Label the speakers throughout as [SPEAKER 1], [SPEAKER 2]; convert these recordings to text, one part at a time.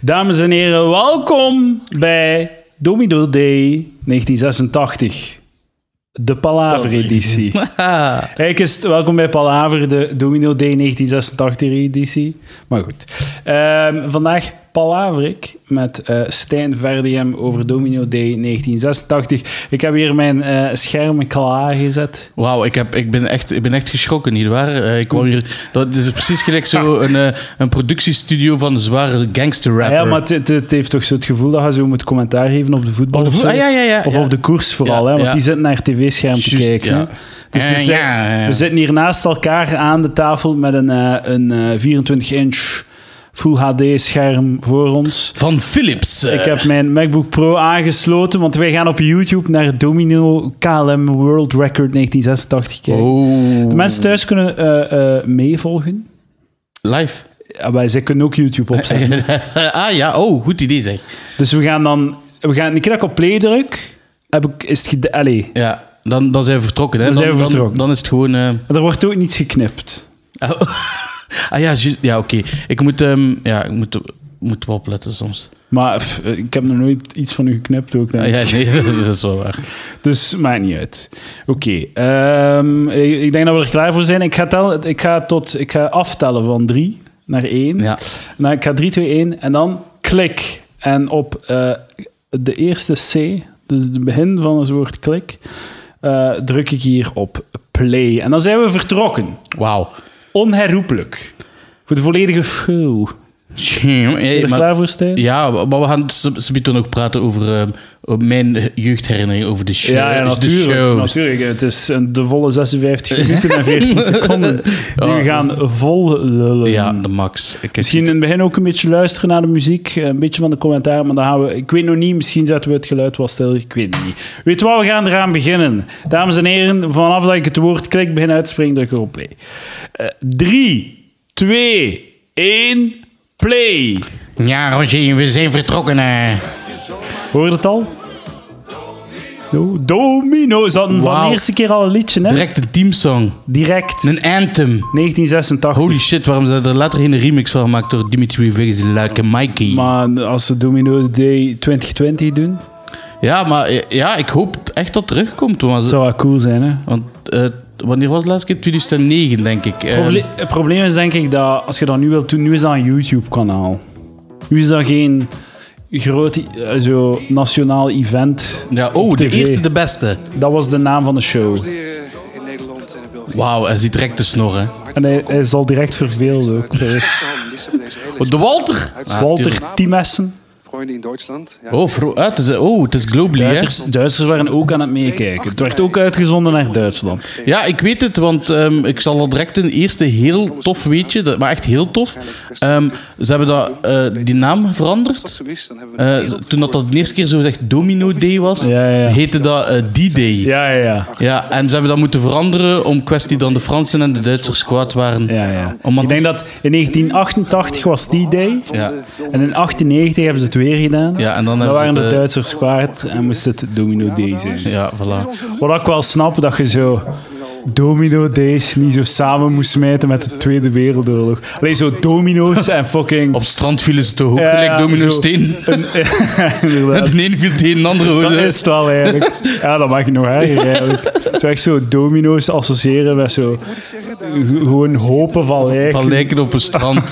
[SPEAKER 1] Dames en heren, welkom bij Domino Day 1986. De Palaver-editie. Kijk eens, welkom bij Palaver, de Domino Day 1986-editie. Maar goed. Ehm, vandaag palaver ik met eh, Stijn Verdiem over Domino Day 1986. Ik heb hier mijn eh, schermen klaargezet.
[SPEAKER 2] Wauw, ik, heb- ik, ben echt- ik ben echt geschrokken, nietwaar? Eh, ik wou hier... Dat is precies gelijk zo een, eh, een productiestudio van een zware
[SPEAKER 1] Ah
[SPEAKER 2] gangsterrapper.
[SPEAKER 1] Ja, maar het, het- het heeft toch zo het gevoel dat je zo moet commentaar geven op de voetbal
[SPEAKER 2] Op de
[SPEAKER 1] of
[SPEAKER 2] voet-
[SPEAKER 1] zo.
[SPEAKER 2] ah, ja, ja, ja,
[SPEAKER 1] Of
[SPEAKER 2] ja.
[SPEAKER 1] op de koers vooral,
[SPEAKER 2] Ja,
[SPEAKER 1] hè, want
[SPEAKER 2] ja.
[SPEAKER 1] die zitten naar tv-scherm te
[SPEAKER 2] Juist,
[SPEAKER 1] kijken.
[SPEAKER 2] ja.
[SPEAKER 1] hè. Dus
[SPEAKER 2] Eh,
[SPEAKER 1] er zit-
[SPEAKER 2] ja, ja, ja.
[SPEAKER 1] we zitten hier naast elkaar aan de tafel met een, eh, een eh, 24-inch Full HD-scherm voor ons.
[SPEAKER 2] Van Philips. eh.
[SPEAKER 1] Ik heb mijn MacBook Pro aangesloten, want wij gaan op YouTube naar Domino KLM World Record 1986 kijken.
[SPEAKER 2] Oh.
[SPEAKER 1] De mensen thuis kunnen eh, eh, meevolgen.
[SPEAKER 2] Live.
[SPEAKER 1] Ja, maar zij kunnen ook YouTube opzetten.
[SPEAKER 2] ah ja, oh, goed idee zeg.
[SPEAKER 1] Dus we gaan dan... We gaan, een keer dat ik op play druk, heb ik, is het... gede- Allee,
[SPEAKER 2] Ja, dan, dan zijn we vertrokken. Hè?
[SPEAKER 1] Dan zijn we vertrokken.
[SPEAKER 2] Dan, is het gewoon... eh,
[SPEAKER 1] er wordt ook niets geknipt.
[SPEAKER 2] Oh. ah ja, juist. ja oké. Ik moet, ehm, ja, ik moet, moet wel opletten soms.
[SPEAKER 1] Maar f, eh, ik heb nog nooit iets van u geknipt ook. denk
[SPEAKER 2] Ah,
[SPEAKER 1] ik.
[SPEAKER 2] ja, nee, dat is wel waar.
[SPEAKER 1] Dus maakt niet uit. Oké. ehm, ik, ik denk dat we er klaar voor zijn. Ik ga, tellen, ik ga, tot, ik ga aftellen van 3 naar 1.
[SPEAKER 2] Ja.
[SPEAKER 1] Nou, ik ga 3, 2, 1 en dan klik. En op eh, de eerste C, dus het begin van het woord klik, eh, druk ik hier op play. En dan zijn we vertrokken.
[SPEAKER 2] Wauw.
[SPEAKER 1] onherroepelijk. Voor de volledige show.
[SPEAKER 2] Tjiem,
[SPEAKER 1] Ben je
[SPEAKER 2] eh,
[SPEAKER 1] er
[SPEAKER 2] maar-
[SPEAKER 1] klaar voor, Stijn?
[SPEAKER 2] Ja, maar we gaan subito nog praten over ehm, over mijn jeugdherinnering, over de show. Dus
[SPEAKER 1] Ja, ja,
[SPEAKER 2] de
[SPEAKER 1] natuurlijk,
[SPEAKER 2] shows.
[SPEAKER 1] natuurlijk. Het is een- de volle 56 minuten en 14 seconden. Die we
[SPEAKER 2] Ja.
[SPEAKER 1] gaan vol lullen.
[SPEAKER 2] Oh. Ja, de max. Ik
[SPEAKER 1] Misschien in het begin ook een beetje luisteren naar de muziek, eh, een beetje van de commentaar, maar dan gaan we... Ik weet nog niet, misschien zetten we het geluid wel stil, ik weet het niet. Weet je wat, we gaan eraan beginnen. Dames en heren, vanaf dat ik het woord klik begin uit te springen, druk ik op play. Eh, 3, 2, 1, play.
[SPEAKER 2] Ja, Roger, we zijn vertrokken. hè.
[SPEAKER 1] Hoor je het al? No, domino. Ze hadden van
[SPEAKER 2] Wauw.
[SPEAKER 1] de eerste keer al een liedje, hè?
[SPEAKER 2] Direct een teamsong.
[SPEAKER 1] Direct.
[SPEAKER 2] Een anthem.
[SPEAKER 1] 1986.
[SPEAKER 2] Holy shit, waarom ze er later geen remix van gemaakt door Dimitri Vegas en Luik en Mikey?
[SPEAKER 1] Maar als ze Domino Day 2020 doen,
[SPEAKER 2] Ja, maar eh, ja, ik hoop echt dat het terugkomt. Want,
[SPEAKER 1] zou dat cool zijn, hè?
[SPEAKER 2] want eh, wanneer was het laatste keer? 2009, denk ik. Eh,
[SPEAKER 1] Proble- het probleem is denk ik dat als je dat nu wilt doen, nu is dat een YouTube-kanaal. Nu is dat geen groot i- eh, zo, nationaal event.
[SPEAKER 2] ja, oh,
[SPEAKER 1] op
[SPEAKER 2] de
[SPEAKER 1] tv.
[SPEAKER 2] eerste, de beste.
[SPEAKER 1] Dat was de naam van de show.
[SPEAKER 3] Hier in Nederland en in België.
[SPEAKER 2] Wauw, hij zit direct te snorren.
[SPEAKER 1] En hij, hij is al direct verveeld ook.
[SPEAKER 2] De Walter! Ah, tuurlijk.
[SPEAKER 1] Walter Tiemessen.
[SPEAKER 3] Freunde in Duitsland. Ja.
[SPEAKER 2] Oh, vro- ah, het is, oh, het is globally, hè?
[SPEAKER 1] Duitsers, Duitsers waren ook aan het meekijken. Het werd ook uitgezonden naar Duitsland.
[SPEAKER 2] Ja, ik weet het, want ehm, ik zal al direct een eerste heel tof weetje, dat, maar echt heel tof. Ehm, ze hebben dat, eh, die naam veranderd.
[SPEAKER 3] Alsjeblieft, dan hebben we
[SPEAKER 2] Eh,
[SPEAKER 3] een ezel.
[SPEAKER 2] toen dat, dat de eerste keer zo gezegd Domino Day was,
[SPEAKER 1] Ja, ja.
[SPEAKER 2] heette dat eh, D-Day. Ja.
[SPEAKER 1] Ja, ja, ja.
[SPEAKER 2] en ze hebben dat moeten veranderen om kwestie dan de Fransen en de Duitsers kwaad waren.
[SPEAKER 1] ja, ja.
[SPEAKER 2] Omdat-
[SPEAKER 1] Ik denk dat in 1988 was die day.
[SPEAKER 2] Ja.
[SPEAKER 1] En in 1998 hebben ze het weer gedaan.
[SPEAKER 2] Ja, en dan hebben
[SPEAKER 1] dan
[SPEAKER 2] ze
[SPEAKER 1] waren
[SPEAKER 2] het,
[SPEAKER 1] de
[SPEAKER 2] eh,
[SPEAKER 1] Duitsers kwaad en moest het Domino Day zijn.
[SPEAKER 2] Ja, voilà.
[SPEAKER 1] Wat ik wel snap, dat je zo Domino Days niet zo samen moest smijten met de Tweede Wereldoorlog. Alleen zo domino's en fucking...
[SPEAKER 2] Op het strand vielen ze toch ook
[SPEAKER 1] Ja,
[SPEAKER 2] gelijk domino
[SPEAKER 1] zo.
[SPEAKER 2] steen.
[SPEAKER 1] Inderdaad.
[SPEAKER 2] De ene viel tegen de andere.
[SPEAKER 1] Dat
[SPEAKER 2] hoor.
[SPEAKER 1] is het wel eigenlijk. Ja, dat mag nog erger eigenlijk. Zo echt zo domino's associëren met zo... Gewoon hopen van lijken.
[SPEAKER 2] Van lijken op een strand.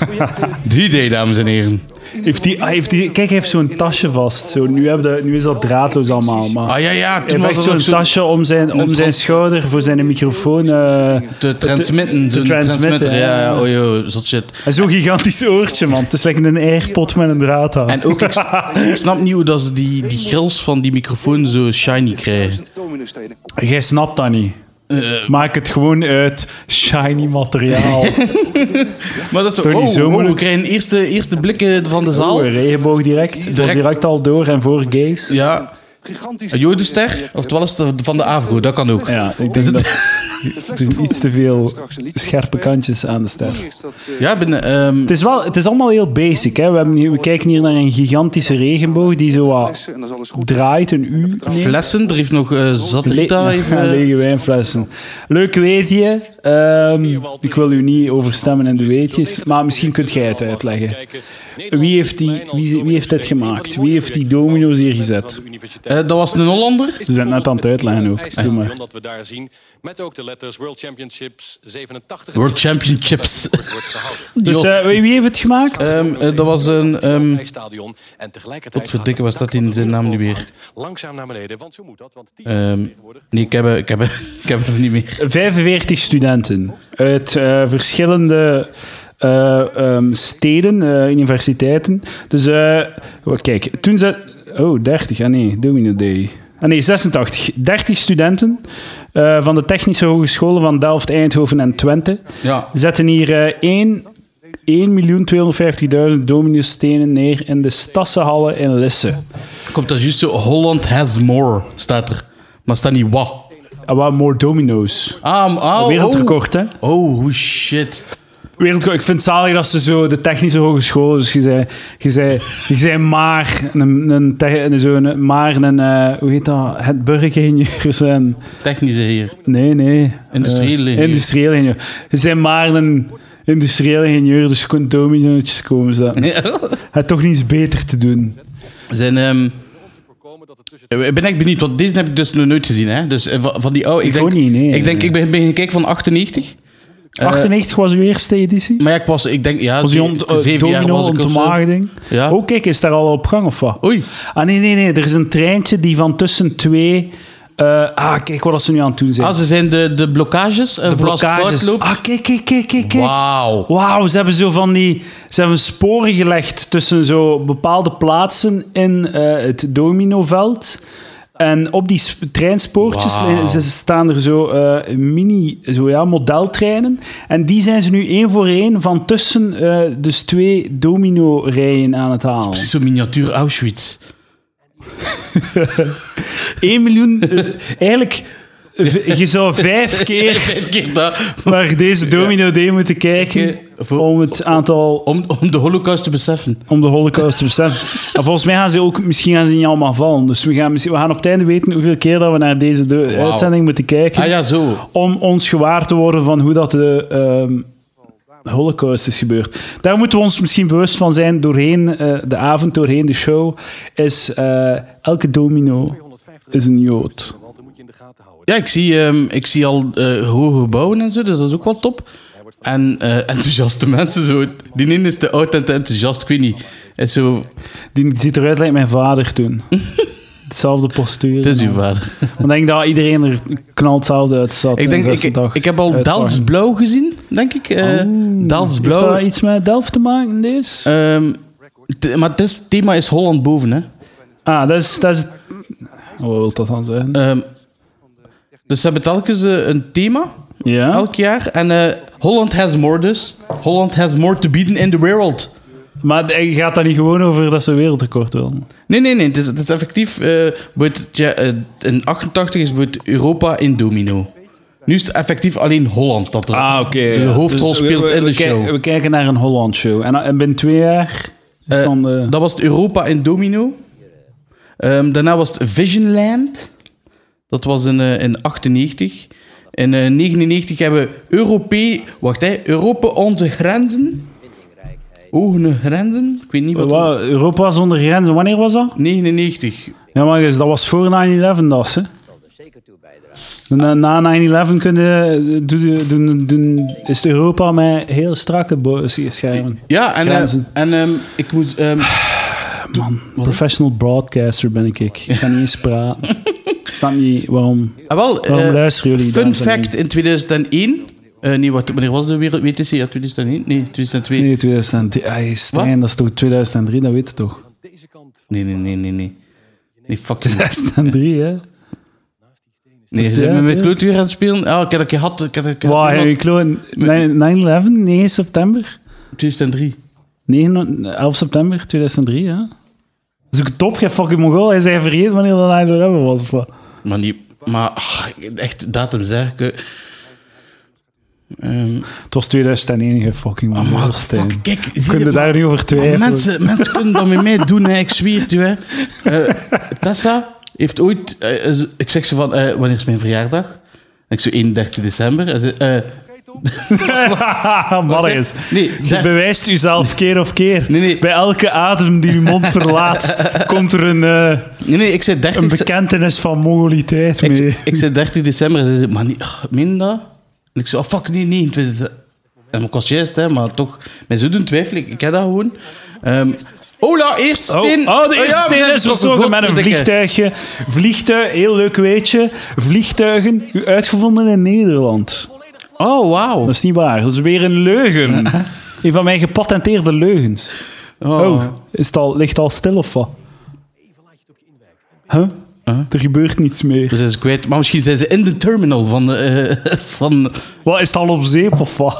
[SPEAKER 2] D-Day, dames en heren.
[SPEAKER 1] Heeft die, ah, heeft die, kijk, hij heeft zo'n tasje vast. Zo, nu, heb je, nu is dat draadloos allemaal. Maar
[SPEAKER 2] Ah ja, ja,
[SPEAKER 1] hij
[SPEAKER 2] toen
[SPEAKER 1] heeft
[SPEAKER 2] was
[SPEAKER 1] echt
[SPEAKER 2] het ook
[SPEAKER 1] zo'n
[SPEAKER 2] zo
[SPEAKER 1] tasje om zijn, om
[SPEAKER 2] een
[SPEAKER 1] zijn
[SPEAKER 2] trans-
[SPEAKER 1] schouder voor zijn microfoon. eh,
[SPEAKER 2] te transmitten.
[SPEAKER 1] te
[SPEAKER 2] zo'n
[SPEAKER 1] transmitten,
[SPEAKER 2] ja,
[SPEAKER 1] ja.
[SPEAKER 2] ja, oh joh, zot shit.
[SPEAKER 1] en zo'n gigantisch oortje, man. Het is lekker een airpod met een draad aan.
[SPEAKER 2] En ook, ik, s- ik snap niet hoe dat ze die, die grils van die microfoon zo shiny krijgen.
[SPEAKER 3] Domino steden.
[SPEAKER 1] Jij snapt dat niet.
[SPEAKER 2] Eh,
[SPEAKER 1] Maak het gewoon uit shiny materiaal.
[SPEAKER 2] Maar dat is
[SPEAKER 1] toch
[SPEAKER 2] toch,
[SPEAKER 1] niet
[SPEAKER 2] oh,
[SPEAKER 1] zo
[SPEAKER 2] oh, we
[SPEAKER 1] moeilijk?
[SPEAKER 2] krijgen eerste, eerste blikken van de zaal.
[SPEAKER 1] Oh, een regenboog direct. Het was
[SPEAKER 2] Direct.
[SPEAKER 1] direct al door en voor gays.
[SPEAKER 2] Ja,
[SPEAKER 3] Gigantisch.
[SPEAKER 2] Ah, een jodenster, oftewel is Dus het van de Avro, dat kan ook.
[SPEAKER 1] Ja, ik denk dat... Er zijn iets te veel scherpe
[SPEAKER 3] eh,
[SPEAKER 1] kantjes aan de ster.
[SPEAKER 2] Ja, binnen, ehm,
[SPEAKER 1] Het is, wel, het is allemaal heel basic. Hè? We, hebben hier, we kijken hier naar een gigantische regenboog die zo wat
[SPEAKER 3] En dat is alles goed.
[SPEAKER 1] draait, een U. neemt.
[SPEAKER 2] flessen, er heeft nog eh Zatrita.
[SPEAKER 1] Le-
[SPEAKER 2] even- eh,
[SPEAKER 1] lege wijnflessen. Leuk weetje. Ehm, ik wil u niet overstemmen in de weetjes, maar misschien kunt jij het uitleggen. Wie heeft, die, wie, wie heeft dit gemaakt? Wie heeft die domino's hier gezet?
[SPEAKER 2] Eh, dat was een Hollander.
[SPEAKER 1] Ze zijn net aan het uitleggen ook. Doe maar.
[SPEAKER 4] Omdat we daar zien, met ook de letters World Championships 87.
[SPEAKER 2] World Championships.
[SPEAKER 4] Wordt gehouden.
[SPEAKER 1] Dus
[SPEAKER 2] Joh.
[SPEAKER 1] eh, wie wie heeft het gemaakt?
[SPEAKER 2] Ehm, eh, dat was een. ehm,
[SPEAKER 4] Stadion. En tegelijkertijd.
[SPEAKER 2] Potverdikke,
[SPEAKER 4] gaat
[SPEAKER 2] was dat
[SPEAKER 4] de
[SPEAKER 2] in zijn naam nu weer?
[SPEAKER 4] Langzaam naar beneden, want zo moet dat. Want tien
[SPEAKER 2] ehm, nee, ik heb, ik, heb, ik heb hem niet meer.
[SPEAKER 1] 45 studenten uit eh, verschillende eh, ehm, steden, eh, universiteiten. Dus eh, wat kijk, toen ze. Oh, 30, ah nee, Domino Day. Ah nee, 86. 30 studenten eh, van de Technische Hogescholen van Delft, Eindhoven en Twente
[SPEAKER 2] Ja,
[SPEAKER 1] zetten hier eh, één 1 1.250.000 dominostenen neer in de Stassenhallen in Lisse.
[SPEAKER 2] komt dat juist zo. Holland has more, staat er. Maar staat niet wat.
[SPEAKER 1] Ah, wat more domino's.
[SPEAKER 2] Ah, m- ah, oh,
[SPEAKER 1] Wereldrecord, hè?
[SPEAKER 2] Oh, hoe shit.
[SPEAKER 1] Wereldkoor. Ik vind het zalig dat ze zo de technische hogeschool. Dus je zei, je zei, je zei maar een, een, te- een, zo een, maar een eh, hoe heet dat? Het burgeringenieur zijn.
[SPEAKER 2] Technische heer.
[SPEAKER 1] Nee, nee.
[SPEAKER 2] Industrieel
[SPEAKER 1] Eh,
[SPEAKER 2] ingenieur.
[SPEAKER 1] industrieel ingenieur. Je zei maar een industrieel ingenieur, dus je kunt dominootjes komen zetten. Het toch niets beter te doen.
[SPEAKER 2] Zijn. ehm, ik ben echt benieuwd, want deze heb ik dus nog nooit gezien. Hè? Dus eh, van van die oude. Ik
[SPEAKER 1] Ik
[SPEAKER 2] denk,
[SPEAKER 1] ook niet, nee.
[SPEAKER 2] ik, denk, ik ben, ben gaan kijken van 98. Eh,
[SPEAKER 1] 98 was uw eerste editie.
[SPEAKER 2] Maar ja, ik was, ik denk, ja,
[SPEAKER 1] Was die
[SPEAKER 2] ze-
[SPEAKER 1] ont, eh,
[SPEAKER 2] zeven jaar
[SPEAKER 1] domino
[SPEAKER 2] was ik of zo.
[SPEAKER 1] ontmaagding?
[SPEAKER 2] Ja.
[SPEAKER 1] Oh, kijk, is daar al op gang of wat?
[SPEAKER 2] Oei.
[SPEAKER 1] Ah, nee, nee, nee. Er is een treintje die van tussen twee... eh, ah, kijk wat ze nu aan het doen zijn.
[SPEAKER 2] Ah, ze zijn de, de blokkages. eh, De
[SPEAKER 1] Blokkages. Ah, kijk, kijk, kijk, kijk. kijk.
[SPEAKER 2] Wauw.
[SPEAKER 1] Wauw, ze hebben zo van die... Ze hebben sporen gelegd tussen zo bepaalde plaatsen in eh, het dominoveld. En op die sp- treinspoortjes
[SPEAKER 2] Wauw.
[SPEAKER 1] li- ze staan er zo eh, mini, zo ja, modeltreinen. En die zijn ze nu één voor één van tussen eh, dus twee domino-rijen aan het halen.
[SPEAKER 2] Zo'n miniatuur Auschwitz.
[SPEAKER 1] 1 miljoen... eh, eigenlijk, eh, je zou vijf keer
[SPEAKER 2] Vijf keer dat.
[SPEAKER 1] naar deze domino-day moeten kijken
[SPEAKER 2] eh, Voor-
[SPEAKER 1] om het aantal
[SPEAKER 2] Om, om de holocaust te beseffen.
[SPEAKER 1] om de holocaust te beseffen. En volgens mij gaan ze ook, misschien gaan ze niet allemaal vallen. Dus we gaan, misschien- we gaan op het einde weten hoeveel keer dat we naar deze de-
[SPEAKER 2] Wauw.
[SPEAKER 1] uitzending moeten kijken.
[SPEAKER 2] Ah ja, zo.
[SPEAKER 1] Om ons gewaar te worden van hoe dat de ehm, holocaust is gebeurd. Daar moeten we ons misschien bewust van zijn doorheen eh, de avond, doorheen de show. Is eh, elke domino is een jood.
[SPEAKER 4] want dan moet je in de gaten houden.
[SPEAKER 2] Ja, ik zie, ehm, ik zie al eh, hoge gebouwen en zo, dus dat is ook wel top. En eh, enthousiaste mensen zo. Die ene is te oud en te enthousiast, ik weet niet. Is zo,
[SPEAKER 1] Die ziet eruit lijkt mijn vader toen. Hetzelfde postuur.
[SPEAKER 2] het is uw vader.
[SPEAKER 1] Ik denk dat iedereen er knalt hetzelfde uit zat.
[SPEAKER 2] Ik denk,
[SPEAKER 1] in
[SPEAKER 2] ik,
[SPEAKER 1] 86.
[SPEAKER 2] ik heb al
[SPEAKER 1] Uitzag.
[SPEAKER 2] Delfts Blauw gezien, denk ik. eh Delfts
[SPEAKER 1] Heeft
[SPEAKER 2] Blauw.
[SPEAKER 1] dat iets met Delft te maken, deze?
[SPEAKER 2] Ehm, t- maar het is- het thema is Holland boven, hè.
[SPEAKER 1] ah, dat is... Dat is wat wil dat dan zeggen?
[SPEAKER 2] Ehm, dus ze hebben telkens eh, een thema,
[SPEAKER 1] Ah. ja,
[SPEAKER 2] elk jaar. En eh, Holland has more dus. Holland has more to bieden in the world.
[SPEAKER 1] maar je gaat dat niet gewoon over dat ze een wereldrecord willen.
[SPEAKER 2] Nee, nee, nee. Het is, het is effectief... eh, wordt het ja, eh, in 88 is wordt Europa in domino. Nu is het effectief alleen Holland dat er
[SPEAKER 1] Ah,
[SPEAKER 2] de hoofdrol speelt in de show.
[SPEAKER 1] Dus We kijken naar een Holland show. En, eh, en binnen twee jaar is
[SPEAKER 2] Eh,
[SPEAKER 1] dan de...
[SPEAKER 2] Dat was het Europa in domino. Ehm, daarna was het Visionland. Dat was in, eh, in 98. In 1999 hebben we Europee... Wacht, hè. Europa onze grenzen. Ogen grenzen. Ik weet niet wat...
[SPEAKER 1] Wat, Europa zonder grenzen, wanneer was dat?
[SPEAKER 2] 99.
[SPEAKER 1] Ja, maar eens, dat was voor 9-11, dat is, hè? Na, na 9-11 kun je- doe- doe- doe- doe- is Europa met heel strakke bo- schermen.
[SPEAKER 2] Ja, en, eh,
[SPEAKER 1] Grenzen.
[SPEAKER 2] en ehm, ik moet... ehm,
[SPEAKER 1] Professional broadcaster ben ik. Ik ga niet eens praten. Ik snap niet waarom.
[SPEAKER 2] ah, wel,
[SPEAKER 1] Waarom
[SPEAKER 2] eh,
[SPEAKER 1] luisteren jullie,
[SPEAKER 2] Fun
[SPEAKER 1] dames en
[SPEAKER 2] fact, in 2001... eh, nee, wat, wanneer was de wereld, WTC? Ja, 2001? Nee, 2002.
[SPEAKER 1] Nee, 2003. Ay, Stijn, dat is toch 2003, dat weet je toch?
[SPEAKER 4] Deze kant
[SPEAKER 2] Nee, nee, nee, nee. Nee, nee fuck.
[SPEAKER 1] 2003, hè?
[SPEAKER 2] Nee,
[SPEAKER 1] Dus
[SPEAKER 2] zijn
[SPEAKER 1] ja,
[SPEAKER 2] we met
[SPEAKER 1] ja.
[SPEAKER 2] Kloot weer aan het spelen? Ah, ik heb dat gehad. Ik heb dat gehad.
[SPEAKER 1] Wow, Henry
[SPEAKER 2] Iemand-
[SPEAKER 1] Kloon, 9-11, 9 september.
[SPEAKER 2] 2003.
[SPEAKER 1] 9, 11 september 2003, ja. Zoek het op, jij fucking mongool. Hij zei vergeten wanneer dat 9-11 was. of wat.
[SPEAKER 2] Maar, niet, maar ah, echt datums, hè. Ik, eh, Ehm,
[SPEAKER 1] Het was 2001, fucking
[SPEAKER 2] Ah, maar
[SPEAKER 1] oh,
[SPEAKER 2] fuck, kijk, zie je,
[SPEAKER 1] Kunnen
[SPEAKER 2] maar-
[SPEAKER 1] daar niet over twijfelen.
[SPEAKER 2] Maar Mensen, mensen kunnen dat met mij doen, hè. ik zweer het u. Hè. Eh, Tessa heeft ooit... eh, eh, ik zeg ze van, eh, wanneer is mijn verjaardag? En ik zo 31 december. En ze, eh,
[SPEAKER 1] Marjes,
[SPEAKER 2] Nee,
[SPEAKER 1] je
[SPEAKER 2] daar-
[SPEAKER 1] bewijst uzelf keer op keer.
[SPEAKER 2] Nee, nee.
[SPEAKER 1] Bij elke adem die uw mond verlaat, komt er een, eh,
[SPEAKER 2] nee, nee, ik zei
[SPEAKER 1] een
[SPEAKER 2] 30,
[SPEAKER 1] bekentenis van mogelijkheid
[SPEAKER 2] ik,
[SPEAKER 1] mee.
[SPEAKER 2] ik zei 30 december. En ze zei, maar niet, ach, meen dat? En ik zo, oh, fuck, nee, 29 december. En ik was juist, hè, maar toch. Mijn zo doen twijfel ik. Ik heb dat gewoon. Ehm Ola, eerste
[SPEAKER 1] Oh,
[SPEAKER 2] steen.
[SPEAKER 1] oh, de
[SPEAKER 2] ja, we
[SPEAKER 1] eerste
[SPEAKER 2] zijn
[SPEAKER 1] steen is
[SPEAKER 2] vertrokken,
[SPEAKER 1] verzogen met een
[SPEAKER 2] godverdikke.
[SPEAKER 1] vliegtuigje. Vliegtuig, heel leuk weetje. Vliegtuigen, uitgevonden in Nederland.
[SPEAKER 2] Oh, wauw.
[SPEAKER 1] Dat is niet waar. Dat is weer een leugen. Een van mijn gepatenteerde leugens.
[SPEAKER 2] Oh.
[SPEAKER 1] Oh, is het al, ligt het al stil of wat? Huh? Er gebeurt niets meer.
[SPEAKER 2] Dus zijn ze kwijt. Maar misschien zijn ze in de terminal van... De, eh, van...
[SPEAKER 1] Wat, is het al op zeep of wat?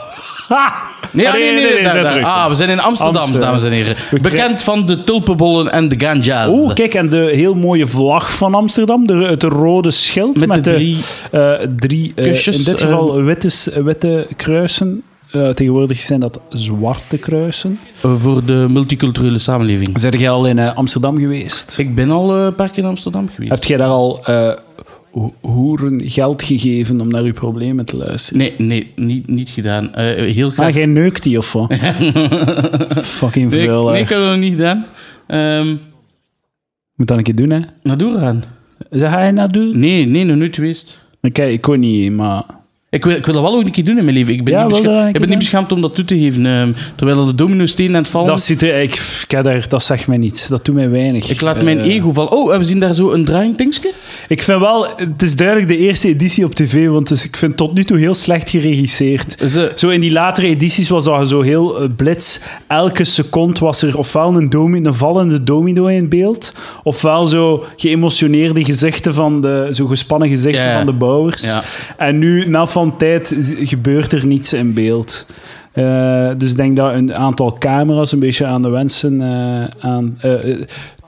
[SPEAKER 1] Ha!
[SPEAKER 2] Nee, ah,
[SPEAKER 1] Ah,
[SPEAKER 2] nee, nee, nee,
[SPEAKER 1] zet
[SPEAKER 2] daar, daar.
[SPEAKER 1] terug.
[SPEAKER 2] Ah, we zijn in Amsterdam,
[SPEAKER 1] Amsterdam.
[SPEAKER 2] dames en heren.
[SPEAKER 1] krijgen-
[SPEAKER 2] Bekend van de tulpenbollen en de ganja's.
[SPEAKER 1] Oeh, kijk, en de heel mooie vlag van Amsterdam, de, het rode schild
[SPEAKER 2] Met
[SPEAKER 1] met,
[SPEAKER 2] de drie-
[SPEAKER 1] eh, drie eh,
[SPEAKER 2] kusjes,
[SPEAKER 1] in dit
[SPEAKER 2] eh.
[SPEAKER 1] geval witte, s- witte kruisen. Eh, tegenwoordig zijn dat zwarte kruisen.
[SPEAKER 2] Eh, Voor de multiculturele samenleving.
[SPEAKER 1] Zijn jij al in eh, Amsterdam geweest?
[SPEAKER 2] Ik ben al eh, een paar keer in Amsterdam geweest.
[SPEAKER 1] Heb jij daar al eh, ho- hoeren geld gegeven om naar uw problemen te luisteren?
[SPEAKER 2] Nee, nee, niet, niet gedaan. Eh, heel graag.
[SPEAKER 1] Ah, jij neukt die of wat? Fucking
[SPEAKER 2] nee,
[SPEAKER 1] veel.
[SPEAKER 2] nee, ik heb dat nog niet gedaan. Ehm
[SPEAKER 1] Moet dat een keer doen, hè?
[SPEAKER 2] Nadoer gaan.
[SPEAKER 1] Ga je dat doen?
[SPEAKER 2] Nee, nee, nog nooit geweest.
[SPEAKER 1] Kijk, ik kon niet, maar...
[SPEAKER 2] Ik wil, ik wil dat wel ook een keer doen in mijn leven. Ik ben,
[SPEAKER 1] Ja,
[SPEAKER 2] niet,
[SPEAKER 1] wil je
[SPEAKER 2] bescha-
[SPEAKER 1] dat een
[SPEAKER 2] ik ben
[SPEAKER 1] keer doen?
[SPEAKER 2] niet beschaamd om dat toe te geven. ehm, terwijl de domino steen aan het vallen
[SPEAKER 1] Dat, zit, er- ik, ik heb daar, dat zegt mij niets. Dat doet mij weinig.
[SPEAKER 2] Ik laat mijn
[SPEAKER 1] Eh,
[SPEAKER 2] ego vallen. Oh, en we zien daar zo een draaiend dingetje.
[SPEAKER 1] Ik vind wel, het is duidelijk de eerste editie op tv, want het is- ik vind het tot nu toe heel slecht geregisseerd.
[SPEAKER 2] Ze-
[SPEAKER 1] Zo in die latere edities was dat zo heel eh, blits. Elke seconde was er ofwel een, domi- een vallende domino in beeld, ofwel zo geëmotioneerde gezichten van de, zo gespannen gezichten
[SPEAKER 2] Ja, ja.
[SPEAKER 1] van de bouwers.
[SPEAKER 2] Ja.
[SPEAKER 1] En nu, na van tijd, z- gebeurt er niets in beeld. Eh, dus ik denk dat een aantal camera's een beetje aan de wensen, eh, aan, eh, eh,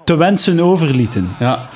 [SPEAKER 1] te wensen overlieten.
[SPEAKER 2] Ja.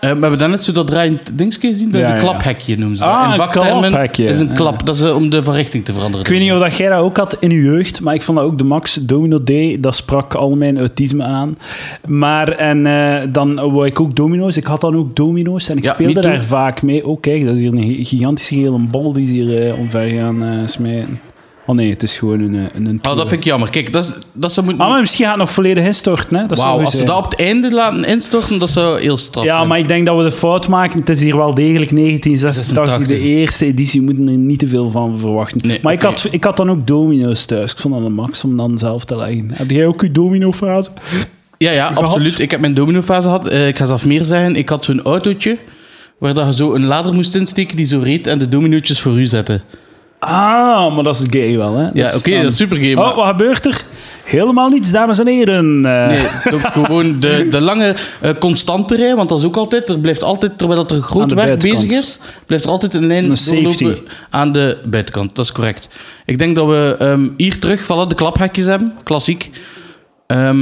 [SPEAKER 2] Eh, we hebben daarnet zo dat draaiend dingetje gezien. Dat is
[SPEAKER 1] Ja,
[SPEAKER 2] een
[SPEAKER 1] ja.
[SPEAKER 2] klaphekje, noemen ze dat.
[SPEAKER 1] Ah,
[SPEAKER 2] In
[SPEAKER 1] een
[SPEAKER 2] vaktermen
[SPEAKER 1] klaphekje.
[SPEAKER 2] is een
[SPEAKER 1] Ja.
[SPEAKER 2] klap. Dat is eh, om de van richting te veranderen.
[SPEAKER 1] Ik weet niet of dat jij dat ook had in je jeugd, maar ik vond dat ook de Max Domino D, dat sprak al mijn autisme aan. Maar en eh, dan wou ik ook domino's, ik had dan ook domino's en ik
[SPEAKER 2] Ja, me
[SPEAKER 1] speelde
[SPEAKER 2] too.
[SPEAKER 1] daar vaak mee. Oh kijk, dat is hier een gi- gigantische gele bal die ze hier eh, omver gaan eh, smijten. Oh nee, het is gewoon een, eh, een, een
[SPEAKER 2] Oh, dat vind ik jammer. Kijk, dat, is, dat ze moeten...
[SPEAKER 1] Ah, maar misschien gaat het nog volledig instorten, hè? Dat zou
[SPEAKER 2] Wauw,
[SPEAKER 1] goed
[SPEAKER 2] als ze
[SPEAKER 1] zijn.
[SPEAKER 2] dat op het einde laten instorten, dat zou heel straf
[SPEAKER 1] Ja,
[SPEAKER 2] zijn.
[SPEAKER 1] maar ik denk dat we de fout maken. Het is hier wel degelijk 1986,
[SPEAKER 2] 86.
[SPEAKER 1] de eerste editie. We moeten er niet te veel van verwachten.
[SPEAKER 2] Nee,
[SPEAKER 1] maar ik,
[SPEAKER 2] oké.
[SPEAKER 1] had, ik had dan ook domino's thuis. Ik vond dat een max om dan zelf te leggen. Heb jij ook je domino-fase?
[SPEAKER 2] Ja, ja, absoluut. Ik heb mijn domino-fase gehad. Eh, ik ga zelf meer zeggen. Ik had zo'n autootje waar dat je zo een lader moest insteken die zo reed en de dominootjes voor u zette.
[SPEAKER 1] Ah, maar dat is gay wel, hè? Dus
[SPEAKER 2] Ja, oké,
[SPEAKER 1] dan-
[SPEAKER 2] dat is supergay, maar-
[SPEAKER 1] Oh, wat gebeurt er? Helemaal niets, dames en heren. Eh,
[SPEAKER 2] Nee, ook gewoon de, de lange eh, constante rij, want dat is ook altijd, er blijft altijd, terwijl dat er
[SPEAKER 1] Aan
[SPEAKER 2] groot
[SPEAKER 1] de
[SPEAKER 2] werk bezig
[SPEAKER 1] buitenkant.
[SPEAKER 2] is, blijft er altijd een lijn
[SPEAKER 1] Een safety.
[SPEAKER 2] doorlopen aan de buitenkant. Dat is correct. Ik denk dat we ehm, hier terug vallen, de klaphekjes hebben, klassiek. Ehm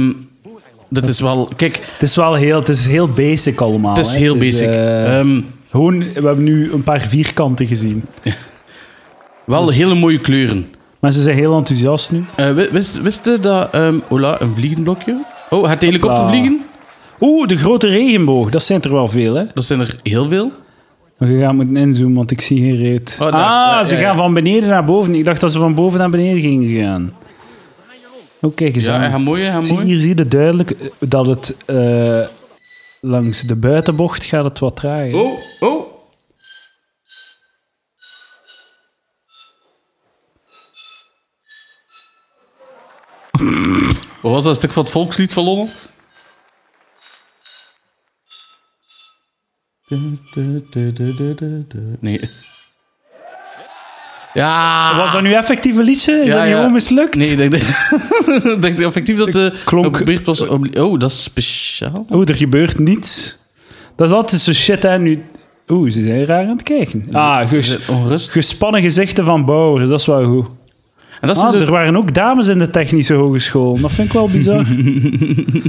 [SPEAKER 2] dat is wel, kijk,
[SPEAKER 1] Het is wel heel, het is heel basic allemaal.
[SPEAKER 2] het is
[SPEAKER 1] hè.
[SPEAKER 2] heel
[SPEAKER 1] is,
[SPEAKER 2] basic.
[SPEAKER 1] eh,
[SPEAKER 2] Ehm,
[SPEAKER 1] gewoon, we hebben nu een paar vierkanten gezien.
[SPEAKER 2] wel
[SPEAKER 1] dus-
[SPEAKER 2] hele mooie kleuren.
[SPEAKER 1] Mensen zijn heel enthousiast nu.
[SPEAKER 2] Eh, wi- wist, wist je dat, ehm Ola, een vliegenblokje? Oh, gaat de helikopter
[SPEAKER 1] Hopla.
[SPEAKER 2] vliegen?
[SPEAKER 1] Oeh, de grote regenboog. Dat zijn er wel veel, hè?
[SPEAKER 2] Dat zijn er heel veel.
[SPEAKER 1] Maar je gaat moeten inzoomen, want ik zie geen reet.
[SPEAKER 2] Oh, daar.
[SPEAKER 1] ah,
[SPEAKER 2] Ja,
[SPEAKER 1] ze
[SPEAKER 2] ja, ja.
[SPEAKER 1] gaan van beneden naar boven. Ik dacht dat ze van boven naar beneden gingen gaan. Oké,
[SPEAKER 2] Ja,
[SPEAKER 1] gezellig.
[SPEAKER 2] hij gaat mooi, hij gaat
[SPEAKER 1] zie,
[SPEAKER 2] mooi.
[SPEAKER 1] hier zie je duidelijk eh, dat het eh, langs de buitenbocht gaat het wat trager.
[SPEAKER 2] Oh, oh. Wat was dat een stuk van het volkslied van Lommel? Nee. Ja!
[SPEAKER 1] Was dat nu effectief een liedje? Is dat niet gewoon mislukt?
[SPEAKER 2] Nee, ik denk, ik denk effectief dat de
[SPEAKER 1] klonk-
[SPEAKER 2] geprobeerd was. om- Oh, dat is speciaal.
[SPEAKER 1] Oeh, Oh, er gebeurt niets. Dat is altijd zo shit, hè. Nu... Oeh, ze zijn raar aan het kijken. Ah,
[SPEAKER 2] Is
[SPEAKER 1] ges-
[SPEAKER 2] het onrust?
[SPEAKER 1] gespannen gezichten van bouwers, dat is wel goed.
[SPEAKER 2] En dat is
[SPEAKER 1] Ah,
[SPEAKER 2] dus
[SPEAKER 1] er waren ook dames in de technische hogeschool. Dat vind ik wel bizar. Het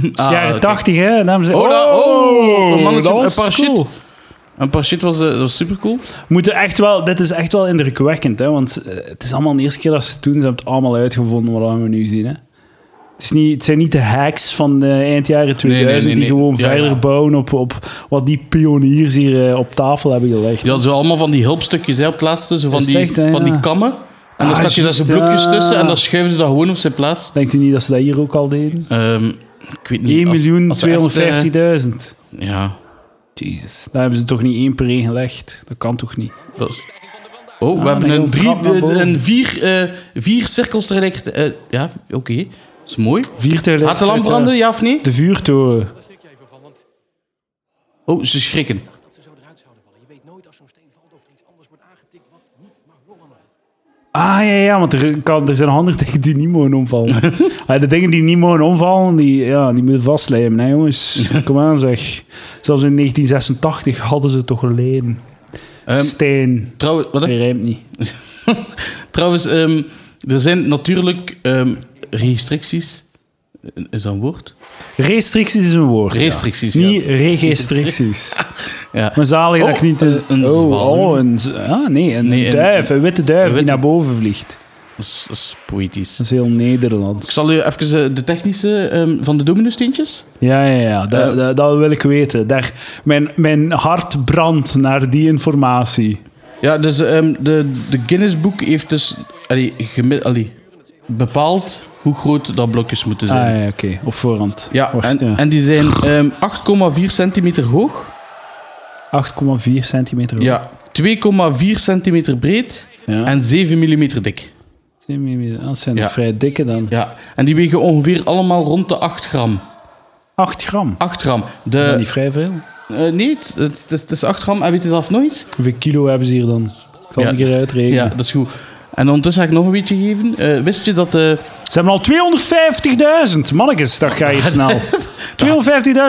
[SPEAKER 1] is
[SPEAKER 2] Ah,
[SPEAKER 1] jaren
[SPEAKER 2] oké.
[SPEAKER 1] 80, hè? Dames en
[SPEAKER 2] Oh,
[SPEAKER 1] heren.
[SPEAKER 2] daar- oh, een
[SPEAKER 1] dat
[SPEAKER 2] mannetje,
[SPEAKER 1] was
[SPEAKER 2] een parachute.
[SPEAKER 1] cool.
[SPEAKER 2] En pas shit was, eh, dat was super cool.
[SPEAKER 1] Moeten echt wel, dit is echt wel indrukwekkend, hè? want eh, het is allemaal de eerste keer dat ze het doen. Ze hebben het allemaal uitgevonden wat we nu zien. Hè? Het, is niet, het zijn niet de hacks van eh, eind jaren 2000
[SPEAKER 2] nee,
[SPEAKER 1] die
[SPEAKER 2] nee.
[SPEAKER 1] gewoon
[SPEAKER 2] Ja,
[SPEAKER 1] verder
[SPEAKER 2] ja.
[SPEAKER 1] bouwen op, op wat die pioniers hier eh, op tafel hebben gelegd.
[SPEAKER 2] Die hadden zo allemaal van die hulpstukjes hè, op het laatste, zo van,
[SPEAKER 1] Is het
[SPEAKER 2] die,
[SPEAKER 1] echt, hè,
[SPEAKER 2] van
[SPEAKER 1] ja.
[SPEAKER 2] die kammen. En dan
[SPEAKER 1] Ah,
[SPEAKER 2] stak je daar zo
[SPEAKER 1] juist,
[SPEAKER 2] blokjes
[SPEAKER 1] ja.
[SPEAKER 2] tussen en dan schuiven ze dat gewoon op zijn plaats.
[SPEAKER 1] Denkt u niet dat ze dat hier ook al deden? 1.250.000.
[SPEAKER 2] Ehm, ik weet niet. als- als ze echt, eh, Ja.
[SPEAKER 1] Jezus, daar hebben ze toch niet één per één gelegd. Dat kan toch niet?
[SPEAKER 2] Dat is- Oh, we
[SPEAKER 1] Ah,
[SPEAKER 2] hebben
[SPEAKER 1] nee,
[SPEAKER 2] een,
[SPEAKER 1] een
[SPEAKER 2] drie,
[SPEAKER 1] trap naar
[SPEAKER 2] eh,
[SPEAKER 1] boven.
[SPEAKER 2] een vier, eh, vier cirkels tegelijk. eh, ja, oké. Dat is mooi.
[SPEAKER 1] Vier tegelijk.
[SPEAKER 2] Gaat de lamp branden, ja of nee?
[SPEAKER 1] eh, De vuurtoren.
[SPEAKER 2] Oh, ze schrikken.
[SPEAKER 1] Ah ja, ja, want er, kan, er zijn handen tegen die niet mogen omvallen. Ah, de dingen die niet mogen omvallen, die, ja, die moeten vastlijmen, hè jongens. Kom aan zeg. Zelfs in 1986 hadden ze toch geleden.
[SPEAKER 2] Ehm, eh?
[SPEAKER 1] Steen.
[SPEAKER 2] Trouwens, wat,
[SPEAKER 1] Hij rijmt niet.
[SPEAKER 2] trouwens ehm, er zijn natuurlijk ehm, restricties. Is dat een woord?
[SPEAKER 1] Restricties is een woord. ja.
[SPEAKER 2] Restricties, ja.
[SPEAKER 1] Niet registricties.
[SPEAKER 2] Ja.
[SPEAKER 1] Maar zalig dat
[SPEAKER 2] Oh,
[SPEAKER 1] ik niet...
[SPEAKER 2] een-
[SPEAKER 1] oh,
[SPEAKER 2] een zwaan.
[SPEAKER 1] oh, een z- ah, nee, een
[SPEAKER 2] Nee, een-
[SPEAKER 1] duif. Een, witte duif
[SPEAKER 2] een
[SPEAKER 1] die
[SPEAKER 2] witte-
[SPEAKER 1] naar boven vliegt.
[SPEAKER 2] Dat is, dat is poëtisch.
[SPEAKER 1] Dat is heel Nederlands.
[SPEAKER 2] Ik zal u even eh, de technische ehm, van de dominustientjes.
[SPEAKER 1] Ja, ja, ja. Dat,
[SPEAKER 2] Eh.
[SPEAKER 1] dat, dat wil ik weten. Daar, mijn, mijn hart brandt naar die informatie.
[SPEAKER 2] Ja, dus ehm, de, de Guinness Book heeft dus allee, gemi- allee, bepaald hoe groot dat blokjes moeten
[SPEAKER 1] Ah,
[SPEAKER 2] zijn.
[SPEAKER 1] ja, oké. Op voorhand.
[SPEAKER 2] Ja,
[SPEAKER 1] Wacht, eh,
[SPEAKER 2] en, en die zijn ehm, 8,4 centimeter hoog.
[SPEAKER 1] 8,4 centimeter hoog.
[SPEAKER 2] Ja. 2,4 centimeter breed
[SPEAKER 1] Ja.
[SPEAKER 2] en 7 millimeter dik.
[SPEAKER 1] Twee millimeter. Ah, Dat zijn
[SPEAKER 2] Ja.
[SPEAKER 1] vrij dikke dan.
[SPEAKER 2] Ja. En die wegen ongeveer allemaal rond de 8 gram.
[SPEAKER 1] 8 gram.
[SPEAKER 2] 8 gram.
[SPEAKER 1] Dat is
[SPEAKER 2] De,
[SPEAKER 1] niet vrij veel.
[SPEAKER 2] eh, nee, het, het is, het is 8 gram. En weet je zelf nooit?
[SPEAKER 1] Hoeveel kilo hebben ze hier dan? Ik zal
[SPEAKER 2] Ja.
[SPEAKER 1] een keer uitrekenen.
[SPEAKER 2] Ja, dat is goed. En ondertussen ga ik nog een beetje geven. Eh, wist je dat... eh,
[SPEAKER 1] Ze hebben al 250.000. Mannetjes, dat ga je snel.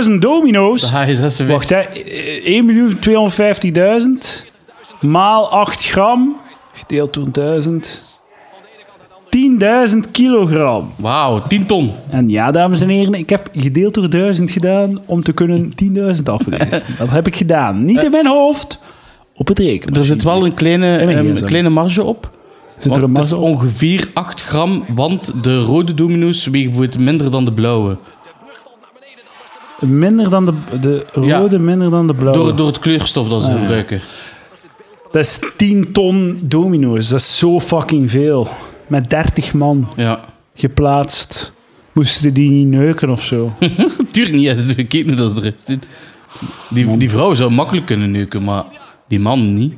[SPEAKER 1] 250.000 domino's.
[SPEAKER 2] de HSS weg-
[SPEAKER 1] Wacht, hè. Eh, 1.250.000 maal 8 gram, gedeeld door 1000. 10.000 kilogram.
[SPEAKER 2] Wauw, 10 ton.
[SPEAKER 1] En ja, dames en heren, ik heb gedeeld door 1000 gedaan om te kunnen 10.000 aflezen. Dat heb ik gedaan. Niet in mijn hoofd, op het rekenen.
[SPEAKER 2] Er zit wel een kleine,
[SPEAKER 1] mijn
[SPEAKER 2] ehm,
[SPEAKER 1] gsm.
[SPEAKER 2] kleine marge op.
[SPEAKER 1] Zit er
[SPEAKER 2] Want
[SPEAKER 1] een
[SPEAKER 2] het is
[SPEAKER 1] massa op?
[SPEAKER 2] ongeveer 8 gram, want de rode domino's wegen bijvoorbeeld minder dan de blauwe.
[SPEAKER 1] Minder dan de, de
[SPEAKER 2] Ja.
[SPEAKER 1] rode, minder dan de blauwe.
[SPEAKER 2] Door, door het kleurstof dat ze
[SPEAKER 1] Ah,
[SPEAKER 2] gebruiken.
[SPEAKER 1] Dat is 10 ton domino's. Dat is zo fucking veel. Met 30 man
[SPEAKER 2] Ja.
[SPEAKER 1] geplaatst. Moesten die niet neuken of zo?
[SPEAKER 2] Tuurlijk niet, ja, dus we kijken hoe dat er is. Die, die vrouw zou makkelijk kunnen neuken, maar die man niet.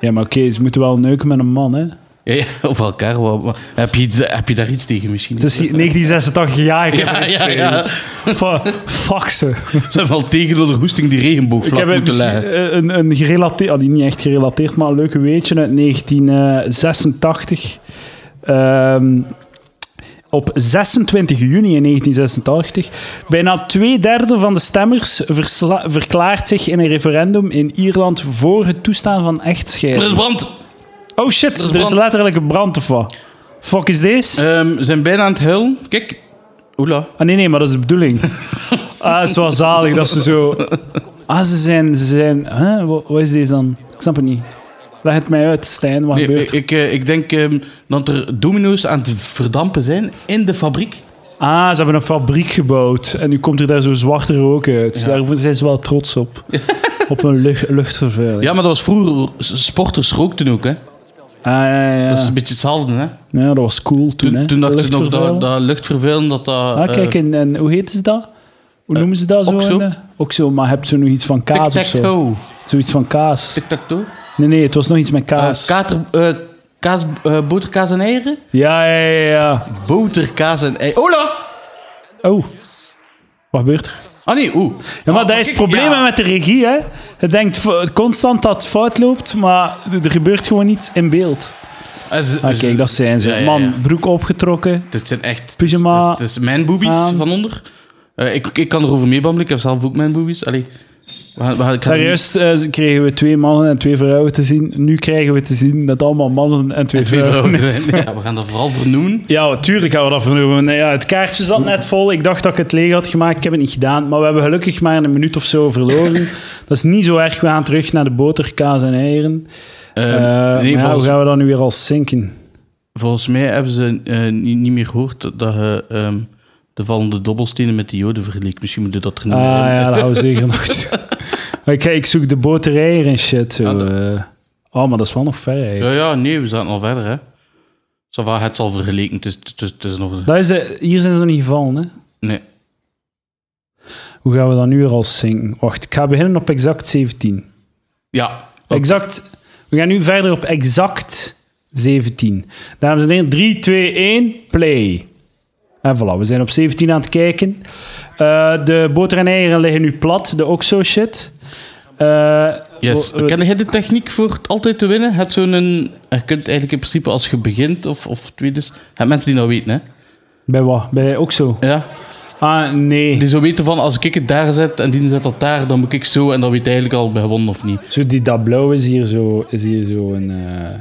[SPEAKER 1] Ja, maar oké, ze moeten wel neuken met een man, hè?
[SPEAKER 2] Ja, ja, of elkaar. wat- wat- heb, je, heb je daar iets tegen misschien?
[SPEAKER 1] Het is hier 1986, ja, ik heb
[SPEAKER 2] Ja,
[SPEAKER 1] niks
[SPEAKER 2] ja,
[SPEAKER 1] tegen.
[SPEAKER 2] ja.
[SPEAKER 1] Fa- fuck ze.
[SPEAKER 2] Ze hebben al tegen dat de hoesting die regenboog
[SPEAKER 1] Ik heb
[SPEAKER 2] moeten
[SPEAKER 1] misschien,
[SPEAKER 2] leggen.
[SPEAKER 1] eh, een, een gerelateerd, ah, die niet echt gerelateerd, maar een leuke weetje uit 1986. Ehm, op 26 juni in 1986, bijna twee derde van de stemmers versla- verklaart zich in een referendum in Ierland voor het toestaan van
[SPEAKER 2] Er is
[SPEAKER 1] echtscheiding.
[SPEAKER 2] brand!
[SPEAKER 1] Oh shit,
[SPEAKER 2] er is
[SPEAKER 1] er is
[SPEAKER 2] brand.
[SPEAKER 1] letterlijk een brand of wat? Fuck is deze?
[SPEAKER 2] Ehm, ze zijn bijna aan het huilen. Kijk. Oela.
[SPEAKER 1] Ah, nee, nee, maar dat is de bedoeling. ah, dat is wel zalig dat ze zo... Ah, ze zijn... Ze zijn hè? Wa- Wat, is deze dan? Ik snap het niet. Leg het mij uit, Stijn. Wat
[SPEAKER 2] Nee,
[SPEAKER 1] gebeurt
[SPEAKER 2] ik,
[SPEAKER 1] er?
[SPEAKER 2] ik, eh, ik denk ehm, dat er domino's aan het verdampen zijn in de fabriek.
[SPEAKER 1] Ah, ze hebben een fabriek gebouwd. En nu komt er daar zo zwarte rook uit. Daar zijn ze wel trots op. op hun lucht, luchtvervuiling.
[SPEAKER 2] Ja, maar dat was vroeger. Sporters rookten ook, hè?
[SPEAKER 1] Ah, ja, ja, ja.
[SPEAKER 2] Dat is een beetje hetzelfde, hè?
[SPEAKER 1] Ja, dat was cool toen, hè?
[SPEAKER 2] Toen, toen dachten ze nog dat,
[SPEAKER 1] Luchtvervuiling.
[SPEAKER 2] dat luchtvervuilen, dat dat...
[SPEAKER 1] Ah, kijk,
[SPEAKER 2] eh,
[SPEAKER 1] en, en hoe heet ze dat? Hoe noemen ze dat zo?
[SPEAKER 2] oxo?
[SPEAKER 1] in, eh, Oxo, maar heb ze nog iets van kaas of zo?
[SPEAKER 2] Tic-tac-toe.
[SPEAKER 1] Zoiets van kaas.
[SPEAKER 2] Tic-tac-toe.
[SPEAKER 1] Nee, nee, het was nog iets met
[SPEAKER 2] Eh,
[SPEAKER 1] kaas.
[SPEAKER 2] kater, eh, kaas, eh, boterkaas en eieren?
[SPEAKER 1] Ja, ja, ja, ja.
[SPEAKER 2] Boterkaas en eieren. Ola!
[SPEAKER 1] Oh. Wat gebeurt er?
[SPEAKER 2] Ah nee, oeh.
[SPEAKER 1] Ja, maar
[SPEAKER 2] Oh,
[SPEAKER 1] dat is het
[SPEAKER 2] kijk,
[SPEAKER 1] probleem
[SPEAKER 2] ja.
[SPEAKER 1] met de regie, hè. Je denkt vo- constant dat het fout loopt, maar er gebeurt gewoon niets in beeld.
[SPEAKER 2] Ah, ze-
[SPEAKER 1] Ah,
[SPEAKER 2] ze-
[SPEAKER 1] kijk, dat zijn ze.
[SPEAKER 2] Ja, ja, ja.
[SPEAKER 1] Man, broek opgetrokken.
[SPEAKER 2] Dit zijn echt... dit is-
[SPEAKER 1] Pyjama.
[SPEAKER 2] dit is- Dit is mijn boobies
[SPEAKER 1] Aan.
[SPEAKER 2] van onder. Eh, ik, ik kan erover meebabbelen, ik heb zelf ook mijn boobies. Allee. We gaan- we gaan- ik ga
[SPEAKER 1] Daar
[SPEAKER 2] er niet-
[SPEAKER 1] juist eh, kregen we twee mannen en twee vrouwen te zien. Nu krijgen we te zien dat het allemaal mannen en twee,
[SPEAKER 2] en twee
[SPEAKER 1] vrouwen,
[SPEAKER 2] vrouwen
[SPEAKER 1] is.
[SPEAKER 2] zijn. Ja, we gaan dat vooral vernoemen.
[SPEAKER 1] Ja, tuurlijk gaan we dat vernoemen. Nee, ja, het kaartje zat net vol. Ik dacht dat ik het leeg had gemaakt. Ik heb het niet gedaan. Maar we hebben gelukkig maar een minuut of zo verloren. dat is niet zo erg. We gaan terug naar de boter, kaas en eieren.
[SPEAKER 2] Ehm,
[SPEAKER 1] Eh, maar
[SPEAKER 2] nee,
[SPEAKER 1] ja,
[SPEAKER 2] volgens,
[SPEAKER 1] hoe gaan we dan nu weer al zinken?
[SPEAKER 2] volgens mij hebben ze eh, niet, niet meer gehoord dat je ehm, de vallende dobbelstenen met de joden vergeleek. Misschien moeten we dat er niet
[SPEAKER 1] Ah
[SPEAKER 2] meer in.
[SPEAKER 1] ja, dat houden we zeker nog. toe. Maar ik, ik zoek de boter, eieren en shit. Zo.
[SPEAKER 2] Ah, dat-
[SPEAKER 1] eh. oh, maar dat is wel nog ver eigenlijk.
[SPEAKER 2] Ja, ja, nee, we zaten al verder, hè. Ça va, het zal vergeleken. Het is, het is, het is nog...
[SPEAKER 1] Dat is de- hier zijn ze nog niet gevallen, hè?
[SPEAKER 2] Nee.
[SPEAKER 1] Hoe gaan we dan nu weer al zinken? Wacht, ik ga beginnen op exact 17.
[SPEAKER 2] Ja.
[SPEAKER 1] Exact. We gaan nu verder op exact 17. Dames en heren, 3, 2, 1, play. En voilà, we zijn op 17 aan het kijken. Eh, de boter en eieren liggen nu plat, de oxo shit. Eh,
[SPEAKER 2] Yes.
[SPEAKER 1] we- we-
[SPEAKER 2] Ken jij de techniek voor het altijd te winnen? Het zo'n... Je kunt eigenlijk in principe als je begint of, of tweede... is- Het mensen die dat weten, hè.
[SPEAKER 1] bij wat? Bij oxo?
[SPEAKER 2] Ja.
[SPEAKER 1] Ah, nee.
[SPEAKER 2] Die zo weten van, als ik het daar zet en die zet dat daar, dan moet ik zo en dan weet hij eigenlijk al bij gewonnen of niet.
[SPEAKER 1] Zo die, dat blauw is hier zo, is hier zo een... eh,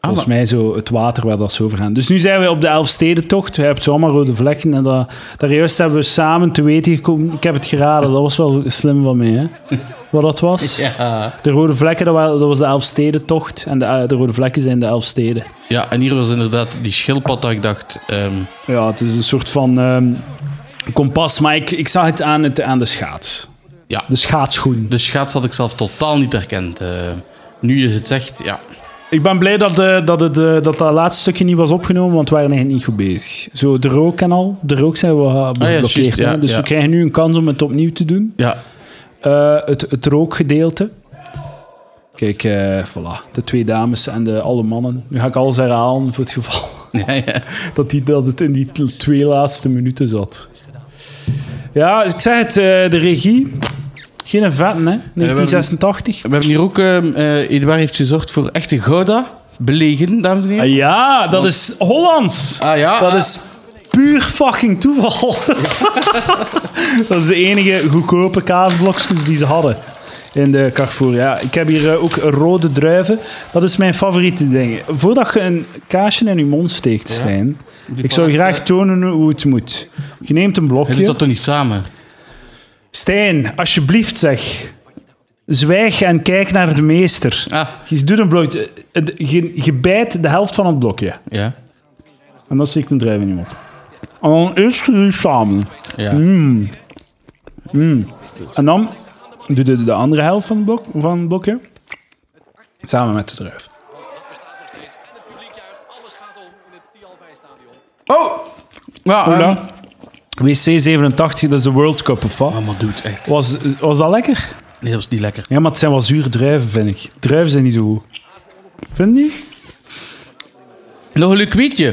[SPEAKER 1] volgens mij zo het water waar dat ze over gaan. Dus nu zijn we op de Elfstedentocht. Je hebt zo allemaal rode vlekken. En dat, daar juist hebben we samen te weten gekomen. Ik heb het geraden. Dat was wel slim van mij, hè? Wat dat was.
[SPEAKER 2] Ja.
[SPEAKER 1] De rode vlekken, dat, wa- dat was de Elfstedentocht. En de, eh, de rode vlekken zijn de Elfsteden.
[SPEAKER 2] Ja, en hier was inderdaad die schildpad dat ik dacht... ehm,
[SPEAKER 1] Ja, het is een soort van ehm, kompas. Maar ik, ik zag het aan, het aan de schaats.
[SPEAKER 2] ja.
[SPEAKER 1] De schaatsschoen.
[SPEAKER 2] De schaats had ik zelf totaal niet herkend. eh. nu je het zegt, ja.
[SPEAKER 1] Ik ben blij dat, eh, dat, het, eh, dat dat laatste stukje niet was opgenomen, want we waren eigenlijk niet goed bezig. Zo, de rook en al. De rook zijn we eh, geblokkeerd.
[SPEAKER 2] juist,
[SPEAKER 1] hè.
[SPEAKER 2] ja,
[SPEAKER 1] dus
[SPEAKER 2] ja.
[SPEAKER 1] we krijgen nu een kans om het opnieuw te doen.
[SPEAKER 2] Ja,
[SPEAKER 1] Eh, het, het rookgedeelte. Kijk, eh, voilà. De twee dames en de alle mannen. Nu ga ik alles herhalen voor het geval
[SPEAKER 2] ja, ja.
[SPEAKER 1] dat, die, dat het in die t- twee laatste minuten zat. Ja, ik zeg het, eh, de regie. Geen een vetten, hè? 1986.
[SPEAKER 2] We hebben hier ook, ehm eh Edouard heeft gezorgd voor echte Gouda, belegen, dames en heren.
[SPEAKER 1] Ah Ja, dat is Hollands.
[SPEAKER 2] Ah ja,
[SPEAKER 1] Dat
[SPEAKER 2] ah.
[SPEAKER 1] is puur fucking toeval. dat is de enige goedkope kaasblokjes die ze hadden in de Carrefour. Ja, ik heb hier eh, ook rode druiven. Dat is mijn favoriete ding. Voordat je een kaasje in je mond steekt, Stijn, ik zou
[SPEAKER 2] van-
[SPEAKER 1] graag tonen hoe het moet. Je neemt een
[SPEAKER 2] Hij doet
[SPEAKER 1] blokje.
[SPEAKER 2] dat toch niet samen?
[SPEAKER 1] Stijn, alsjeblieft zeg. Zwijg en kijk naar de meester.
[SPEAKER 2] Ah,
[SPEAKER 1] Je doet een blokje. eh, eh, Je, je bijt de helft van het blokje.
[SPEAKER 2] ja.
[SPEAKER 1] En dan steekt een druif in je mond. En dan eerst je samen.
[SPEAKER 2] Ja.
[SPEAKER 1] En dan doe je de andere helft van het, blok, van het blokje. Samen met de druif.
[SPEAKER 4] Dat bestaat nog steeds. En het publiek juicht. Alles gaat om in het Tialpijstadion.
[SPEAKER 2] Oh! Ja,
[SPEAKER 1] Hola.
[SPEAKER 2] ehm,
[SPEAKER 1] WC 87, dat is de World Cup of wat?
[SPEAKER 2] Oh, maar doet echt.
[SPEAKER 1] Was, was dat lekker?
[SPEAKER 2] Nee, dat is niet lekker.
[SPEAKER 1] Ja, maar het zijn wel zure druiven, vind ik. Druiven zijn niet zo goed. Vind je niet?
[SPEAKER 2] Nog een leuk weetje.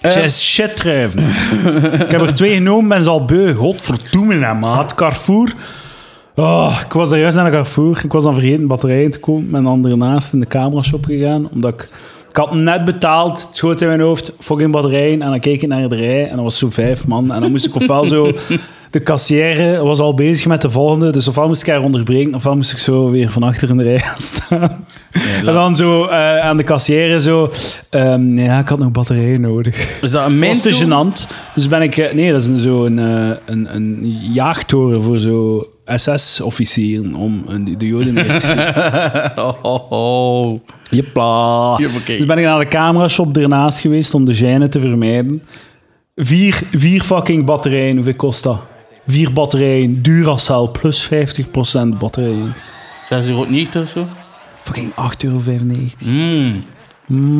[SPEAKER 2] Eh,
[SPEAKER 1] Het zijn shit druiven. ik heb er twee genomen, ben ze al beu. Godverdomme, hè, maat. Carrefour. Oh, ik was daar juist naar de Carrefour. Ik was dan vergeten batterijen te kopen. Ik ben dan ernaast in de camera-shop gegaan. Omdat ik... Ik had hem net betaald. Het schoot in mijn hoofd. Fucking batterijen. En dan keek ik naar de rij. En dat was zo vijf man. En dan moest ik ofwel zo... De kassière was al bezig met de volgende. Dus ofwel moest ik haar onderbreken. Ofwel moest ik zo weer van achter in de rij gaan staan. en dan zo eh, aan de kassière zo... ehm, ja, ik had nog batterijen nodig.
[SPEAKER 2] is dat een
[SPEAKER 1] Het was te
[SPEAKER 2] mijntoren?
[SPEAKER 1] gênant. Dus ben ik... eh, Nee, dat is een- zo een, eh, een, een jaagtoren voor zo SS-officieren om een- de joden neer te schieten.
[SPEAKER 2] Oh, oh, oh.
[SPEAKER 1] Jepla.
[SPEAKER 2] Ja, oké.
[SPEAKER 1] Dus ben ik naar de camera-shop ernaast geweest om de gêne te vermijden. Vier, vier fucking batterijen. Hoeveel kost dat? Vier batterijen. Duracell plus 50% batterijen.
[SPEAKER 2] 6,90 euro of zo?
[SPEAKER 1] Fucking 8,95
[SPEAKER 2] Mm.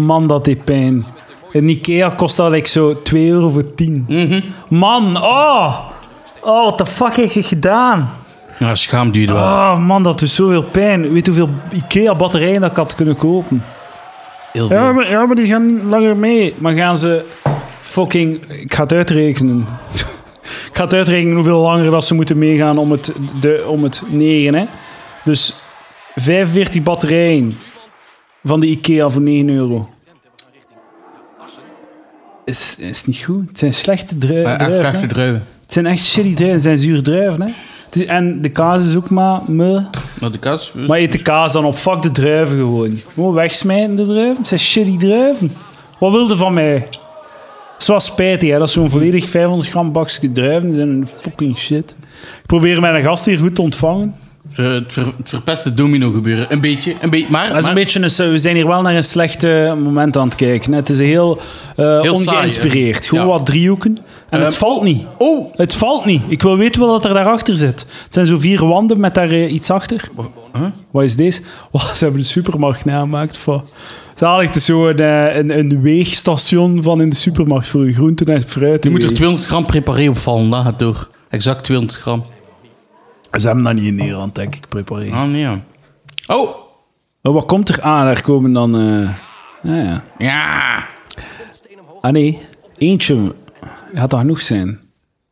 [SPEAKER 1] Man, dat deed pijn. In Ikea kost dat like, zo 2 euro voor 10. Man, oh! Oh, wat de fuck heb je gedaan?
[SPEAKER 2] Ja, schaam die wel.
[SPEAKER 1] Oh man, dat doet zoveel pijn. Weet hoeveel Ikea-batterijen dat ik had kunnen kopen?
[SPEAKER 2] Heel veel.
[SPEAKER 1] Ja maar, ja, maar die gaan niet langer mee. Maar gaan ze fucking... Ik ga het uitrekenen. ik ga het uitrekenen hoeveel langer dat ze moeten meegaan om het, de, om het 9, hè. Dus 45 batterijen van de Ikea voor 9 euro. Is, is niet goed. Het zijn slechte drui-
[SPEAKER 2] Maar echt
[SPEAKER 1] druiven. hè.
[SPEAKER 2] slechte druiven.
[SPEAKER 1] Het zijn echt shitty druiven. Het zijn zure druiven, hè. Het is- en de kaas is ook maar... meh.
[SPEAKER 2] Maar de kaas...
[SPEAKER 1] Maar eet de kaas dan op. Fuck de druiven gewoon. Gewoon wegsmijten de druiven. Het zijn shitty druiven. Wat wilde van mij? Het is wel spijtig, hè. Dat is zo'n volledig 500 gram bakje druiven. Die zijn fucking shit. Ik probeer mijn gast hier goed te ontvangen.
[SPEAKER 2] Ver- het, ver- het verpeste domino gebeuren. Een beetje, een beetje. Maar,
[SPEAKER 1] Dat is
[SPEAKER 2] maar-
[SPEAKER 1] een beetje een, we zijn hier wel naar een slecht eh, moment aan het kijken. hè. Het is heel, eh,
[SPEAKER 2] Heel saai,
[SPEAKER 1] ongeïnspireerd.
[SPEAKER 2] hè?
[SPEAKER 1] Gewoon
[SPEAKER 2] Ja.
[SPEAKER 1] wat driehoeken. En het
[SPEAKER 2] Eh,
[SPEAKER 1] valt niet.
[SPEAKER 2] Oh!
[SPEAKER 1] Het valt niet. Ik wil weten wat er daarachter zit. Het zijn zo vier wanden met daar eh, iets achter. Wat is deze? Oh, ze hebben een supermarkt nagemaakt. Van. Zalig, het is zo een, eh, een, een weegstation van in de supermarkt voor je groenten en fruit. Eh,
[SPEAKER 2] Je moet er 200 gram preparé op vallen, dat gaat door. Exact 200 gram.
[SPEAKER 1] Ze hebben dat niet in Nederland, denk ik, prepareren.
[SPEAKER 2] Oh, nee. ja. Oh!
[SPEAKER 1] Maar wat komt er aan? Er komen dan... eh, nou ja.
[SPEAKER 2] Ja!
[SPEAKER 1] Ah nee, eentje gaat dat genoeg zijn.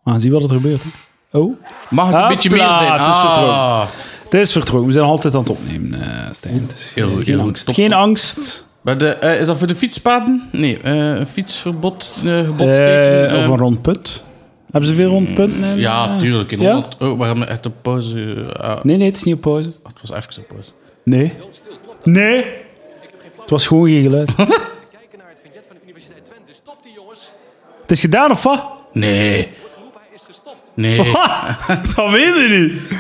[SPEAKER 1] We gaan zien wat er gebeurt. Hè. Oh.
[SPEAKER 2] Mag het een
[SPEAKER 1] Hopla,
[SPEAKER 2] beetje meer zijn?
[SPEAKER 1] het is
[SPEAKER 2] ah,
[SPEAKER 1] Het is vertrokken. We zijn altijd aan het opnemen, eh, Stijn. Het is
[SPEAKER 2] Heel
[SPEAKER 1] geen,
[SPEAKER 2] goed,
[SPEAKER 1] geen
[SPEAKER 2] heel goed.
[SPEAKER 1] angst.
[SPEAKER 2] Top,
[SPEAKER 1] geen
[SPEAKER 2] top.
[SPEAKER 1] angst.
[SPEAKER 2] Maar de, eh, is dat voor de fietspaden? Nee, eh, een fietsverbod, eh gebod
[SPEAKER 1] Eh,
[SPEAKER 2] tekenen,
[SPEAKER 1] of
[SPEAKER 2] eh.
[SPEAKER 1] een rond punt. Hebben ze veel rond punt? Nee, nee,
[SPEAKER 2] Mm, Ja,
[SPEAKER 1] nee.
[SPEAKER 2] tuurlijk. In
[SPEAKER 1] Ja?
[SPEAKER 2] Holland. Oh, we hebben echt een pauze. eh,
[SPEAKER 1] Nee, nee, het is niet op pauze.
[SPEAKER 2] ah, het was even een pauze.
[SPEAKER 1] Nee. Nee! Het was gewoon geen geluid.
[SPEAKER 4] Kijken naar het vignet van de Universiteit Twente. Stopt die jongens.
[SPEAKER 1] het is gedaan of wat?
[SPEAKER 2] Nee,
[SPEAKER 4] Roepa is gestopt.
[SPEAKER 2] nee.
[SPEAKER 1] dat weet je niet.
[SPEAKER 4] Als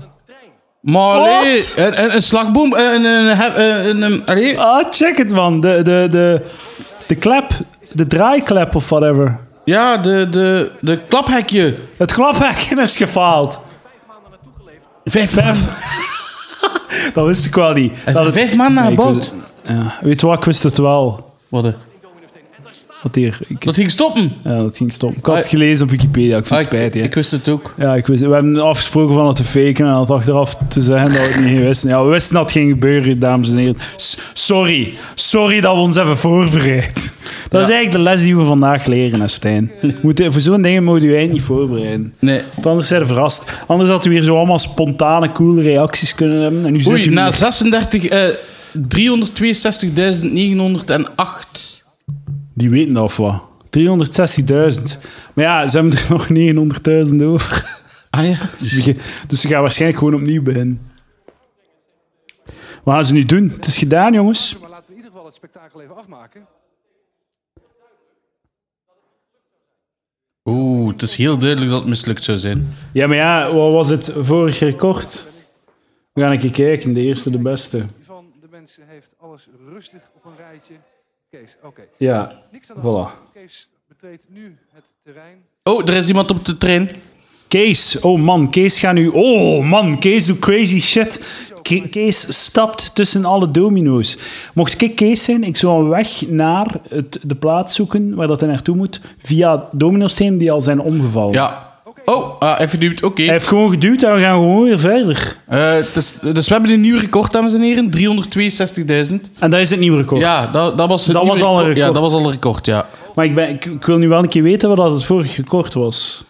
[SPEAKER 4] een trein.
[SPEAKER 2] Maar allee,
[SPEAKER 1] Wat?
[SPEAKER 2] een, een, een slagboom, eh, een, een, een, een, een, een- allee.
[SPEAKER 1] Ah, check het man. De, de, de, de klep, de draaiklep of whatever.
[SPEAKER 2] Ja, de, de, de klaphekje.
[SPEAKER 1] Het klaphekje is gefaald.
[SPEAKER 4] Vijf maanden naartoe geleefd.
[SPEAKER 2] Vijf,
[SPEAKER 1] Dat wist ik wel niet.
[SPEAKER 2] Er
[SPEAKER 1] Dat
[SPEAKER 2] zijn
[SPEAKER 1] het-
[SPEAKER 2] vijf maanden
[SPEAKER 1] Nee, ik
[SPEAKER 2] gebouwd.
[SPEAKER 1] wist- ja. Weet je wat, ik wist het wel.
[SPEAKER 2] Wat, eh,
[SPEAKER 4] En daar staat
[SPEAKER 1] Wat hier, ik,
[SPEAKER 2] Dat ging stoppen.
[SPEAKER 1] ja, dat ging stom. Ik had het
[SPEAKER 2] Ah,
[SPEAKER 1] gelezen op Wikipedia, ik vind het
[SPEAKER 2] Ah,
[SPEAKER 1] spijt.
[SPEAKER 2] ik,
[SPEAKER 1] hè.
[SPEAKER 2] ik wist het ook.
[SPEAKER 1] Ja, ik wist, we hebben afgesproken van het te faken en dat achteraf te zeggen dat we het niet wisten. Ja, we wisten dat het ging gebeuren, dames en heren. S- sorry. Sorry dat we ons hebben voorbereid. Dat is
[SPEAKER 2] Ja.
[SPEAKER 1] eigenlijk de les die we vandaag leren, hè, Stijn. We moeten- voor zo'n dingen moet je je eigenlijk niet voorbereiden.
[SPEAKER 2] Nee.
[SPEAKER 1] Want anders zijn we verrast. Anders hadden we hier zo allemaal spontane, coole reacties kunnen hebben. En nu zit
[SPEAKER 2] Oei,
[SPEAKER 1] je
[SPEAKER 2] na
[SPEAKER 1] hier-
[SPEAKER 2] 36, eh 362.908.
[SPEAKER 1] Die weten dat of wat. 360.000. Maar ja, ze hebben er nog 900.000 over.
[SPEAKER 2] Ah ja.
[SPEAKER 1] Dus ze gaan waarschijnlijk gewoon opnieuw beginnen. Wat gaan ze nu doen? Het is gedaan, jongens.
[SPEAKER 3] Maar laten we in ieder geval het spektakel even afmaken.
[SPEAKER 2] Oeh, het is heel duidelijk dat het mislukt zou zijn.
[SPEAKER 1] Ja, maar ja, wat was het vorig record? We gaan een keer kijken. De eerste, de beste.
[SPEAKER 3] Van de mensen heeft alles rustig op een rijtje. Kees, oké.
[SPEAKER 1] Ja,
[SPEAKER 3] Niks aan de hand.
[SPEAKER 1] voilà.
[SPEAKER 3] Kees betreedt nu het terrein.
[SPEAKER 2] Oh, er is iemand op de trein.
[SPEAKER 1] Kees, oh man, Kees gaat nu... Oh man, Kees doet crazy shit. Ke- Kees stapt tussen alle domino's. Mocht ik Kees zijn, ik zou een weg naar het, de plaats zoeken waar dat hij naartoe moet, via dominosteen die al zijn omgevallen.
[SPEAKER 2] Ja. Oh, ah, even duwt. Oké.
[SPEAKER 1] Hij heeft gewoon geduwd en we gaan gewoon weer verder.
[SPEAKER 2] Eh, het is- dus we hebben een nieuw record, dames en heren. 362.000.
[SPEAKER 1] En dat is het nieuwe record.
[SPEAKER 2] Ja, dat, dat was het
[SPEAKER 1] Dat
[SPEAKER 2] nieuwe
[SPEAKER 1] was al een
[SPEAKER 2] Ja,
[SPEAKER 1] record.
[SPEAKER 2] dat was al een record, ja.
[SPEAKER 1] Maar ik, ben, ik, ik wil nu wel een keer weten wat dat het vorige record was.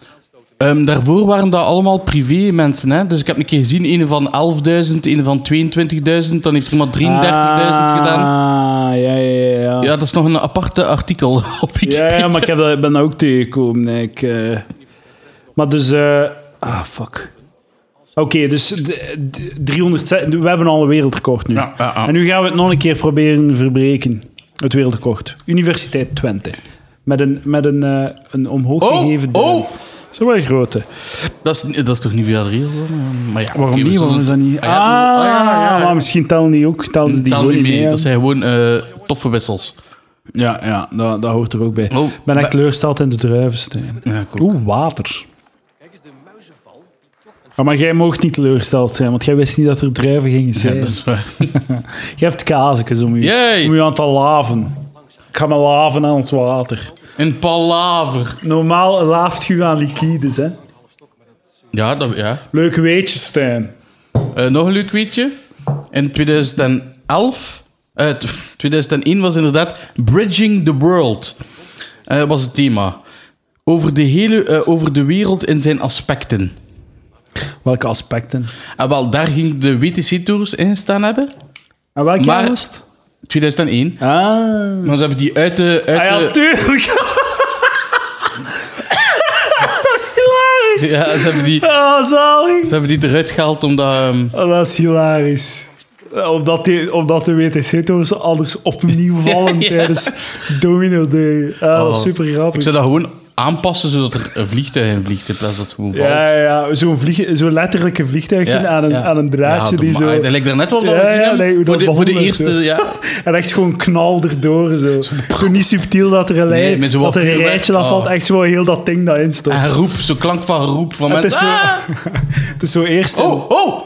[SPEAKER 2] Ehm, daarvoor waren dat allemaal privé mensen, hè. Dus ik heb een keer gezien, een van 11.000, een van 22.000. Dan heeft er iemand 33.000 gedaan.
[SPEAKER 1] Ah, ja, ja, ja.
[SPEAKER 2] Ja, dat is nog een aparte artikel op Wikipedia.
[SPEAKER 1] Ja, ja, maar ik heb dat, ben dat ook tegengekomen. nee, Ik, eh. Maar dus... eh, ah, fuck. Oké, dus d- d- 300... ze- We hebben al een wereldrecord nu.
[SPEAKER 2] Ja, ja, ja.
[SPEAKER 1] En nu gaan we het nog een keer proberen te verbreken. Het wereldrecord. Universiteit Twente. Met een, met een, eh, een omhoog
[SPEAKER 2] Oh,
[SPEAKER 1] gegeven...
[SPEAKER 2] oh.
[SPEAKER 1] Dat is wel een grote.
[SPEAKER 2] Dat, is, dat is toch niet via de regels, hè? Maar ja,
[SPEAKER 1] Waarom
[SPEAKER 2] oké, we
[SPEAKER 1] niet?
[SPEAKER 2] zullen-
[SPEAKER 1] Waarom is dat niet? Ah,
[SPEAKER 2] ja, ah, ja, ja.
[SPEAKER 1] maar misschien tellen die ook. Tellen ze die
[SPEAKER 2] Tel
[SPEAKER 1] gewoon
[SPEAKER 2] niet
[SPEAKER 1] niet
[SPEAKER 2] mee.
[SPEAKER 1] mee.
[SPEAKER 2] Dat zijn gewoon eh, toffe wissels.
[SPEAKER 1] Ja, ja dat, dat hoort er ook bij. Ik
[SPEAKER 2] Oh,
[SPEAKER 1] ben
[SPEAKER 2] maar-
[SPEAKER 1] echt teleurgesteld in de druivensteen.
[SPEAKER 2] Ja, cool.
[SPEAKER 1] Oeh, water.
[SPEAKER 4] Kijk eens, de muizenval.
[SPEAKER 1] Ah, maar jij mocht niet teleurgesteld zijn, want jij wist niet dat er druiven gingen
[SPEAKER 2] Ja,
[SPEAKER 1] zijn.
[SPEAKER 2] dat is waar.
[SPEAKER 1] Jij hebt kaasjes om je,
[SPEAKER 2] Yay.
[SPEAKER 1] om je aan te laven. Ik ga me laven aan het water.
[SPEAKER 2] Een palaver.
[SPEAKER 1] Normaal laaft je aan liquides, hè.
[SPEAKER 2] Ja, dat, ja.
[SPEAKER 1] Leuk weetje, Stijn.
[SPEAKER 2] Eh, nog een leuk weetje. In 2011... eh, t- 2001 was inderdaad Bridging the World. Eh, Dat was het thema. Over de, hele, eh, over de wereld in zijn aspecten.
[SPEAKER 1] Welke aspecten?
[SPEAKER 2] En wel, daar ging de WTC-tours in gestaan hebben.
[SPEAKER 1] En welke
[SPEAKER 2] Maar-
[SPEAKER 1] jaar was het?
[SPEAKER 2] 2001.
[SPEAKER 1] Ah.
[SPEAKER 2] Maar Eh, ze hebben die uit de... Uit
[SPEAKER 1] Ah ja,
[SPEAKER 2] de
[SPEAKER 1] tuurlijk. dat is hilarisch.
[SPEAKER 2] Ja, ze hebben die,
[SPEAKER 1] Ah, zalig.
[SPEAKER 2] ze hebben die eruit gehaald omdat... ehm,
[SPEAKER 1] Ah, dat is hilarisch. Eh, Omdat, die, omdat de WTC-torens anders opnieuw vallen
[SPEAKER 2] Ja.
[SPEAKER 1] tijdens Domino Day. Ah, dat is
[SPEAKER 2] oh.
[SPEAKER 1] super
[SPEAKER 2] Ik
[SPEAKER 1] grappig.
[SPEAKER 2] zou dat gewoon aanpassen zodat er een vliegtuig in vliegt in plaats dat het gewoon valt.
[SPEAKER 1] Ja, ja, ja. zo'n vlieg, zo letterlijk een vliegtuigje
[SPEAKER 2] Ja,
[SPEAKER 1] aan, een,
[SPEAKER 2] ja.
[SPEAKER 1] aan een draadje
[SPEAKER 2] Ja,
[SPEAKER 1] die
[SPEAKER 2] maar-
[SPEAKER 1] zo...
[SPEAKER 2] Dat lijkt er net wel dat we
[SPEAKER 1] Ja,
[SPEAKER 2] gezien
[SPEAKER 1] ja,
[SPEAKER 2] hebben.
[SPEAKER 1] nee, hoe dat
[SPEAKER 2] voor, de, voor de
[SPEAKER 1] behandeld
[SPEAKER 2] eerste,
[SPEAKER 1] is,
[SPEAKER 2] ja.
[SPEAKER 1] En echt gewoon knal erdoor. Zo, zo niet subtiel dat er een, lijn,
[SPEAKER 2] Nee, met zo wat
[SPEAKER 1] dat er een
[SPEAKER 2] vuurwerk.
[SPEAKER 1] rijtje afvalt.
[SPEAKER 2] Oh. Ah.
[SPEAKER 1] Echt zo heel dat ding daarin stond.
[SPEAKER 2] En roep, zo'n klank van roep van
[SPEAKER 1] Het
[SPEAKER 2] mensen.
[SPEAKER 1] is zo-
[SPEAKER 2] Ah!
[SPEAKER 1] Het is zo eerst... in-
[SPEAKER 2] Oh, oh!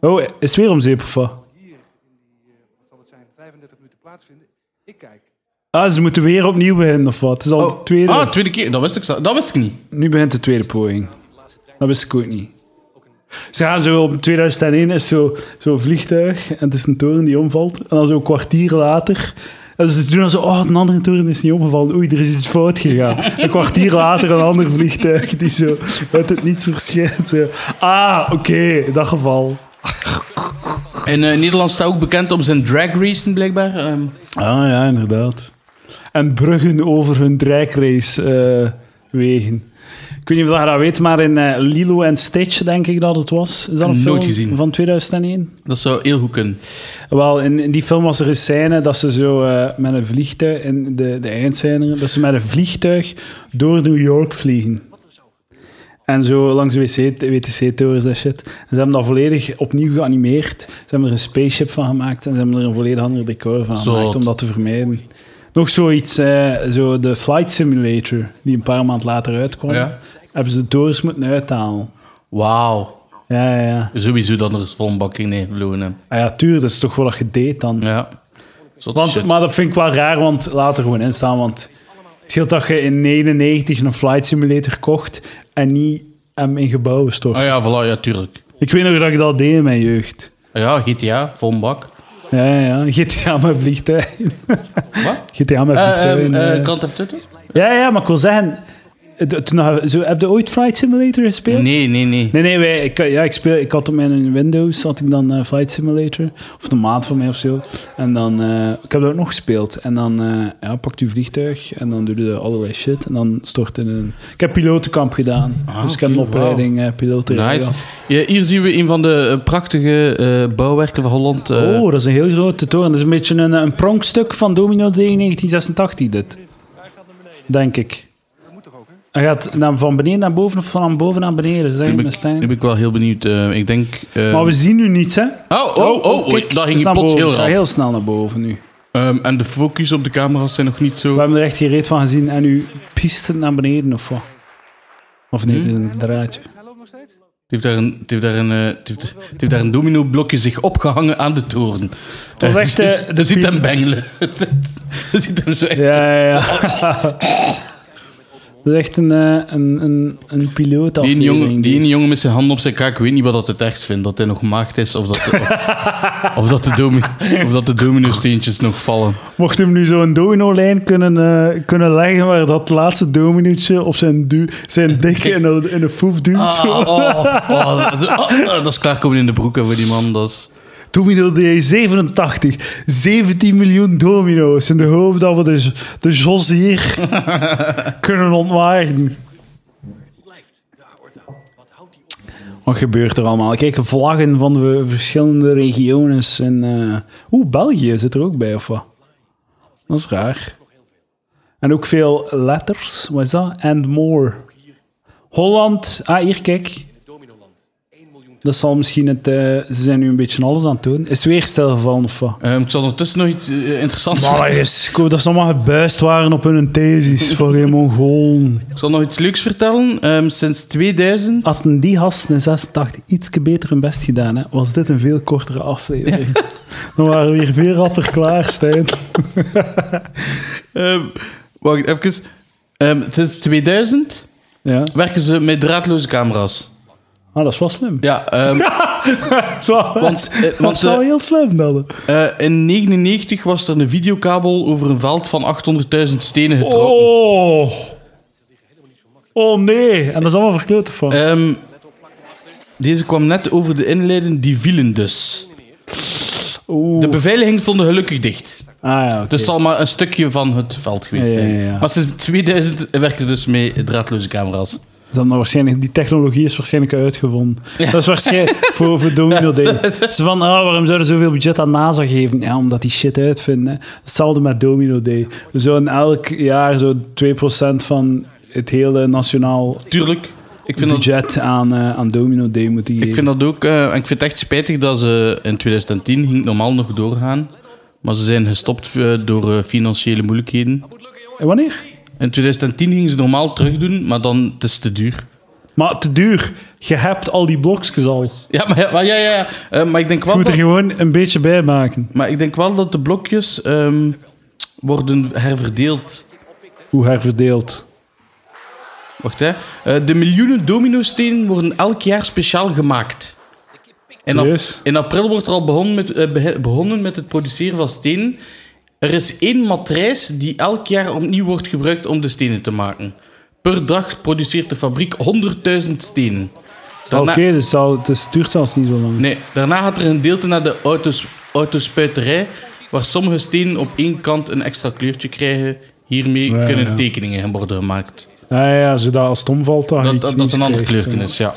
[SPEAKER 1] Oh, is het weer om zeep of wat?
[SPEAKER 3] hier in die, eh, wat zal het zijn, 35 minuten plaatsvinden. Ik kijk.
[SPEAKER 1] Ah, ze moeten weer opnieuw beginnen of wat? Het is al
[SPEAKER 2] Oh.
[SPEAKER 1] de tweede.
[SPEAKER 2] Ah, tweede keer. Dat wist ik, zo- dat wist ik niet.
[SPEAKER 1] Nu begint de tweede poging. Dat wist ik ook niet. Ze gaan zo op 2001 is zo- zo'n vliegtuig en het is een toren die omvalt. En dan zo'n kwartier later. En ze doen dan zo, oh, een andere toren is niet omgevallen. Oei, er is iets fout gegaan. Een kwartier later een ander vliegtuig die zo uit het niets verschijnt. Zo, ah, oké, in dat geval.
[SPEAKER 2] In eh, Nederland staat ook bekend om zijn drag racing, blijkbaar. Ehm,
[SPEAKER 1] Ah ja, inderdaad. En bruggen over hun dragrace eh, wegen. Ik weet niet of je dat weet, maar in eh, Lilo en Stitch, denk ik dat het was. Is dat een
[SPEAKER 2] Nooit
[SPEAKER 1] film
[SPEAKER 2] gezien.
[SPEAKER 1] van 2001?
[SPEAKER 2] dat zou heel goed kunnen.
[SPEAKER 1] Wel, in, in die film was er een scène dat ze zo eh, met een vliegtuig, in de, de eindscène, dat ze met een vliegtuig door New York vliegen. En zo langs de wc, WTC-torens en shit. En ze hebben dat volledig opnieuw geanimeerd. Ze hebben er een spaceship van gemaakt en ze hebben er een volledig ander decor van
[SPEAKER 2] Zot.
[SPEAKER 1] gemaakt om dat te vermijden. Nog zoiets, eh, zo de Flight Simulator, die een paar maanden later uitkwam.
[SPEAKER 2] Ja.
[SPEAKER 1] Hebben ze de torens moeten uithalen.
[SPEAKER 2] Wauw.
[SPEAKER 1] Ja, ja, ja.
[SPEAKER 2] Sowieso dat er is vol een bakking neergevlogen. hè.
[SPEAKER 1] Ah ja, tuur, dat is toch wel wat je deed dan.
[SPEAKER 2] Ja. Zot
[SPEAKER 1] Want,
[SPEAKER 2] shit.
[SPEAKER 1] Maar dat vind ik wel raar, want laat er gewoon in staan. Want het scheelt dat je in 99 een flight simulator kocht en niet hem in gebouwen stort.
[SPEAKER 2] Ah ja, voilà, ja, tuurlijk.
[SPEAKER 1] Ik weet nog dat ik dat deed in mijn jeugd.
[SPEAKER 2] Ah Ja, GTA, vol een bak.
[SPEAKER 1] Ja, ja, ja. GTA met vliegtuigen.
[SPEAKER 2] Wat?
[SPEAKER 1] GTA met
[SPEAKER 2] Eh,
[SPEAKER 1] vliegtuigen.
[SPEAKER 2] ehm, eh,
[SPEAKER 1] eh.
[SPEAKER 2] Grand Theft Auto?
[SPEAKER 1] ja, ja, maar ik wil zeggen... eh, Toen, hadden we- zo, heb je ooit Flight Simulator gespeeld?
[SPEAKER 2] Nee, nee, nee.
[SPEAKER 1] Nee, nee, wij, ik, ja, ik, speel, ik had op mijn Windows had ik dan eh, Flight Simulator. Of een maat van mij of zo. En dan, eh, ik heb dat ook nog gespeeld. En dan eh ja, pakt u vliegtuig en dan doe je allerlei shit. En dan stort in een... Ik heb pilotenkamp gedaan. dus ik heb een
[SPEAKER 2] Ah, oké,
[SPEAKER 1] opleiding eh piloten.
[SPEAKER 2] Nice.
[SPEAKER 1] gedaan.
[SPEAKER 2] Ja, hier zien we een van de eh, prachtige eh, bouwwerken van Holland. eh.
[SPEAKER 1] Oh, dat is een heel grote toren. Dat is een beetje een, een pronkstuk van Domino D 1986, dit. Denk ik.
[SPEAKER 3] Dat moet toch ook, hè?
[SPEAKER 1] Hij gaat naar, van beneden naar boven of van boven naar beneden, zeg
[SPEAKER 2] nu, ben
[SPEAKER 1] me,
[SPEAKER 2] ik,
[SPEAKER 1] Stijn.
[SPEAKER 2] nu ben ik wel heel benieuwd. eh, ik denk... eh,
[SPEAKER 1] Maar we zien nu niets, hè?
[SPEAKER 2] Oh, oh, oh, oei,
[SPEAKER 1] kijk,
[SPEAKER 2] dat
[SPEAKER 1] het
[SPEAKER 2] ging
[SPEAKER 1] is naar
[SPEAKER 2] plots
[SPEAKER 1] boven.
[SPEAKER 2] heel
[SPEAKER 1] Het gaat
[SPEAKER 2] raar.
[SPEAKER 1] heel snel naar boven nu.
[SPEAKER 2] Ehm, en de focus op de camera's zijn nog niet zo...
[SPEAKER 1] We hebben er echt geen reet van gezien en u piest het naar beneden of wat? Of nee, het is een draadje.
[SPEAKER 3] Hij loopt nog steeds?
[SPEAKER 2] Het heeft daar een, het heeft daar een, eh, het heeft, het heeft daar een domino-blokje zich opgehangen aan de toren.
[SPEAKER 1] was echt, eh,
[SPEAKER 2] Er
[SPEAKER 1] de
[SPEAKER 2] zit
[SPEAKER 1] piep-
[SPEAKER 2] hem bengelen. Er zit hem zo echt zo-
[SPEAKER 1] Ja, ja, ja. Dat is echt een, eh, een, een, een piloot
[SPEAKER 2] Die ene jongen,
[SPEAKER 1] dus.
[SPEAKER 2] die ene jongen met zijn handen op zijn kaak, ik weet niet wat dat het ergst vindt. Dat hij nog maagd is of dat de, of, of dat de, domi, of dat de domino-steentjes nog vallen.
[SPEAKER 1] Mocht hem nu zo'n domino-lijn kunnen, eh, kunnen leggen waar dat laatste dominootje op zijn, du zijn dikke in een, in een foef duwt.
[SPEAKER 2] Ah.
[SPEAKER 1] zo.
[SPEAKER 2] oh, dat, is klaarkomen in de broeken voor die man. Dat is,
[SPEAKER 1] Domino D87. 17 miljoen domino's in de hoop dat we de, de Jos hier kunnen ontwaarden.
[SPEAKER 4] Blijft de aorta. Wat houdt die op?
[SPEAKER 1] Wat gebeurt er allemaal? Kijk, vlaggen van de verschillende regiones. En, eh, Oeh, België zit er ook bij, of wat? Dat is raar. En ook veel letters. Wat is dat? And more. Holland. Ah, hier, kijk.
[SPEAKER 4] Dominoland. 1 miljoen.
[SPEAKER 1] Dat zal misschien het... eh, ze zijn nu een beetje alles aan het doen. Is het weer stilgevallen, of wat?
[SPEAKER 2] Ehm, ik zal ondertussen nog iets eh, interessants
[SPEAKER 1] Malles, ik hoop dat ze allemaal gebuist waren op hun thesis voor geen Mongolen.
[SPEAKER 2] Ik zal nog iets leuks vertellen. Ehm, sinds 2000
[SPEAKER 1] Hadden die gasten in 86 iets beter hun best gedaan, hè, was dit een veel kortere aflevering. Dan waren we hier veel rapper klaar, Stijn.
[SPEAKER 2] Ehm, wacht even. Ehm, sinds 2000
[SPEAKER 1] Ja.
[SPEAKER 2] werken ze met draadloze camera's.
[SPEAKER 1] Ah, dat is wel slim.
[SPEAKER 2] Ja, ehm,
[SPEAKER 1] Dat is wel,
[SPEAKER 2] Want, eh,
[SPEAKER 1] dat
[SPEAKER 2] want,
[SPEAKER 1] is wel
[SPEAKER 2] eh,
[SPEAKER 1] heel slim dan.
[SPEAKER 2] eh, in 99 was er een videokabel over een veld van 800.000 stenen getrokken.
[SPEAKER 1] Oh. Oh nee, en dat is allemaal verkloten van.
[SPEAKER 2] Ehm, deze kwam net over de inleiding, die vielen dus.
[SPEAKER 1] Oeh.
[SPEAKER 2] De beveiliging stond gelukkig dicht.
[SPEAKER 1] Ah ja, oké.
[SPEAKER 2] Dus het zal maar een stukje van het veld geweest
[SPEAKER 1] Ja, ja,
[SPEAKER 2] zijn.
[SPEAKER 1] ja, ja.
[SPEAKER 2] Maar sinds 2000 werken ze dus met draadloze camera's.
[SPEAKER 1] Dan waarschijnlijk, die technologie is waarschijnlijk uitgevonden. Dat is waarschijnlijk voor, voor Domino Day. Ze van, ah, waarom zouden ze zoveel budget aan NASA geven? Ja, omdat die shit uitvinden. Hè. Hetzelfde met Domino Day. We zouden elk jaar zo 2% van het hele nationaal
[SPEAKER 2] Tuurlijk. Ik vind, dat,
[SPEAKER 1] budget aan, eh, aan Domino Day moeten geven.
[SPEAKER 2] ik vind dat ook... eh, en ik vind het echt spijtig dat ze in 2010 ging het normaal nog doorgaan. Maar ze zijn gestopt eh, door eh, financiële moeilijkheden.
[SPEAKER 1] En wanneer?
[SPEAKER 2] In 2010 gingen ze normaal terugdoen, maar dan het is te duur.
[SPEAKER 1] Maar te duur. Je hebt al die blokjes al. Je
[SPEAKER 2] Ja, maar, ja, maar, ja, ja, ja. Eh, maar ik denk wel...
[SPEAKER 1] moet er
[SPEAKER 2] dat-
[SPEAKER 1] gewoon een beetje bij maken.
[SPEAKER 2] Maar ik denk wel dat de blokjes ehm, worden herverdeeld.
[SPEAKER 1] Hoe herverdeeld.
[SPEAKER 2] Wacht, hè. Eh, de miljoenen domino-stenen worden elk jaar speciaal gemaakt. In, ap-
[SPEAKER 1] Serieus?
[SPEAKER 2] in april wordt er al begonnen met, eh, beh- begonnen met het produceren van stenen. Er is één matrijs die elk jaar opnieuw wordt gebruikt om de stenen te maken. Per dag produceert de fabriek 100.000 stenen.
[SPEAKER 1] Oké,
[SPEAKER 2] Daarna-
[SPEAKER 1] dus zal, het stuurt zelfs niet zo lang.
[SPEAKER 2] Nee, daarna gaat er een deelte naar de auto's, autospuiterij, waar sommige stenen op één kant een extra kleurtje krijgen. Hiermee
[SPEAKER 1] Ja,
[SPEAKER 2] kunnen
[SPEAKER 1] ja.
[SPEAKER 2] tekeningen worden gemaakt.
[SPEAKER 1] Ah, ja, zodat als het omvalt, dan
[SPEAKER 2] Dat,
[SPEAKER 1] iets
[SPEAKER 2] dat, dat
[SPEAKER 1] nieuws
[SPEAKER 2] een ander
[SPEAKER 1] krijgt.
[SPEAKER 2] kleurtje is, ja.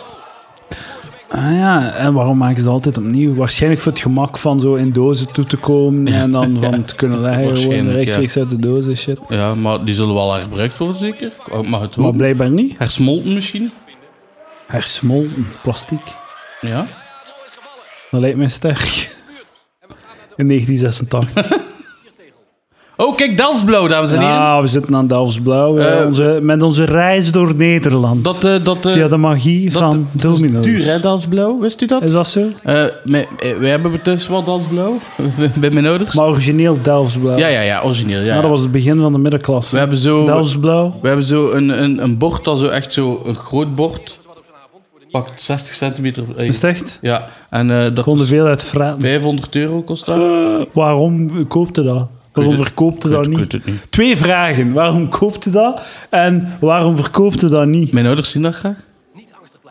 [SPEAKER 1] Ah ja, en waarom maken ze dat altijd opnieuw? Waarschijnlijk voor het gemak van zo in dozen toe te komen en dan van te kunnen leggen gewoon
[SPEAKER 2] Waarschijnlijk,
[SPEAKER 1] rechtstreeks uit de doos en shit.
[SPEAKER 2] Ja, maar die zullen wel hergebruikt worden, zeker? Maar het
[SPEAKER 1] Maar
[SPEAKER 2] hopen.
[SPEAKER 1] blijkbaar niet.
[SPEAKER 2] Hersmolten misschien?
[SPEAKER 1] Hersmolten, plastiek.
[SPEAKER 2] Ja.
[SPEAKER 4] Adlo is gevallen.
[SPEAKER 1] Dat lijkt mij sterk. In 1986.
[SPEAKER 2] Oh, kijk, Delfsblauw, dames en heren.
[SPEAKER 1] Ah, we zitten aan Delftsblauw. eh,
[SPEAKER 2] Eh,
[SPEAKER 1] onze, met onze reis door Nederland.
[SPEAKER 2] Dat, eh, dat, eh,
[SPEAKER 1] ja, de magie
[SPEAKER 2] dat,
[SPEAKER 1] van
[SPEAKER 2] dat
[SPEAKER 1] domino's.
[SPEAKER 2] is duur, hè, Delfsblauw? Wist u dat?
[SPEAKER 1] Is dat zo?
[SPEAKER 2] Eh, me- eh, we hebben dus wel Delfsblauw bij mijn ouders.
[SPEAKER 1] Maar origineel Delftsblauw.
[SPEAKER 2] ja, ja, ja, origineel. Ja,
[SPEAKER 1] Maar
[SPEAKER 2] ja.
[SPEAKER 1] dat was het begin van de middenklasse.
[SPEAKER 2] We hebben zo...
[SPEAKER 1] Delftsblauw.
[SPEAKER 2] We hebben zo een, een, een bord, dat zo echt zo een groot bord. Pakt 60 centimeter. eh,
[SPEAKER 1] Is het echt?
[SPEAKER 2] ja, en eh, dat
[SPEAKER 1] Konden
[SPEAKER 2] kost
[SPEAKER 1] veel uit vragen.
[SPEAKER 2] 500 euro kost dat.
[SPEAKER 1] Eh, Waarom koopte dat? Waarom
[SPEAKER 2] het-
[SPEAKER 1] verkoopte
[SPEAKER 2] ik
[SPEAKER 1] dat
[SPEAKER 2] weet- ik
[SPEAKER 1] niet?
[SPEAKER 2] weet het niet.
[SPEAKER 1] Twee vragen. Waarom koopte dat? En waarom verkoopte dat niet?
[SPEAKER 2] Mijn ouders zien dat graag.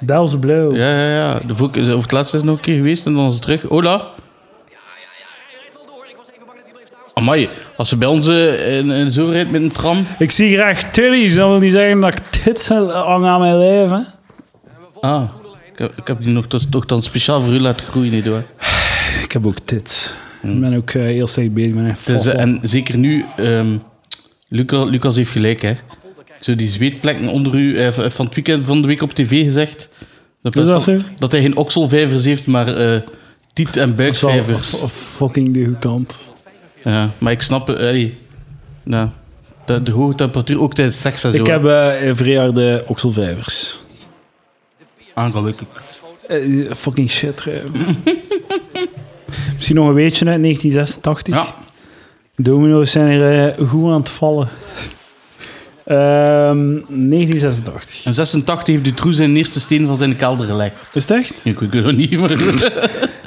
[SPEAKER 1] Delftsblauw.
[SPEAKER 2] Ja, ja, ja. De vorige, is- of het laatste is nog een keer geweest en dan is het terug. Hola.
[SPEAKER 4] Hij reed wel door. Ik was even bang dat hij bleef staan.
[SPEAKER 2] Amai, als ze bij ons eh, in, in zo rijdt met een tram.
[SPEAKER 1] Ik zie graag tillies. Dat wil niet zeggen dat ik tits hang aan mijn lijf. Hè.
[SPEAKER 2] Ah, ik heb, ik heb die nog toch, toch dan speciaal voor u laten groeien, nietwaar?
[SPEAKER 1] Ik heb ook tits. Ik ben ook eh, heel slecht bezig met een
[SPEAKER 2] Hm. Het is,
[SPEAKER 1] fokbal.
[SPEAKER 2] eh, en zeker nu, ehm, Luca, Lucas heeft gelijk, hè. Zo die zweetplekken onder u, eh, v- van het weekend van de week op tv gezegd. Dat,
[SPEAKER 1] Is dat
[SPEAKER 2] van-
[SPEAKER 1] zo?
[SPEAKER 2] dat hij geen okselvijvers heeft, maar eh, tiet- en
[SPEAKER 1] Dat is wel
[SPEAKER 2] buikvijvers.
[SPEAKER 1] f- f- fucking degoutant.
[SPEAKER 2] Ja, maar ik snap het, allee, ja, de, de hoge temperatuur, ook tijdens seks en zo.
[SPEAKER 1] Ik
[SPEAKER 2] hè.
[SPEAKER 1] heb eh verjaarde okselvijvers.
[SPEAKER 2] Aangelukkig.
[SPEAKER 1] Eh, fucking shit. hè. Misschien nog een weetje uit 1986.
[SPEAKER 2] Ja,
[SPEAKER 1] Domino's zijn er eh, goed aan het vallen. Ehm, 1986.
[SPEAKER 2] in 86 heeft Dutroux zijn eerste steen van zijn kelder gelegd.
[SPEAKER 1] Is het echt?
[SPEAKER 2] Ik weet het niet, maar...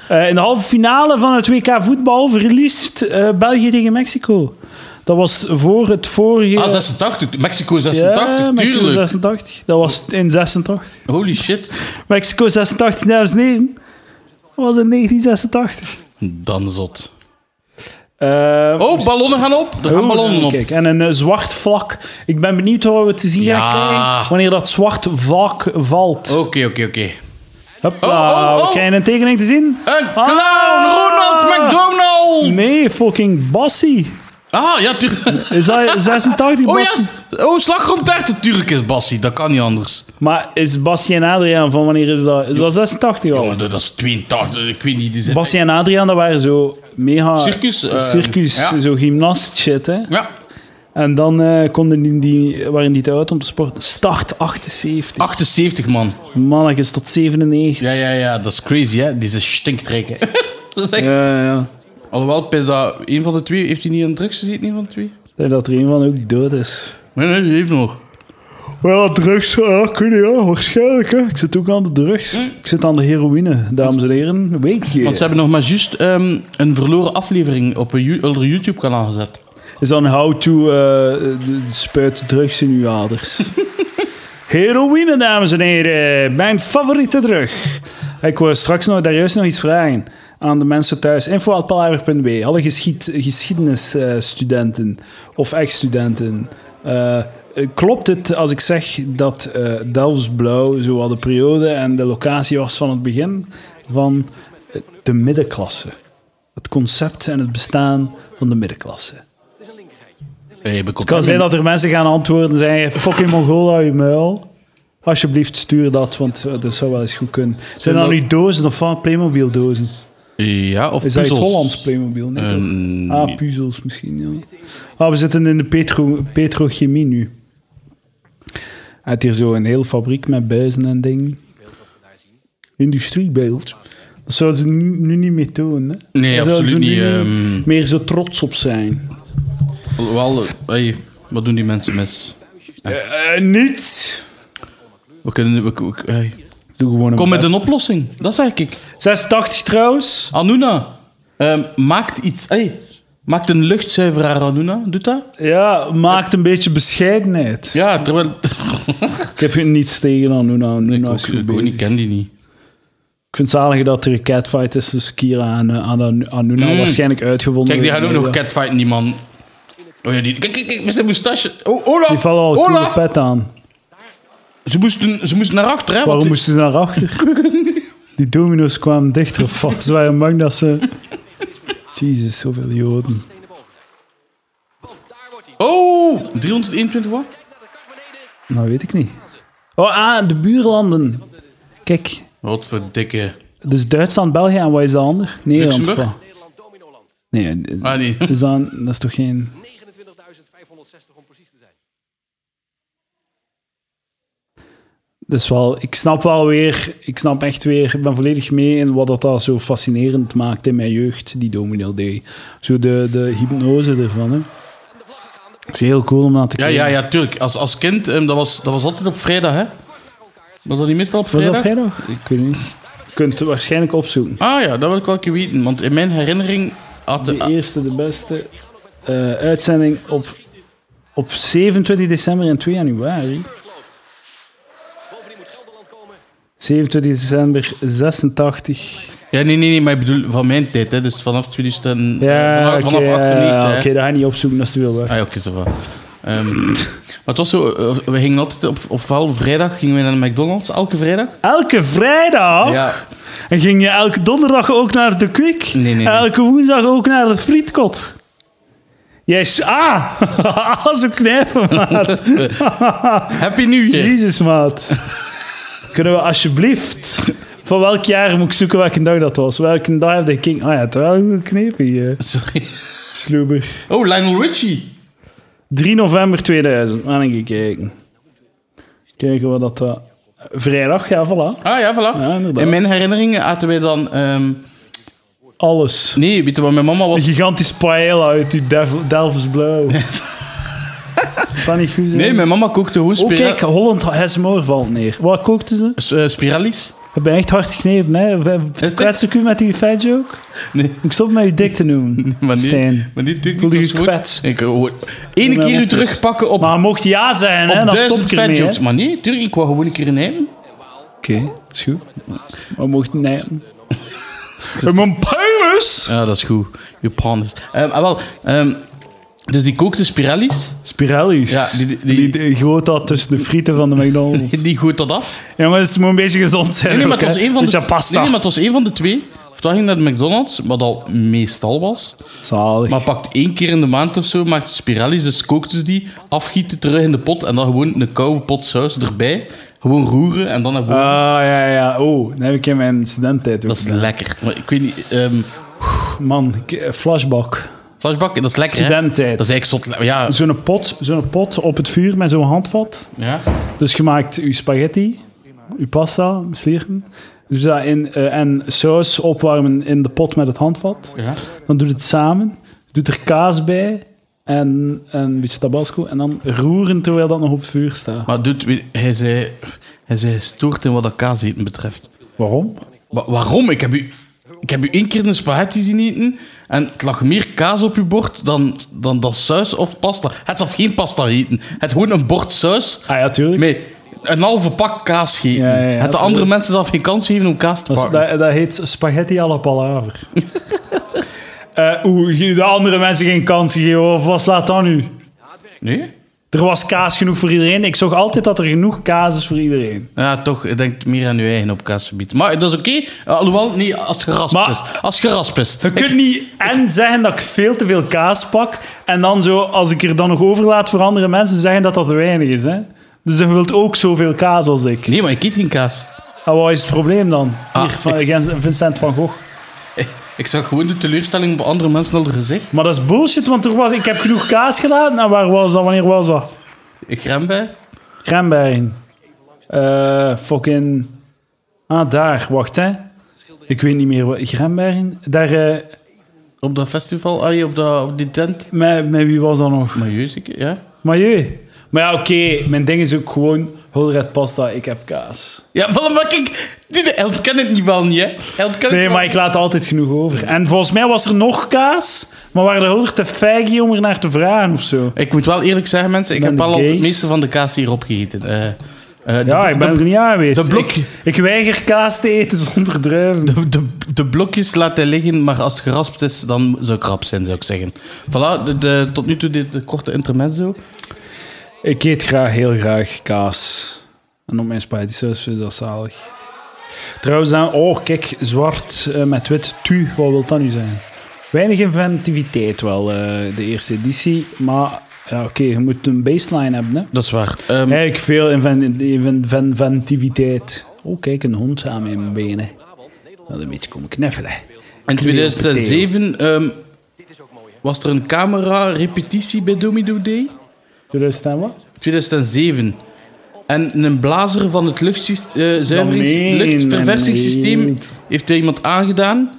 [SPEAKER 1] Eh, in de halve finale van het WK voetbal verliest eh, België tegen Mexico. Dat was voor het vorige...
[SPEAKER 2] Ah, 86. Mexico 86,
[SPEAKER 1] Ja, Mexico
[SPEAKER 2] tuurlijk.
[SPEAKER 1] 86. Dat was in 86.
[SPEAKER 2] Holy shit.
[SPEAKER 1] Mexico 86, 2009. Dat was in 1986.
[SPEAKER 2] Dan zot.
[SPEAKER 1] Eh,
[SPEAKER 2] Oh, ballonnen gaan op. Er gaan
[SPEAKER 1] Oh,
[SPEAKER 2] ballonnen op.
[SPEAKER 1] Kijk, en een eh, zwart vlak. Ik ben benieuwd wat we te zien gaan
[SPEAKER 2] Ja. Oh.
[SPEAKER 1] krijgen wanneer dat zwart vlak valt.
[SPEAKER 2] Oké, oké, oké.
[SPEAKER 1] Hopla,
[SPEAKER 2] Oh, oh, oh.
[SPEAKER 1] we krijgen een tekening te zien.
[SPEAKER 2] Een
[SPEAKER 1] Ah!
[SPEAKER 2] clown, Ronald McDonald!
[SPEAKER 1] Nee, fucking Bassie.
[SPEAKER 2] Ah, ja, tuurlijk.
[SPEAKER 1] Is dat 86
[SPEAKER 2] Oh, ja.
[SPEAKER 1] Bassie?
[SPEAKER 2] Oh, slagroomtaart natuurlijk is Bassie. Dat kan niet anders.
[SPEAKER 1] Maar is Bassie en Adriaan van wanneer is dat? Is dat 86 al?
[SPEAKER 2] Oh, dat dat is 82. Ik weet niet. Die zijn...
[SPEAKER 1] Bassie en Adriaan, dat waren zo mega...
[SPEAKER 2] Circus, eh,
[SPEAKER 1] circus,
[SPEAKER 2] ja.
[SPEAKER 1] zo gymnast shit, hè.
[SPEAKER 2] Ja,
[SPEAKER 1] En dan eh, konden die, die, waren die te oud om te sporten. Start 78.
[SPEAKER 2] 78 man.
[SPEAKER 1] Mannetjes tot 97.
[SPEAKER 2] Ja, ja, ja. Dat is crazy, hè. Die zijn stinkrijk, hè. Dat is echt...
[SPEAKER 1] ja, ja.
[SPEAKER 2] Alhoewel, pis dat een van de twee... Heeft hij niet aan drugs gezeten, een van de twee?
[SPEAKER 1] En dat er een van ook dood is.
[SPEAKER 2] Nee, nee, die heeft nog.
[SPEAKER 1] Wel, drugs, eh, ja, kunnen ja, waarschijnlijk. Hè. Ik zit ook aan de
[SPEAKER 2] Hm.
[SPEAKER 1] drugs. Ik zit aan de heroïne, dames en heren. Weet
[SPEAKER 2] Want ze
[SPEAKER 1] je.
[SPEAKER 2] hebben nog maar juist ehm, een verloren aflevering op een Ju- onder YouTube-kanaal gezet.
[SPEAKER 1] Is dan how to eh, de- spuit drugs in uw aders. heroïne, dames en heren. Mijn favoriete drug. Ik wil straks nog, daar juist nog iets vragen aan de mensen thuis. Info.palaver.be. Alle geschied, geschiedenisstudenten of ex-studenten. eh, eh, klopt het als ik zeg dat eh Delfts Blauw zowel de periode en de locatie was van het begin van eh, de middenklasse? Het concept en het bestaan van de middenklasse.
[SPEAKER 2] Hey,
[SPEAKER 1] Het kan zijn dat er mensen gaan antwoorden en zeggen: Fucking Mongool, hou je muil. Alsjeblieft, stuur dat, want eh, dat zou wel eens goed kunnen. Zijn dat
[SPEAKER 2] dat-
[SPEAKER 1] nu dozen of van Playmobil dozen?
[SPEAKER 2] Ja, of
[SPEAKER 1] Is dat iets
[SPEAKER 2] puzzels.
[SPEAKER 1] Hollands Playmobil? Nee, toch?
[SPEAKER 2] Ehm,
[SPEAKER 1] ah, puzzels misschien, ja. Ah, we zitten in de petro petrochemie nu. Hij heeft hier zo een hele fabriek met buizen en dingen. Industriebeeld. Dat zouden ze nu, nu niet meer tonen, hè?
[SPEAKER 2] Nee,
[SPEAKER 1] Daar zouden ze
[SPEAKER 2] absoluut
[SPEAKER 1] nu
[SPEAKER 2] niet,
[SPEAKER 1] niet
[SPEAKER 2] ehm.
[SPEAKER 1] meer zo trots op zijn.
[SPEAKER 2] Wel, hey, wat doen die mensen mis?
[SPEAKER 1] Eh, niets!
[SPEAKER 2] We kunnen... We, we- hey.
[SPEAKER 1] Doe gewoon een
[SPEAKER 2] Kom met
[SPEAKER 1] best.
[SPEAKER 2] een oplossing. Dat zeg ik.
[SPEAKER 1] 86 trouwens.
[SPEAKER 2] Anuna, ehm, maakt iets... Hey, maakt een luchtzuiveraar, Anuna. Doet dat?
[SPEAKER 1] Ja, maakt een beetje bescheidenheid.
[SPEAKER 2] Ja, terwijl...
[SPEAKER 1] Ik heb hier niets tegen aan Nuna. Nuna
[SPEAKER 2] ik, ook,
[SPEAKER 1] is goed
[SPEAKER 2] ik ook niet,
[SPEAKER 1] bezig.
[SPEAKER 2] ken die niet.
[SPEAKER 1] Ik vind het zalig dat er een catfight is tussen Kira en eh, aan, aan Nuna.
[SPEAKER 2] Mm.
[SPEAKER 1] Waarschijnlijk uitgevonden.
[SPEAKER 2] Kijk, die
[SPEAKER 1] door
[SPEAKER 2] gaan ook
[SPEAKER 1] de
[SPEAKER 2] nog
[SPEAKER 1] media.
[SPEAKER 2] catfighten, die man. Oh ja, die... Kijk, kijk, kijk, met zijn moustache. Oh,
[SPEAKER 1] Die
[SPEAKER 2] Olaf!
[SPEAKER 1] vallen al een coole
[SPEAKER 2] Olaf!
[SPEAKER 1] pet aan.
[SPEAKER 2] Ze moesten, ze moesten naar achter, hè?
[SPEAKER 1] Waarom
[SPEAKER 2] want-
[SPEAKER 1] moesten ze naar achter? Die domino's kwamen dichter vast. Ze waren bang dat ze... Jezus, zoveel joden.
[SPEAKER 4] Want daar wordt hij.
[SPEAKER 2] Oh! 321 wat?
[SPEAKER 4] Kijk naar de kar beneden.
[SPEAKER 1] Nou, weet ik niet. Oh, ah, de buurlanden. Kijk,
[SPEAKER 2] Wat voor dikke...
[SPEAKER 1] dus Duitsland, België en wat is de ander? Nederland.
[SPEAKER 2] Luxemburg?
[SPEAKER 1] wat?
[SPEAKER 4] Nederland Dominoland.
[SPEAKER 1] Nee, eh,
[SPEAKER 2] Ah, nee.
[SPEAKER 1] is dat, Dus dat is toch geen...
[SPEAKER 4] 29.560 om precies te zijn.
[SPEAKER 1] Dus wel, ik snap wel weer, ik snap echt weer, ik ben volledig mee in wat dat daar zo fascinerend maakt in mijn jeugd, die Domino Day. Zo de, de hypnose ervan. Hè. Het is heel cool om naar te
[SPEAKER 2] Ja,
[SPEAKER 1] kijken.
[SPEAKER 2] ja, ja, tuurlijk. Als, als kind, ehm, dat, was, dat was altijd op vrijdag, hè? Was dat niet meestal op
[SPEAKER 1] Was dat
[SPEAKER 2] vrijdag?
[SPEAKER 1] vrijdag? Ik weet niet. Je kunt het waarschijnlijk opzoeken.
[SPEAKER 2] Ah ja, dat wil ik wel een keer weten. Want in mijn herinnering had de...
[SPEAKER 1] De eerste, de beste eh, uitzending op, op 27 december en 2 januari.
[SPEAKER 4] Bovendien moet Gelderland komen.
[SPEAKER 1] 27 december 86.
[SPEAKER 2] Ja, nee, nee, nee, maar ik bedoel van mijn tijd, hè. Dus vanaf 2000... en- eh,
[SPEAKER 1] Ja,
[SPEAKER 2] vanaf
[SPEAKER 1] oké,
[SPEAKER 2] vanaf
[SPEAKER 1] ja,
[SPEAKER 2] 98,
[SPEAKER 1] ja,
[SPEAKER 2] hè.
[SPEAKER 1] oké, dat ga je niet opzoeken, dat is te veel weg.
[SPEAKER 2] Ah ja, oké, zo wel. Ehm, maar het was zo, eh, we gingen altijd op, op wel vrijdag gingen we naar de McDonald's, elke vrijdag.
[SPEAKER 1] Elke vrijdag?
[SPEAKER 2] Ja.
[SPEAKER 1] En ging je elke donderdag ook naar de Kwik?
[SPEAKER 2] Nee, nee, nee.
[SPEAKER 1] En elke woensdag ook naar het frietkot? Yes, ah! Zo knijpen, maat.
[SPEAKER 2] Happy New Year.
[SPEAKER 1] Jezus, maat. Kunnen we alsjeblieft... Van welk jaar moet ik zoeken welke dag dat was? Welke dag heb de King... Ah ja, het was wel goed knepen hier.
[SPEAKER 2] Sorry.
[SPEAKER 1] Sloeber.
[SPEAKER 2] Oh, Lionel Richie.
[SPEAKER 1] 3 november 2000. Aan een kijken. Kijken we dat... dat- Vrijdag, ja, voilà.
[SPEAKER 2] Ah ja, voilà.
[SPEAKER 1] Ja, inderdaad.
[SPEAKER 2] in mijn herinnering aten wij dan... ehm,
[SPEAKER 1] Alles.
[SPEAKER 2] nee, weet je wat, mijn mama was...
[SPEAKER 1] Een gigantisch paella uit uw Delf- Delfts Blauw. Is dat niet goed? Zijn?
[SPEAKER 2] Nee, mijn mama kookte gewoon
[SPEAKER 1] Oh,
[SPEAKER 2] spira
[SPEAKER 1] kijk, Holland Hesmoor valt neer. Wat kookten ze?
[SPEAKER 2] s- eh, spiralies.
[SPEAKER 1] Ik ben echt hard geknepen, hè? We-
[SPEAKER 2] dit-
[SPEAKER 1] Kwets ik u met die fat joke?
[SPEAKER 2] Nee.
[SPEAKER 1] Moet Ik stop met u dik te noemen,
[SPEAKER 2] Maar niet,
[SPEAKER 1] Stijn.
[SPEAKER 2] maar niet, natuurlijk
[SPEAKER 1] Voelde je
[SPEAKER 2] niet zo goed.
[SPEAKER 1] gekwetst?
[SPEAKER 2] Ik eh, hoor. Ene
[SPEAKER 1] maar
[SPEAKER 2] keer u
[SPEAKER 1] op, dus.
[SPEAKER 2] terugpakken op,
[SPEAKER 1] Maar mocht ja zijn, hè?
[SPEAKER 2] op
[SPEAKER 1] Dan stop
[SPEAKER 2] duizend
[SPEAKER 1] ik ermee.
[SPEAKER 2] fat jokes.
[SPEAKER 1] hè.
[SPEAKER 2] Maar nee, tuurlijk, ik wou gewoon een keer nemen.
[SPEAKER 1] Oké, is goed. Maar mocht nee. Mijn penis!
[SPEAKER 2] Ja, dat is goed. Je panus. Ehm, ah, wel, ehm, dus die kookte spiralies.
[SPEAKER 1] Spirelli's.
[SPEAKER 2] Ja, die- die- die-
[SPEAKER 1] goot dat tussen de frieten van de McDonald's.
[SPEAKER 2] Die gooit dat af.
[SPEAKER 1] Jongens, het moet een beetje gezond zijn.
[SPEAKER 2] Nee, nee, maar het
[SPEAKER 1] ook,
[SPEAKER 2] was
[SPEAKER 1] hè.
[SPEAKER 2] één van de,
[SPEAKER 1] Beetje
[SPEAKER 2] nee,
[SPEAKER 1] pasta.
[SPEAKER 2] nee, maar het was één van de twee. Of dat ging naar de McDonald's, wat al meestal was.
[SPEAKER 1] Zalig.
[SPEAKER 2] Maar pakt één keer in de maand of zo, maakt ze spiralies, dus kookt ze die, afgieten terug in de pot en dan gewoon een koude pot saus erbij. Gewoon roeren en dan hebben we...
[SPEAKER 1] Ah, ja, ja. Oh, dat heb ik in mijn studententijd ook
[SPEAKER 2] dat is
[SPEAKER 1] gedaan.
[SPEAKER 2] lekker. Maar ik weet niet... ehm,
[SPEAKER 1] Man, ik- eh, flashback.
[SPEAKER 2] Flashback, dat is lekker. hè?
[SPEAKER 1] Studententijd.
[SPEAKER 2] Dat is eigenlijk zot. le- Ja,
[SPEAKER 1] Zo'n pot, zo'n pot op het vuur met zo'n handvat.
[SPEAKER 2] ja.
[SPEAKER 1] Dus je maakt je spaghetti, je pasta, slierten. Dus dat in, eh, en saus opwarmen in de pot met het handvat.
[SPEAKER 2] ja.
[SPEAKER 1] Dan doe je het samen. Doet er kaas bij en, en een beetje tabasco. En dan roeren terwijl dat nog op het vuur staat.
[SPEAKER 2] Maar doet, weet- hij zei, hij zei stoort in wat dat kaas eten betreft.
[SPEAKER 1] Waarom?
[SPEAKER 2] Wa- waarom? Ik heb, u, ik heb u één keer een spaghetti zien eten en het lag meer kaas op uw bord dan, dan dat saus of pasta. Het zelf geen pasta eten. Het gewoon een bord saus
[SPEAKER 1] Ah ja, tuurlijk.
[SPEAKER 2] met een halve pak kaas geven.
[SPEAKER 1] Ja, ja, ja,
[SPEAKER 2] het de
[SPEAKER 1] tuurlijk.
[SPEAKER 2] andere mensen zelf geen kans geven om kaas te
[SPEAKER 1] Dat, is-
[SPEAKER 2] pakken.
[SPEAKER 1] dat, dat heet spaghetti alla palaver. Eh, Oeh, de andere mensen geen kans gegeven. Of Wat slaat dat nu?
[SPEAKER 2] Nee?
[SPEAKER 1] Er was kaas genoeg voor iedereen. Ik zorg altijd dat er genoeg kaas is voor iedereen.
[SPEAKER 2] Ja, toch, je denkt meer aan je eigen op kaasgebied. Maar dat is oké, Eh, alhoewel niet als je rasp
[SPEAKER 1] Maar-
[SPEAKER 2] is. Als je rasp is.
[SPEAKER 1] Je kunt niet en zeggen dat ik veel te veel kaas pak. En dan zo, als ik er dan nog overlaat voor andere mensen, zeggen dat dat te weinig is. Hè? Dus je wilt ook zoveel kaas als ik.
[SPEAKER 2] Nee, maar ik eet geen kaas.
[SPEAKER 1] En wat is het probleem dan?
[SPEAKER 2] Ah,
[SPEAKER 1] Hier, van,
[SPEAKER 2] ik-
[SPEAKER 1] Gens- Vincent van Gogh.
[SPEAKER 2] Ik zag gewoon de teleurstelling bij andere mensen al gezicht.
[SPEAKER 1] Maar dat is bullshit, want er was, ik heb genoeg kaas gedaan. En waar was dat? Wanneer was dat?
[SPEAKER 2] Gremberg?
[SPEAKER 1] Krembergen. Eh fucking... Ah, daar. Wacht, hè. Ik weet niet meer. wat- Grembergen? Daar... eh,
[SPEAKER 2] Op dat festival, ah, op, dat, op die tent.
[SPEAKER 1] met, met wie was dat nog?
[SPEAKER 2] Maar jezus, ja.
[SPEAKER 1] Majeu. Maar ja, oké. Mijn ding is ook gewoon... Whole red pasta, ik heb kaas.
[SPEAKER 2] Ja, van wat ik. Die Eld kan het niet wel niet, hè? Eld kan
[SPEAKER 1] Nee,
[SPEAKER 2] het
[SPEAKER 1] maar ik laat altijd genoeg over. En volgens mij was er nog kaas, maar waren er heel te feig om er naar te vragen of zo.
[SPEAKER 2] Ik moet wel eerlijk zeggen, mensen, ik
[SPEAKER 1] Ben
[SPEAKER 2] heb
[SPEAKER 1] de
[SPEAKER 2] al het
[SPEAKER 1] gays.
[SPEAKER 2] meeste van de kaas hier opgegeten. Eh, eh, de,
[SPEAKER 1] Ja, ik ben er niet aan geweest.
[SPEAKER 2] de blok-
[SPEAKER 1] Ik, ik weiger kaas te eten zonder druiven.
[SPEAKER 2] de, de, de blokjes laat hij liggen, maar als het geraspt is, dan zou ik rap zijn, zou ik zeggen. Voilà, de, de- tot nu toe dit de korte intermezzo.
[SPEAKER 1] Ik eet graag, heel graag kaas. En op mijn spaghetti saus is dat zalig. Trouwens dan, oh kijk, zwart eh, met wit tu, wat wil dat nu zijn? Weinig inventiviteit wel, eh, de eerste editie. Maar ja, oké, je moet een baseline hebben. Hè?
[SPEAKER 2] Dat is waar. Ehm,
[SPEAKER 1] Eigenlijk veel inven- inven- inventiviteit. Oh kijk, een hond aan mijn benen. Dat een beetje komen knuffelen.
[SPEAKER 2] in 2007 ehm, was er een camera-repetitie bij Domido Day.
[SPEAKER 1] Doe dat staan wat?
[SPEAKER 2] 2007. En een blazer van het luchtsyst- eh, zuiverings-
[SPEAKER 1] Dat meen-
[SPEAKER 2] luchtverversingssysteem
[SPEAKER 1] dat meent.
[SPEAKER 2] heeft hij iemand aangedaan.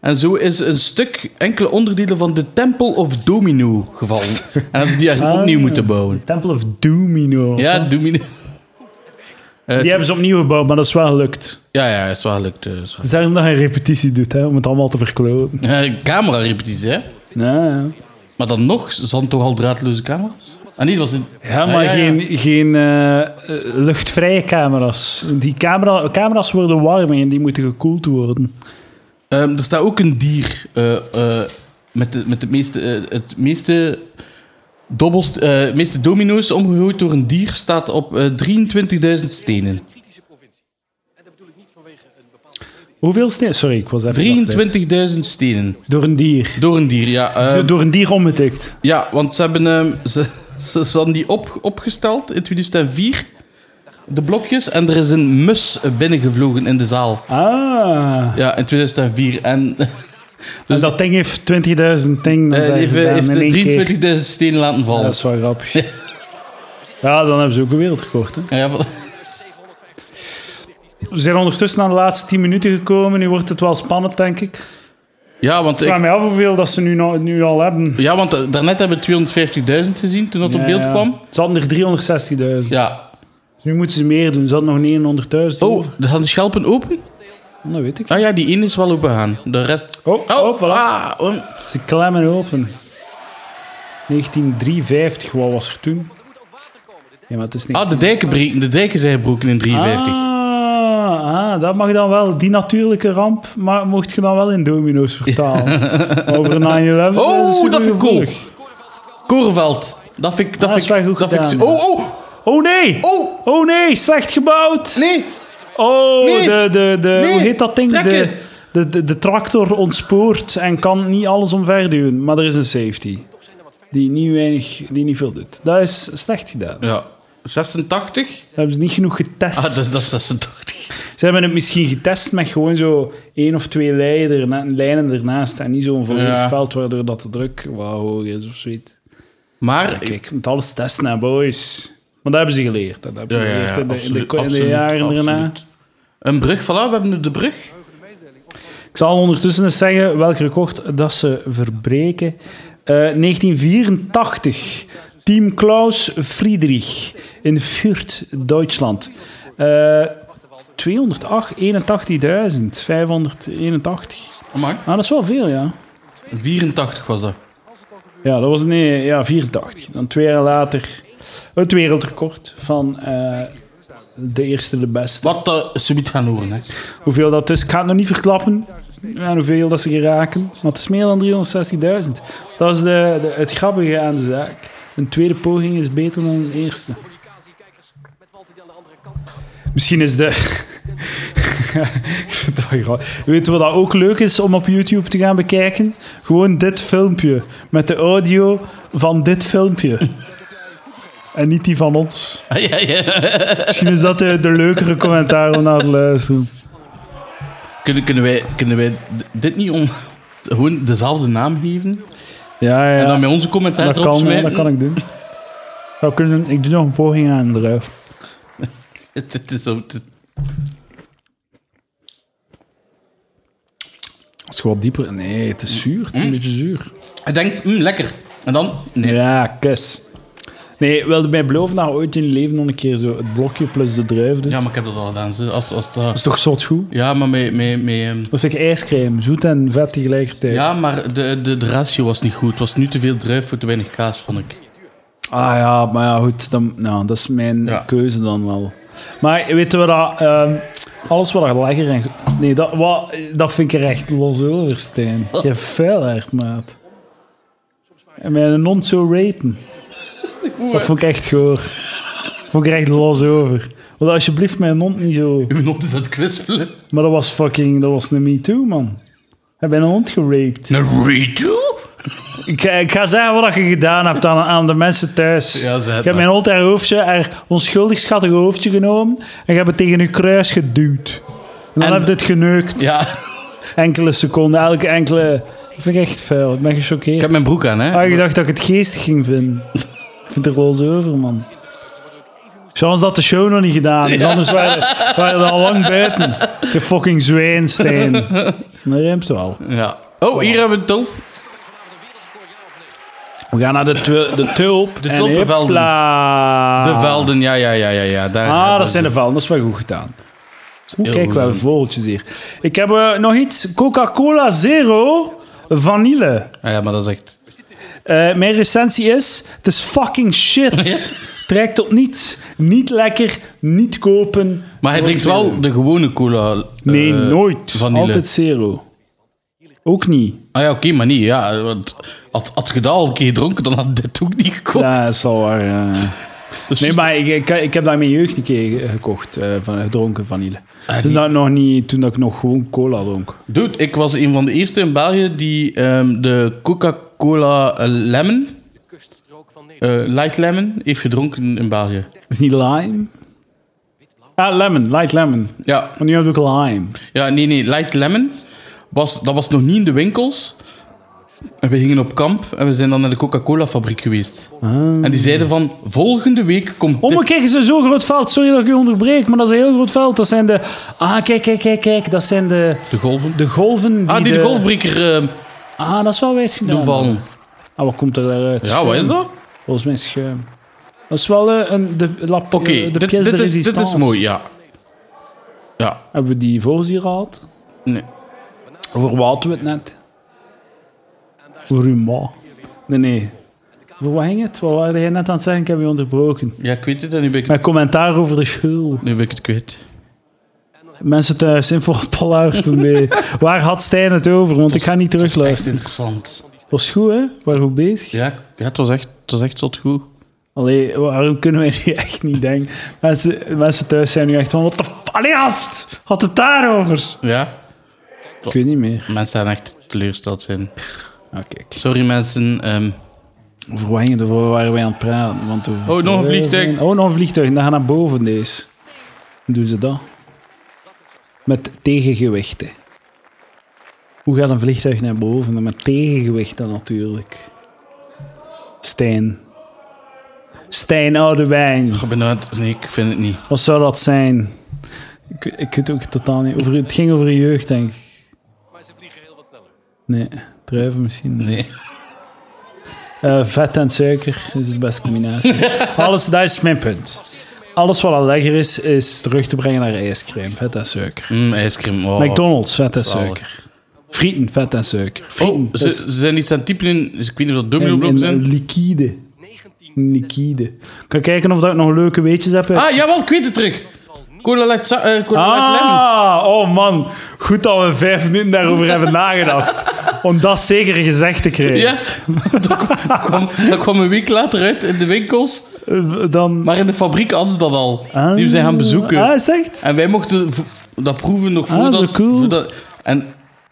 [SPEAKER 2] En zo is een stuk enkele onderdelen van de Temple of Domino gevallen. en hebben ze die
[SPEAKER 1] Ah.
[SPEAKER 2] eigenlijk opnieuw moeten bouwen.
[SPEAKER 1] Temple of Domino.
[SPEAKER 2] Ja, Domino. Eh,
[SPEAKER 1] Die hebben ze opnieuw gebouwd, maar dat is wel gelukt.
[SPEAKER 2] Ja, ja, het is wel gelukt. eh, is wel-
[SPEAKER 1] Het is daarom dat je een repetitie doet, hè, om het allemaal te verkloten.
[SPEAKER 2] Eh, Camera-repetitie, hè?
[SPEAKER 1] Ja,
[SPEAKER 2] Maar dan nog, ze hadden toch al draadloze camera's? Ah, niet, dat was een...
[SPEAKER 1] maar
[SPEAKER 2] Ah, ja, ja.
[SPEAKER 1] geen, geen eh, eh, luchtvrije camera's. Die camera, camera's worden warm en die moeten gekoeld worden.
[SPEAKER 2] Ehm, er staat ook een dier eh, eh, met, de, met de meeste, eh, het meeste, dobbelst, eh, meeste domino's omgegooid door een dier staat op eh, 23.000 stenen.
[SPEAKER 4] kritische provincie. En dat bedoel ik niet vanwege een bepaald...
[SPEAKER 1] Hoeveel stenen? Sorry, ik was even... afgeleid.
[SPEAKER 2] 23.000 stenen.
[SPEAKER 1] Door een dier.
[SPEAKER 2] Door een dier, ja. eh,
[SPEAKER 1] Door een dier omgetikt.
[SPEAKER 2] ja, want ze hebben ehm, ze, ze, ze hadden die op, opgesteld in 2004, de blokjes, en er is een mus binnengevlogen in de zaal.
[SPEAKER 1] Ah.
[SPEAKER 2] Ja, in 2004. En
[SPEAKER 1] Dus dat ding heeft 20.000 ding.
[SPEAKER 2] eh, heeft, eh, heeft
[SPEAKER 1] heeft in één keer.
[SPEAKER 2] 23.000 stenen laten
[SPEAKER 1] Ja,
[SPEAKER 2] vallen.
[SPEAKER 1] dat is wel grappig. Ja, dan hebben ze ook een wereldrecord, hè.
[SPEAKER 2] Ja, van-
[SPEAKER 1] We zijn ondertussen aan de laatste 10 minuten gekomen. Nu wordt het wel spannend, denk ik.
[SPEAKER 2] ja, want
[SPEAKER 1] Ik
[SPEAKER 2] ik,
[SPEAKER 1] vraag me af hoeveel dat ze nu, nou- nu al hebben.
[SPEAKER 2] Ja, want da- daarnet hebben we 250.000 gezien toen dat op beeld kwam.
[SPEAKER 1] Ze hadden er 360.000.
[SPEAKER 2] Ja.
[SPEAKER 1] Nu moeten ze meer doen. Ze hadden nog 900.000.
[SPEAKER 2] Oh, er gaan de schelpen open?
[SPEAKER 1] dat weet ik.
[SPEAKER 2] Ah ja, die ene is wel open gaan. De rest...
[SPEAKER 1] Oh, oh, voilà.
[SPEAKER 2] ah, oh.
[SPEAKER 1] Ze klemmen open. 1953, wat was er toen? Ja, maar het is niet.
[SPEAKER 2] Ah, de dijken breken. De dijken zijn gebroken in 53.
[SPEAKER 1] Ah, ah, dat mag dan wel. Die natuurlijke ramp maar mocht je dan wel in domino's vertalen. Over 9-11.
[SPEAKER 2] Oh, dat vind ik cool.
[SPEAKER 1] gevoelig.
[SPEAKER 2] Korenveld. Dat vind ik... Dat
[SPEAKER 1] Ah,
[SPEAKER 2] vind
[SPEAKER 1] dat is wel
[SPEAKER 2] ik...
[SPEAKER 1] goed
[SPEAKER 2] dat vind ik-
[SPEAKER 1] gedaan,
[SPEAKER 2] Oh, oh,
[SPEAKER 1] Oh nee!
[SPEAKER 2] oh.
[SPEAKER 1] Oh nee, slecht gebouwd!
[SPEAKER 2] Nee.
[SPEAKER 1] Oh,
[SPEAKER 2] Nee.
[SPEAKER 1] de, de, de,
[SPEAKER 2] Nee.
[SPEAKER 1] hoe heet dat ding?
[SPEAKER 2] Trekken.
[SPEAKER 1] De, de, de, de tractor ontspoort en kan niet alles omverduwen. Maar er is een safety. Die niet, weinig, die niet veel doet. Dat is slecht gedaan. Dat
[SPEAKER 2] Ja. 86?
[SPEAKER 1] hebben ze niet genoeg getest.
[SPEAKER 2] Ah, dat is, dat is 86.
[SPEAKER 1] Ze hebben het misschien getest met gewoon zo één of twee lijnen, erna- lijnen ernaast. En niet zo'n volledig
[SPEAKER 2] Ja.
[SPEAKER 1] veld waardoor dat de druk wat hoger is of zoiets.
[SPEAKER 2] Maar...
[SPEAKER 1] Kijk, je moet alles testen, hè, boys. Maar dat hebben ze geleerd. hè. Dat hebben
[SPEAKER 2] Ja,
[SPEAKER 1] ze
[SPEAKER 2] ja,
[SPEAKER 1] geleerd
[SPEAKER 2] ja,
[SPEAKER 1] in de- in de,
[SPEAKER 2] absoluut,
[SPEAKER 1] ko- in de
[SPEAKER 2] absoluut,
[SPEAKER 1] jaren erna.
[SPEAKER 2] absoluut. Een brug, voilà, we hebben de brug.
[SPEAKER 1] Ik zal ondertussen eens zeggen welk record dat ze verbreken. Eh, 1984. Team Klaus Friedrich in Fürth, Duitsland. Eh 208, 81.000, 581.
[SPEAKER 2] Amai.
[SPEAKER 1] Ah, dat is wel veel, ja.
[SPEAKER 2] 84 was dat.
[SPEAKER 1] Ja, dat was nee, ja, 84. Dan twee jaar later het wereldrecord van eh, de eerste, de beste.
[SPEAKER 2] Wat dat subiet gaan horen, hè.
[SPEAKER 1] Hoeveel dat is, ik ga het nog niet verklappen. En hoeveel dat ze geraken. Maar het is meer dan 360.000. Dat is de, de- het grappige aan de zaak. Een tweede poging is beter dan een eerste.
[SPEAKER 4] Communicatie, kijkers met Walter die aan de andere kant staat.
[SPEAKER 1] Misschien is de. Ik vind het wel grappig. Weet je wat dat ook leuk is om op YouTube te gaan bekijken? Gewoon dit filmpje. Met de audio van dit filmpje. En niet die van ons.
[SPEAKER 2] Ah, ja, ja.
[SPEAKER 1] Misschien is dat de, de leukere commentaar om naar te luisteren.
[SPEAKER 2] Kunnen, kunnen, wij, kunnen wij d- dit niet om, gewoon dezelfde naam geven?
[SPEAKER 1] Ja, ja.
[SPEAKER 2] En dan met onze commentaar
[SPEAKER 1] dat
[SPEAKER 2] erop
[SPEAKER 1] kan,
[SPEAKER 2] smijten?
[SPEAKER 1] dat kan ik doen. Zou kunnen, ik doe nog een poging aan de ruif.
[SPEAKER 2] Het, het is zo... het-
[SPEAKER 1] Het is gewoon dieper. Nee, het is zuur. Het is een beetje zuur.
[SPEAKER 2] Hij denkt, mm, lekker. En dan... Hm? Nee.
[SPEAKER 1] Ja, kus. Nee, wilde mij beloven dat je ooit in je leven nog een keer zo het blokje plus de druif doet?
[SPEAKER 2] Ja, maar ik heb dat al gedaan. ze. Als, als
[SPEAKER 1] Dat is
[SPEAKER 2] dat...
[SPEAKER 1] toch zot goed?
[SPEAKER 2] Ja, maar met... met, met ehm,
[SPEAKER 1] Dat is like ijscrème, zoet en vet tegelijkertijd.
[SPEAKER 2] ja, maar de, de, de ratio was niet goed. Het was nu te veel druif voor te weinig kaas, vond ik.
[SPEAKER 1] Ah ja, maar ja, goed. Dan, nou, dat is mijn
[SPEAKER 2] Ja.
[SPEAKER 1] keuze dan wel. Maar weten we dat... ehm, alles wat er lekker en... go- Nee, dat, wat, dat vind ik er echt los over, Stijn. Je vuilaard, maat. En mijn non zo rapen. Dat vond ik echt goor. Dat vond ik er echt los over. Want alsjeblieft, mijn mond niet zo...
[SPEAKER 2] Uw mond is aan het kwispelen.
[SPEAKER 1] Maar dat was fucking... Dat was een me too, man. Heb mijn hond geraped?
[SPEAKER 2] Een redo?
[SPEAKER 1] Ik, ik ga zeggen wat je gedaan hebt aan, aan de mensen thuis.
[SPEAKER 2] Ja, zeg
[SPEAKER 1] ik heb
[SPEAKER 2] maar.
[SPEAKER 1] mijn hond haar hoofdje, haar onschuldig schattig hoofdje genomen en ik heb het tegen uw kruis geduwd. En dan
[SPEAKER 2] En-
[SPEAKER 1] heb je het geneukt.
[SPEAKER 2] Ja.
[SPEAKER 1] Enkele seconden, elke enkele... Dat vind ik echt vuil. Ik ben
[SPEAKER 2] Ik
[SPEAKER 1] gechoqueerd.
[SPEAKER 2] heb mijn broek aan, hè.
[SPEAKER 1] Ah, ik dacht dat ik het geestig ging vinden. Ik vind het er roze over, man. Chance dat de show nog niet gedaan is, anders waren, waren we al lang buiten. Je fucking zwijnsteen. Dat remt wel.
[SPEAKER 2] Ja. Oh, hier hebben we het al.
[SPEAKER 1] We gaan naar de, tw- de tulp.
[SPEAKER 2] De
[SPEAKER 1] en
[SPEAKER 2] tulpenvelden.
[SPEAKER 1] hopla.
[SPEAKER 2] De velden, ja, ja, ja, ja. ja. Daar
[SPEAKER 1] Ah,
[SPEAKER 2] hebben
[SPEAKER 1] dat
[SPEAKER 2] ze.
[SPEAKER 1] zijn de velden. Dat is wel goed gedaan. Hoe
[SPEAKER 2] Heel
[SPEAKER 1] kijk
[SPEAKER 2] goed
[SPEAKER 1] wel
[SPEAKER 2] gedaan.
[SPEAKER 1] vogeltjes hier. Ik heb eh, nog iets. Coca-Cola Zero Vanille.
[SPEAKER 2] Ah, ja, maar dat is echt...
[SPEAKER 1] Eh, mijn recensie is... Het is fucking shit.
[SPEAKER 2] Ja?
[SPEAKER 1] Trekt op niets. Niet lekker. Niet kopen.
[SPEAKER 2] Maar hij
[SPEAKER 1] Nooit
[SPEAKER 2] drinkt wel
[SPEAKER 1] willen.
[SPEAKER 2] de gewone cola. eh,
[SPEAKER 1] Nee, nooit.
[SPEAKER 2] vanille.
[SPEAKER 1] Altijd zero. Ook niet.
[SPEAKER 2] Ah ja, oké, maar niet. Ja, want had, had je dat al een keer gedronken, dan had dit ook niet Dus gekocht.
[SPEAKER 1] Ja, dat is al waar. ja. Nee, maar ik, ik, ik heb daar in mijn jeugd een keer gekocht, eh, van, gedronken vanille.
[SPEAKER 2] Ah,
[SPEAKER 1] toen,
[SPEAKER 2] die-
[SPEAKER 1] dat nog niet, toen dat ik nog gewoon cola dronk.
[SPEAKER 2] Dude, ik was een van de eerste in België die ehm, de Coca-Cola eh, Lemon,
[SPEAKER 4] Kuststrook van Nederland.
[SPEAKER 2] eh, Light Lemon, heeft gedronken in België.
[SPEAKER 1] Is niet lime? Ah, lemon, light lemon.
[SPEAKER 2] Ja,
[SPEAKER 1] Maar nu heb ik lime.
[SPEAKER 2] ja nee, nee, Light Lemon, was, dat was nog niet in de winkels. En we gingen op kamp en we zijn dan naar de Coca-Cola fabriek geweest. En die zeiden van, volgende week komt
[SPEAKER 1] Ah. Oh,
[SPEAKER 2] dit
[SPEAKER 1] maar kijk eens, een zo groot veld. Sorry dat ik u onderbreek, maar dat is een heel groot veld. Dat zijn de... Ah, kijk, kijk, kijk, kijk. Dat zijn de,
[SPEAKER 2] de golven.
[SPEAKER 1] de golven die
[SPEAKER 2] ah, die de, golfbreker eh
[SPEAKER 1] Ah, dat is wel wijs gedaan.
[SPEAKER 2] doen vallen.
[SPEAKER 1] Ah, wat komt er daaruit?
[SPEAKER 2] Ja, wat is dat?
[SPEAKER 1] Volgens mij schuim. Dat is wel eh, een, de, la,
[SPEAKER 2] Oké,
[SPEAKER 1] eh, de
[SPEAKER 2] dit,
[SPEAKER 1] pièce
[SPEAKER 2] dit
[SPEAKER 1] de
[SPEAKER 2] is, dit is
[SPEAKER 1] résistance.
[SPEAKER 2] mooi, ja. Ja,
[SPEAKER 1] Hebben we die vogels hier gehad?
[SPEAKER 2] nee.
[SPEAKER 1] Over wat hadden we het net? Over uw ma. Nee, nee. Over wat ging het? Wat waren jij net aan het zeggen? Ik heb je onderbroken.
[SPEAKER 2] Ja, ik weet het en nu ben ik het,
[SPEAKER 1] Mijn commentaar over de schul.
[SPEAKER 2] nu ben ik het kwijt.
[SPEAKER 1] Mensen thuis, info mee. Waar had Stijn het over? Want ik ga niet
[SPEAKER 2] Echt
[SPEAKER 1] terugluisteren.
[SPEAKER 2] interessant.
[SPEAKER 1] Was goed, hè? Waar goed bezig?
[SPEAKER 2] Ja, ik- ja het, was echt, het was echt zot goed.
[SPEAKER 1] Allee, waarom kunnen wij nu echt niet denken? Mensen, mensen thuis zijn nu echt van... Wat de... f- Allee, gast! Had het daarover?
[SPEAKER 2] Ja,
[SPEAKER 1] Ik weet niet meer.
[SPEAKER 2] mensen gaan echt teleurgesteld zijn.
[SPEAKER 1] Ah, kijk.
[SPEAKER 2] Sorry mensen. ehm,
[SPEAKER 1] Over wat ging het? Over waar waren wij aan het praten? Want over-
[SPEAKER 2] Oh, nog een vliegtuig.
[SPEAKER 1] Oh, nog een vliegtuig. En dan gaan we naar boven deze. Dan doen ze dat. Met tegengewichten. Hoe gaat een vliegtuig naar boven? Dan Met tegengewichten natuurlijk. Stijn. Stijn Oudewijn.
[SPEAKER 2] ik ben eruit- nee, ik vind het niet.
[SPEAKER 1] Wat zou dat zijn? Ik, ik weet ook totaal niet. Over, het ging over je jeugd, denk ik.
[SPEAKER 4] Maar ze vliegen heel wat sneller.
[SPEAKER 1] Nee, druiven misschien.
[SPEAKER 2] Nee.
[SPEAKER 1] Eh, vet en suiker is de beste combinatie. Alles, dat is mijn punt. Alles wat al lekker is, is terug te brengen naar ijscrème. Vet en suiker.
[SPEAKER 2] Mm, ijscream. Oh.
[SPEAKER 1] McDonald's, vet en
[SPEAKER 2] zalig.
[SPEAKER 1] suiker. Frieten, vet en suiker. Frieten,
[SPEAKER 2] Oh,
[SPEAKER 1] dat
[SPEAKER 2] ze,
[SPEAKER 1] is
[SPEAKER 2] ze zijn iets aan het typen in... Ik weet niet of dat
[SPEAKER 1] in-
[SPEAKER 2] domino-blokken
[SPEAKER 1] in
[SPEAKER 2] zijn.
[SPEAKER 1] liquide.
[SPEAKER 4] 19
[SPEAKER 1] Liquide. Ik kan kijken of dat ik nog leuke weetjes heb. uit-
[SPEAKER 2] Ah, jawel, ik weet het terug. Cola light, sa- eh, cola light lemon.
[SPEAKER 1] Ah, oh man. Goed dat we vijf minuten daarover hebben nagedacht. om dat zeker gezegd te krijgen.
[SPEAKER 2] Ja, dat kwam, dat kwam, dat kwam een week later uit in de winkels.
[SPEAKER 1] Eh, Dan...
[SPEAKER 2] Maar in de fabriek hadden ze dat al.
[SPEAKER 1] Ah.
[SPEAKER 2] Die we zijn gaan bezoeken.
[SPEAKER 1] Ah, is het echt?
[SPEAKER 2] En wij mochten v- dat proeven nog
[SPEAKER 1] Ah,
[SPEAKER 2] voordat...
[SPEAKER 1] zo cool.
[SPEAKER 2] voordat- en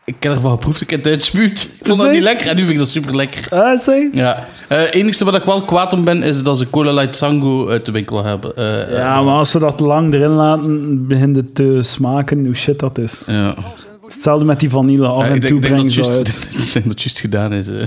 [SPEAKER 2] ik heb ervan geproefd, ik heb het uitspuwd. Ik vond dat
[SPEAKER 1] echt?
[SPEAKER 2] niet lekker en nu vind ik dat super lekker.
[SPEAKER 1] Ah, is het echt?
[SPEAKER 2] Ja. Eh, Het enige wat ik wel kwaad om ben, is dat ze Cola Light Sango uit de winkel hebben. Eh, eh,
[SPEAKER 1] Ja, maar als ze dat lang erin laten, begint het te smaken hoe shit dat is.
[SPEAKER 2] ja.
[SPEAKER 1] Hetzelfde met die vanille, af
[SPEAKER 2] Ja,
[SPEAKER 1] en
[SPEAKER 2] ik
[SPEAKER 1] toe
[SPEAKER 2] denk, denk
[SPEAKER 1] brengen
[SPEAKER 2] dat
[SPEAKER 1] ze
[SPEAKER 2] juist-
[SPEAKER 1] uit.
[SPEAKER 2] ik denk dat het juist gedaan is. eh.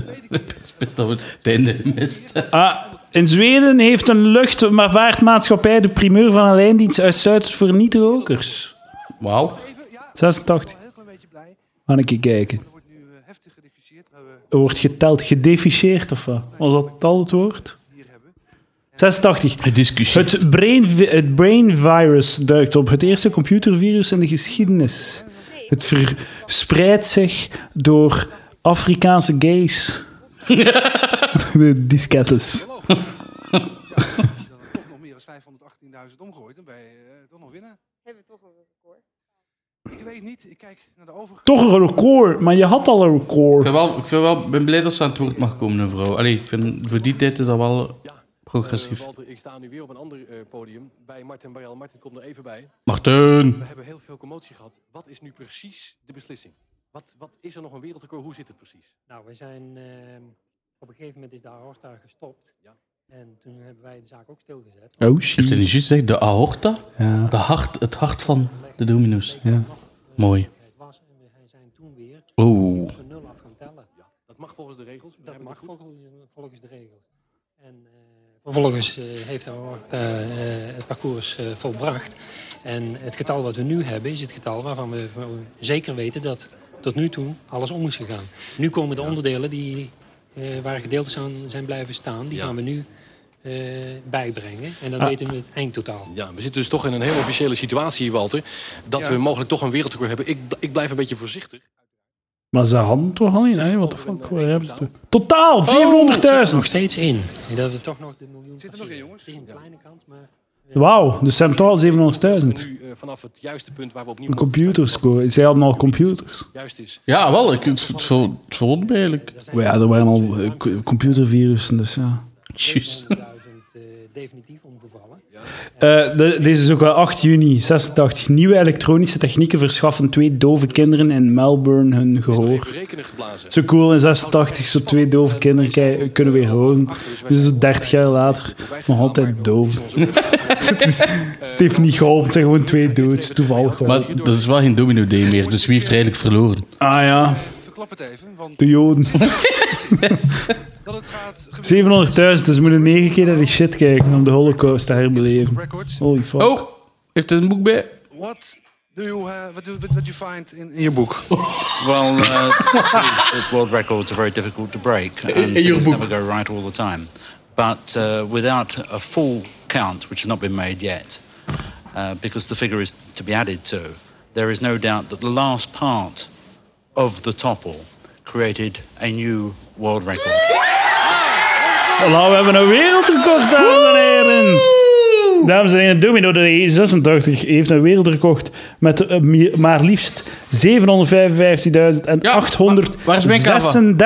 [SPEAKER 2] Best dat we het einde mist.
[SPEAKER 1] Ah, in Zweden heeft een luchtvaartmaatschappij de primeur van een lijndienst uit Zuid voor niet-rokers.
[SPEAKER 2] Wauw.
[SPEAKER 3] Even, ja,
[SPEAKER 1] 86.
[SPEAKER 3] een heel klein beetje blij.
[SPEAKER 1] Gaan ik kijken.
[SPEAKER 3] Er wordt nu eh, heftig gediscussieerd, maar we
[SPEAKER 1] Er wordt geteld, gedeficheerd of wat? Was dat al het woord?
[SPEAKER 3] hier hebben.
[SPEAKER 1] 86.
[SPEAKER 2] Gediscussieerd.
[SPEAKER 1] Het brain, vi- het brain virus duikt op. Het eerste computervirus in de geschiedenis. Het verspreidt zich door Afrikaanse gays. de diskettes.
[SPEAKER 3] Die dan toch nog meer dan 518.000 omgooit en wij eh, toch nog winnen.
[SPEAKER 5] Hebben we toch een record?
[SPEAKER 3] Ik weet niet, ik kijk naar de overige.
[SPEAKER 1] Toch een record, maar je had al een
[SPEAKER 2] Ik
[SPEAKER 1] record.
[SPEAKER 2] ben, wel, ik vind wel, ben blij dat ze aan het woord mag komen, een vrouw. Allee, ik vind, voor die tijd is dat wel
[SPEAKER 4] Eh,
[SPEAKER 2] progressief.
[SPEAKER 4] Walter, ik sta nu weer op een ander eh, podium bij Martin Barel. Martin komt er even bij.
[SPEAKER 2] Marten!
[SPEAKER 4] We hebben heel veel commotie gehad. Wat is nu precies de beslissing? Wat, wat is er nog een wereldrecord? Hoe zit het precies?
[SPEAKER 6] Nou, we zijn ehm, op een gegeven moment is de aorta gestopt.
[SPEAKER 4] Ja.
[SPEAKER 6] En toen hebben wij de zaak ook stilgezet.
[SPEAKER 1] Oh
[SPEAKER 2] Je hebt het niet juist gezegd, de aorta?
[SPEAKER 1] Ja.
[SPEAKER 2] De hart, het hart van de domino's.
[SPEAKER 1] Ja.
[SPEAKER 2] Mooi.
[SPEAKER 6] Het was en we zijn toen weer
[SPEAKER 2] Oeh.
[SPEAKER 6] van nul af gaan tellen.
[SPEAKER 4] Dat mag volgens de regels.
[SPEAKER 6] Dat
[SPEAKER 4] begrijp ik
[SPEAKER 6] mag
[SPEAKER 4] goed?
[SPEAKER 6] volgens, volgens de regels. En eh, vervolgens eh, heeft de aorta eh, het parcours eh, volbracht. En het getal wat we nu hebben is het getal waarvan we van- zeker weten dat tot nu toe alles om is gegaan. Nu komen de onderdelen die, eh, waar gedeeltes aan zijn blijven staan, die
[SPEAKER 4] Ja.
[SPEAKER 6] gaan we nu eh, bijbrengen. En
[SPEAKER 1] Ah.
[SPEAKER 6] dan weten we het eindtotaal.
[SPEAKER 4] Ja, we zitten dus toch in een heel officiële situatie, Walter. Dat
[SPEAKER 3] Ja.
[SPEAKER 4] we mogelijk toch een wereldrecord hebben. Ik, bl- ik blijf een beetje voorzichtig.
[SPEAKER 1] Maar ze hadden toch al in? hè? Wat de fuck, waar hebben ze het? Totaal
[SPEAKER 6] Zit er
[SPEAKER 1] 700.000!
[SPEAKER 6] nog steeds in. En dat we toch nog de miljoen
[SPEAKER 3] Zit er nog in,
[SPEAKER 6] passeren.
[SPEAKER 3] jongens?
[SPEAKER 6] Het is een kleine kans, maar...
[SPEAKER 1] Wauw, dus ze hebben totaal 700.000.
[SPEAKER 4] Nu eh, vanaf het juiste punt waar we opnieuw...
[SPEAKER 1] Een computerscore. Zij hadden al computers.
[SPEAKER 4] Juist is.
[SPEAKER 2] Ja, wel. Ik, het het ver- het verwondert me eigenlijk.
[SPEAKER 1] Maar Oh, ja, er waren al eh, co- computervirussen, dus ja.
[SPEAKER 2] Juist.
[SPEAKER 6] 700.000 eh, definitief omgevallen.
[SPEAKER 1] Eh, de- deze is ook wel 8 juni 86. Nieuwe elektronische technieken verschaffen twee dove kinderen in Melbourne hun
[SPEAKER 4] Even
[SPEAKER 1] gehoor.
[SPEAKER 4] rekenen geblazen.
[SPEAKER 1] Zo cool in 86, zo twee dove kinderen kei- kunnen weer horen. Dus zo 30 jaar later, nog altijd doof. het, is- het heeft niet geholpen, het zijn gewoon twee dudes, toevallig. gewoon.
[SPEAKER 2] Maar dat is wel geen domino day meer, dus wie heeft er eigenlijk verloren?
[SPEAKER 1] Ah ja,
[SPEAKER 3] Verklap het even, want
[SPEAKER 1] de Joden.
[SPEAKER 3] dat het gaat gebeuren.
[SPEAKER 1] 700.000, dus we moeten negen keer naar die shit kijken om de holocaust te herbeleven.
[SPEAKER 3] Records.
[SPEAKER 1] Holy fuck.
[SPEAKER 2] Oh, heeft er een boek bij?
[SPEAKER 3] What do you have, what do, what, what you find in, in your book?
[SPEAKER 7] Well, uh, world records are very difficult to break, and
[SPEAKER 2] in your
[SPEAKER 7] things
[SPEAKER 2] book.
[SPEAKER 7] never go right all the time. But uh, without a full count, which has not been made yet, uh, because the figure is to be added to, there is no doubt that the last part of the topple created a new world record.
[SPEAKER 1] Hallo, we hebben een wereldrecord, dames en heren. Dames en heren, Domino de 86 heeft een wereldrecord met eh, mi- maar liefst 755.836
[SPEAKER 2] Ja, waar is mijn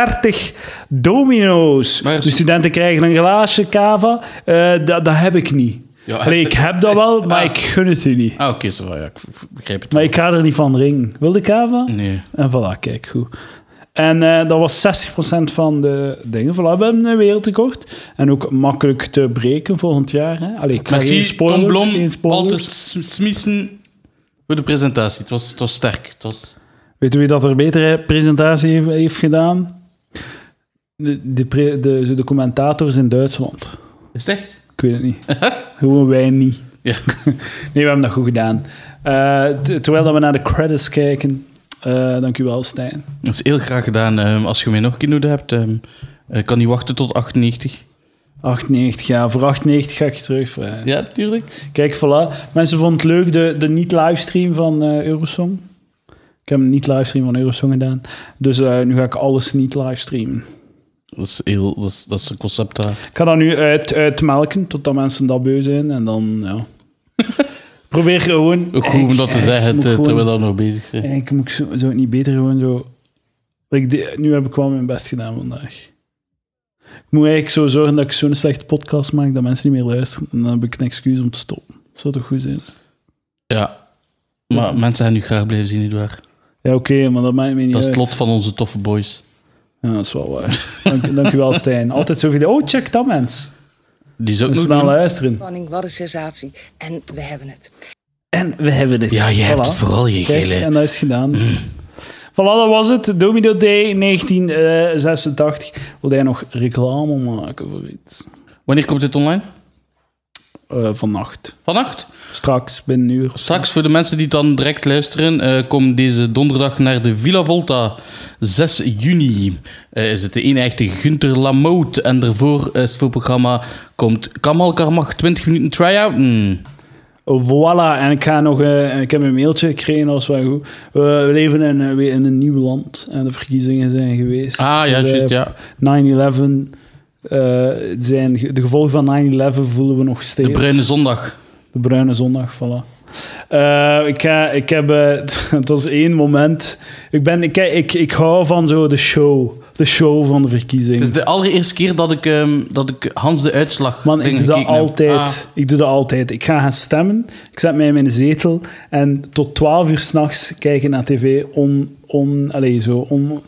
[SPEAKER 1] domino's.
[SPEAKER 2] Waar is-
[SPEAKER 1] De studenten krijgen een glaasje cava. Eh, dat, dat heb ik niet.
[SPEAKER 2] Ja,
[SPEAKER 1] Allee,
[SPEAKER 2] heb-
[SPEAKER 1] ik heb dat wel, maar
[SPEAKER 2] Ah.
[SPEAKER 1] ik gun het u niet.
[SPEAKER 2] Ah, oké, zo wel, ja, ik v- begrijp het.
[SPEAKER 1] Maar ik ga er niet van ringen. Wil de cava?
[SPEAKER 2] Nee.
[SPEAKER 1] En voilà, kijk, goed. En eh, dat was 60% van de dingen. Voilà, we hebben een wereldrecord. En ook makkelijk te breken volgend jaar. Hè? Allee, ik ga geen
[SPEAKER 2] Merci, Tom
[SPEAKER 1] spoilers.
[SPEAKER 2] Blom,
[SPEAKER 1] geen spoilers.
[SPEAKER 2] Walter S- Smissen voor de presentatie. Het was, het was sterk. Het was...
[SPEAKER 1] Weet u wie dat er een betere presentatie heeft, heeft gedaan? De, de, pre- de, zo de commentators in Duitsland.
[SPEAKER 2] Is het echt?
[SPEAKER 1] Ik weet het niet. Gewoon wij niet.
[SPEAKER 2] Ja.
[SPEAKER 1] Nee, we hebben dat goed gedaan. Eh, t- terwijl dat we naar de credits kijken. Eh dankjewel, Stijn.
[SPEAKER 2] Dat is heel graag gedaan. Ehm, als je mij nog een keer nodig hebt, ehm, ik kan niet wachten tot 98.
[SPEAKER 1] 98, ja. Voor 98 ga ik je terugvragen.
[SPEAKER 2] Ja, tuurlijk.
[SPEAKER 1] Kijk, voilà. Mensen vonden het leuk, de, de niet-livestream van eh, Eurosong. Ik heb een niet-livestream van Eurosong gedaan. Dus eh, nu ga ik alles niet-livestreamen.
[SPEAKER 2] Dat is, heel, dat is, dat is een concept daar.
[SPEAKER 1] Ik ga dat nu uit, uitmelken, totdat mensen dat beu zijn. En dan, ja... Probeer gewoon...
[SPEAKER 2] Ook goed om dat te
[SPEAKER 1] Ik-
[SPEAKER 2] zeggen
[SPEAKER 1] ik moet
[SPEAKER 2] te-
[SPEAKER 1] gewoon-
[SPEAKER 2] terwijl we daar nog bezig zijn.
[SPEAKER 1] Ik moet zo, zou het niet beter gewoon zo Ik de- nu heb ik wel mijn best gedaan vandaag. Ik moet eigenlijk zo zorgen dat ik zo'n slechte podcast maak dat mensen niet meer luisteren. En dan heb ik een excuus om te stoppen. Dat zou toch goed zijn?
[SPEAKER 2] Ja. Maar mensen gaan nu graag blijven zien, nietwaar?
[SPEAKER 1] Ja, oké, maar dat maakt me niet
[SPEAKER 2] Dat is het
[SPEAKER 1] uit.
[SPEAKER 2] lot van onze toffe boys.
[SPEAKER 1] Ja, dat is wel waar. Dank, dankjewel, Stijn. Altijd zoveel. Oh, check dat, mens.
[SPEAKER 2] Die is ook
[SPEAKER 1] En
[SPEAKER 2] nog
[SPEAKER 1] snel luisteren.
[SPEAKER 5] spanning, wat een sensatie. En we hebben het.
[SPEAKER 1] En we hebben dit.
[SPEAKER 2] Ja, jij hebt
[SPEAKER 1] Voilà.
[SPEAKER 2] het vooral, je
[SPEAKER 1] Kijk,
[SPEAKER 2] gele. Mm.
[SPEAKER 1] en dat is gedaan. Voilà, dat was het. Domino Day 1986. Wil jij nog reclame maken voor iets?
[SPEAKER 2] Wanneer komt dit online?
[SPEAKER 1] Eh, vannacht.
[SPEAKER 2] Vannacht?
[SPEAKER 1] Straks, binnen een uur. of zo.
[SPEAKER 2] Straks, voor de mensen die het dan direct luisteren, eh kom deze donderdag naar de Villa Volta. 6 juni eh, is het de ene echte Gunther Lamoot. En daarvoor eh, is het voorprogramma komt Kamal Karmach 20 minuten Hmm. try-outen.
[SPEAKER 1] Oh, Voilà, en ik, ga nog, eh, ik heb een mailtje gekregen, als wel goed. Eh, we leven in, eh, weer in een nieuw land en de verkiezingen zijn geweest. Dus, eh,
[SPEAKER 2] Ah ja,
[SPEAKER 1] De
[SPEAKER 2] juist, ja.
[SPEAKER 1] 9-11, eh, zijn, ge- de gevolgen van 9-11 voelen we nog steeds.
[SPEAKER 2] De Bruine Zondag.
[SPEAKER 1] De bruine zondag, voilà. Eh, ik, ga, ik heb... eh, het was één moment... Ik, ben, ik, ik, ik hou van zo de show. De show van de verkiezingen.
[SPEAKER 2] Het is de allereerste keer dat ik, ehm, dat ik Hans de Uitslag
[SPEAKER 1] Man, ik
[SPEAKER 2] dingen
[SPEAKER 1] doe dat
[SPEAKER 2] gekeken heb. Ah,
[SPEAKER 1] altijd. Ik doe dat altijd. Ik ga gaan stemmen. Ik zet mij in mijn zetel. En tot 12 uur s'nachts kijken naar tv. On, on, allez, zo, on,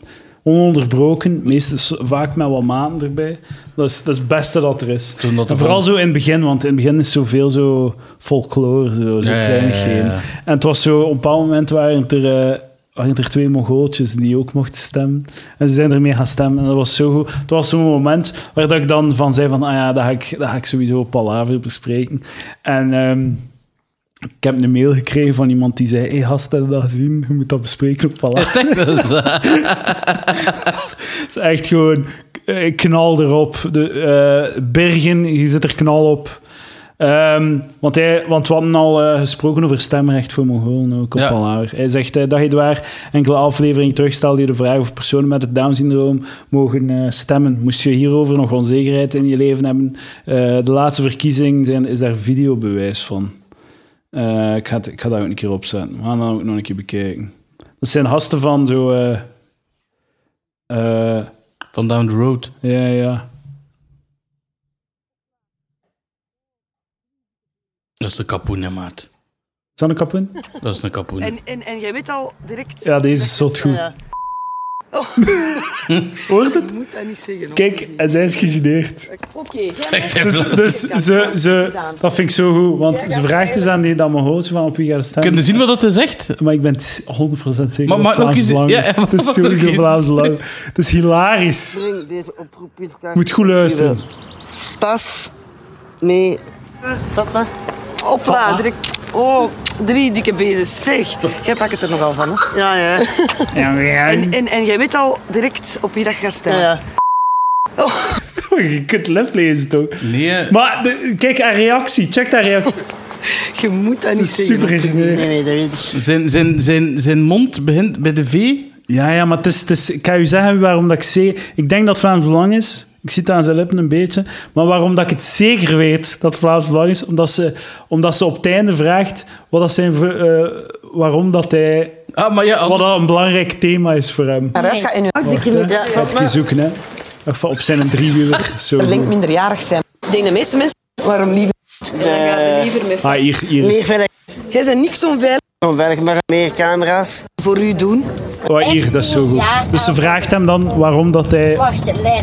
[SPEAKER 1] ononderbroken. Meestal s- vaak met wat maanden erbij. Dat is, dat is het beste dat er is.
[SPEAKER 2] Toen dat
[SPEAKER 1] en
[SPEAKER 2] er
[SPEAKER 1] vooral
[SPEAKER 2] van-
[SPEAKER 1] zo in het begin. Want in het begin is zoveel zo folklore. Zo, zo
[SPEAKER 2] Ja, ja,
[SPEAKER 1] kleinigheden.
[SPEAKER 2] ja, ja.
[SPEAKER 1] En het was zo... Op een bepaald moment waren het er... eh, waren er twee Mongooltjes die ook mochten stemmen. En ze zijn ermee gaan stemmen. En dat was zo goed. Het was zo'n moment waar dat ik dan van zei van... Ah ja, dat ga ik, dat ga ik sowieso op Palaver bespreken. En ehm, ik heb een mail gekregen van iemand die zei... Hé, hey, gast, heb je dat gezien? Je moet dat bespreken op Palaver.
[SPEAKER 2] Ah, stek, dat is, eh,
[SPEAKER 1] Het is echt gewoon eh, knal erop. De, eh, Bergen, je zit er knal op. Ehm, want, hij, want we hadden al eh, gesproken over stemrecht voor Mongolen ook op
[SPEAKER 2] Ja.
[SPEAKER 1] Palaver. Hij zegt, eh, dag Edouard, enkele aflevering terug stelde je de vraag of personen met het Down-syndroom mogen eh, stemmen. Moest je hierover nog onzekerheid in je leven hebben? Eh, de laatste verkiezing zijn, is daar videobewijs van. Eh, ik, ga het- ik ga dat ook een keer opzetten. We gaan dat ook nog een keer bekijken. Dat zijn gasten van zo... eh, eh,
[SPEAKER 2] Van Down the Road.
[SPEAKER 1] ja, ja.
[SPEAKER 2] Dat is de kapoen, hè, maat.
[SPEAKER 1] Is dat een kapoen?
[SPEAKER 2] Dat is een kapoen.
[SPEAKER 8] En, en, en jij weet al direct...
[SPEAKER 1] Ja, deze
[SPEAKER 8] dat
[SPEAKER 1] is zot goed.
[SPEAKER 8] eh,
[SPEAKER 1] Hoort het?
[SPEAKER 8] je moet dat niet zeggen. hoor.
[SPEAKER 1] Kijk, en zij is gegeneerd.
[SPEAKER 8] Oké. jij
[SPEAKER 2] Zegt hij
[SPEAKER 1] Dus,
[SPEAKER 2] wel.
[SPEAKER 1] dus ze, ze, dat vind ik zo goed, want ze vraagt dus aan die dat Mongooltje van op wie gaat het
[SPEAKER 2] Kun je
[SPEAKER 1] stemmen.
[SPEAKER 2] zien wat dat is echt?
[SPEAKER 1] Maar ik ben t- 100% zeker dat
[SPEAKER 2] Maar- maar
[SPEAKER 1] het
[SPEAKER 2] ook
[SPEAKER 1] Vlaams
[SPEAKER 2] eens-
[SPEAKER 1] Belang
[SPEAKER 2] ja,
[SPEAKER 1] is.
[SPEAKER 2] ja,
[SPEAKER 1] Het is
[SPEAKER 2] maar ook
[SPEAKER 1] sowieso
[SPEAKER 2] eens.
[SPEAKER 1] Vlaams Belang. Het is hilarisch.
[SPEAKER 9] breng deze oproep is daar.
[SPEAKER 1] Moet goed luisteren.
[SPEAKER 9] Pas mee. Papa.
[SPEAKER 8] Hopla, Eh, direct. Oh, drie dikke bezen. Zeg, jij pakt het er nogal van. Hè?
[SPEAKER 9] Ja, ja.
[SPEAKER 1] Ja, maar ja,
[SPEAKER 8] En, en, en jij weet al direct op wie dat je gaat
[SPEAKER 9] ja,
[SPEAKER 8] stemmen. Oh,
[SPEAKER 9] ja.
[SPEAKER 1] je kunt lip lezen toch?
[SPEAKER 2] Nee,
[SPEAKER 1] Maar de- kijk haar reactie, check haar reactie. Het
[SPEAKER 8] Je moet dat niet
[SPEAKER 1] is
[SPEAKER 8] zeggen.
[SPEAKER 1] super gegeneerd.
[SPEAKER 9] Nee, nee, dat weet ik.
[SPEAKER 2] Zijn, zijn, zijn, zijn mond begint bij de V.
[SPEAKER 1] Ja, ja, maar het is, het is, ik ga u zeggen waarom dat ik zeker... Ik denk dat Vlaams Belang is. Ik zit aan zijn lippen een beetje. Maar waarom dat ik het zeker weet dat Vlaams Belang is, omdat ze, omdat ze op het einde vraagt wat dat zijn, voor- eh, waarom dat hij...
[SPEAKER 2] Ah, maar ja,
[SPEAKER 1] Wat
[SPEAKER 2] anders-
[SPEAKER 1] dat een belangrijk thema is voor hem.
[SPEAKER 8] De rest gaat in je
[SPEAKER 9] Pak die
[SPEAKER 1] Hè?
[SPEAKER 9] kinderen.
[SPEAKER 1] Ik ga het
[SPEAKER 9] Ja,
[SPEAKER 1] keer zoeken, hè. Ach, van Op zijn driewieler. Zo
[SPEAKER 8] link
[SPEAKER 1] goed.
[SPEAKER 8] minderjarig zijn. Ik denk de meeste mensen... Waarom liever?
[SPEAKER 1] Ah, hier, hier
[SPEAKER 9] meer
[SPEAKER 1] is...
[SPEAKER 9] verder.
[SPEAKER 8] Jij bent niks onveilig
[SPEAKER 9] Onveilig, maar meer camera's.
[SPEAKER 8] voor u doen.
[SPEAKER 1] Oh, hier, dat is zo goed. Dus ze vraagt hem dan waarom dat hij...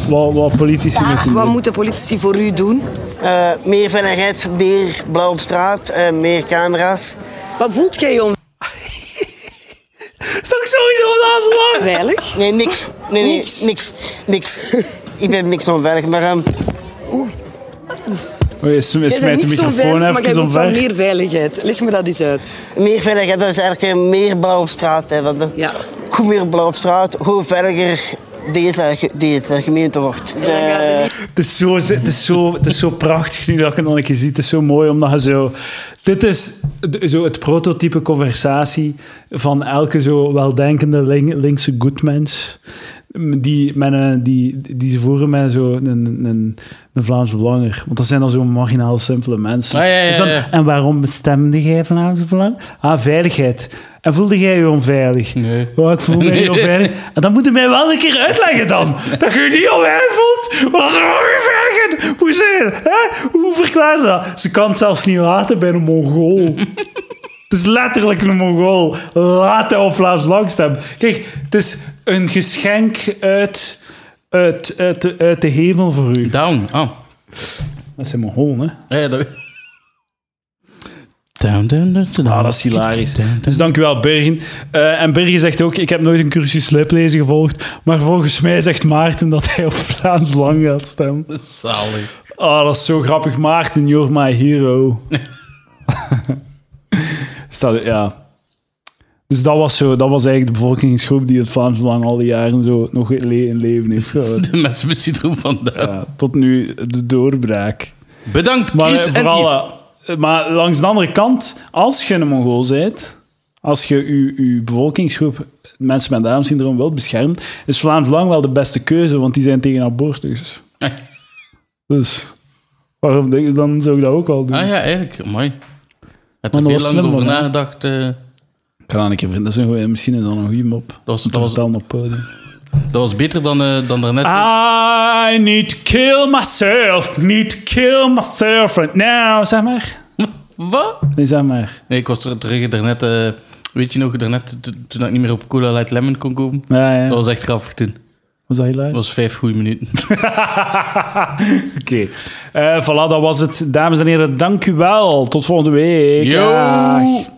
[SPEAKER 1] Wat, wat politici moeten
[SPEAKER 8] Wat
[SPEAKER 1] doen.
[SPEAKER 8] moeten politici voor u doen?
[SPEAKER 9] Eh, meer veiligheid, meer blauw op straat, eh, meer camera's.
[SPEAKER 8] Wat voelt jij je
[SPEAKER 1] Is dat ook sowieso Vlaams Belang?
[SPEAKER 8] onveilig?
[SPEAKER 9] Nee, niks. Nee, nee,
[SPEAKER 8] Niks.
[SPEAKER 9] niks. Niks. ik ben niks onveilig, maar ehm,
[SPEAKER 1] Oh, je
[SPEAKER 8] Jij bent
[SPEAKER 1] smijt de
[SPEAKER 8] niks
[SPEAKER 1] microfoon
[SPEAKER 8] onveilig, maar jij
[SPEAKER 1] even
[SPEAKER 8] moet wel
[SPEAKER 1] omver.
[SPEAKER 8] meer veiligheid. Leg me dat eens uit.
[SPEAKER 9] meer veiligheid, dat is eigenlijk eh, meer blauw op straat. Hè, want, eh,
[SPEAKER 8] Ja.
[SPEAKER 9] Hoe meer blauw op straat, hoe veiliger deze, ge- deze gemeente wordt. De-
[SPEAKER 1] Het is, zo, het, is zo, het is zo prachtig nu dat ik het nog een keer zie. Het is zo mooi omdat je zo... Dit is de- zo het prototype conversatie van elke zo weldenkende link- linkse goedmens. Die, met een- die, die ze voeren met zo een, een, een- een Vlaams Belanger. Want dat zijn dan zo marginaal simpele mensen.
[SPEAKER 2] Ah, ja, ja,
[SPEAKER 1] Dus dan-
[SPEAKER 2] ja.
[SPEAKER 1] en waarom bestemde jij Vlaams Belang? Ah, veiligheid. En voelde jij je onveilig?
[SPEAKER 2] Nee.
[SPEAKER 1] Oh, ik voel me niet onveilig. En dan moet je mij wel een keer uitleggen dan. Dat je je niet onveilig voelt. Wat is er onveilig in? Hoe zeg je dat? Hè? Hoe verklaar je dat? Ze kan het zelfs niet laten bij een Mongool. Het is letterlijk een Mongool. Laat hij op Vlaams langs hebben. Kijk, het is een geschenk uit, uit, uit, de- uit de hemel voor u.
[SPEAKER 2] Down. Oh.
[SPEAKER 1] Dat zijn Mongolen, hè?
[SPEAKER 2] Ja, ja, dat... Down, down, down, down.
[SPEAKER 1] Ah, dat is hilarisch. Dus dankjewel, Bergen. Eh, en Bergen zegt ook, ik heb nooit een cursus liplezen gevolgd, maar volgens mij zegt Maarten dat hij op Vlaams Lang gaat stemmen.
[SPEAKER 2] Zalig.
[SPEAKER 1] Ah, dat is zo grappig. Maarten, you're my hero. Stel, ja. Dus dat was, zo, dat was eigenlijk de bevolkingsgroep die het Vlaams Belang al die jaren zo nog in le- in leven heeft gehouden.
[SPEAKER 2] De mensen met syndroom van Down.
[SPEAKER 1] Ja, tot nu de doorbraak.
[SPEAKER 2] Bedankt,
[SPEAKER 1] Maar,
[SPEAKER 2] Chris
[SPEAKER 1] eh,
[SPEAKER 2] en
[SPEAKER 1] vooral,
[SPEAKER 2] Yves.
[SPEAKER 1] eh, maar langs de andere kant, als je een Mongool bent, als je je, je bevolkingsgroep mensen met Down-syndroom wilt beschermen, is Vlaams Belang wel de beste keuze, want die zijn tegen abortus. Dus waarom denk je, dan zou ik dat ook wel doen?
[SPEAKER 2] Ah ja, eigenlijk. Mooi.
[SPEAKER 1] Hmm. dat
[SPEAKER 2] Heb er heel
[SPEAKER 1] was
[SPEAKER 2] lang
[SPEAKER 1] slim
[SPEAKER 2] over
[SPEAKER 1] van hem.
[SPEAKER 2] nagedacht. eh.
[SPEAKER 1] Ik ga dat een keer vinden. Dat is een goeie- misschien is dat een goede mop.
[SPEAKER 2] was-
[SPEAKER 1] Om te
[SPEAKER 2] dat was-
[SPEAKER 1] vertellen op podium.
[SPEAKER 2] dat was beter dan, eh dan daarnet.
[SPEAKER 1] Ah. I need to kill myself, need to kill myself right now. Zeg maar.
[SPEAKER 2] Wat?
[SPEAKER 1] Nee, zeg maar.
[SPEAKER 2] Nee, ik was er terug daarnet... eh, weet je nog, daarnet, to- toen ik niet meer op Cola Light Lemon kon komen?
[SPEAKER 1] Ja, ja.
[SPEAKER 2] Dat was echt grappig toen.
[SPEAKER 1] Was dat
[SPEAKER 2] Dat
[SPEAKER 1] hilarisch?
[SPEAKER 2] was vijf goede minuten.
[SPEAKER 1] Oké. Eh voilà, dat was het. Dames en heren, dank u wel. Tot volgende week.
[SPEAKER 2] Yo!
[SPEAKER 1] Dag.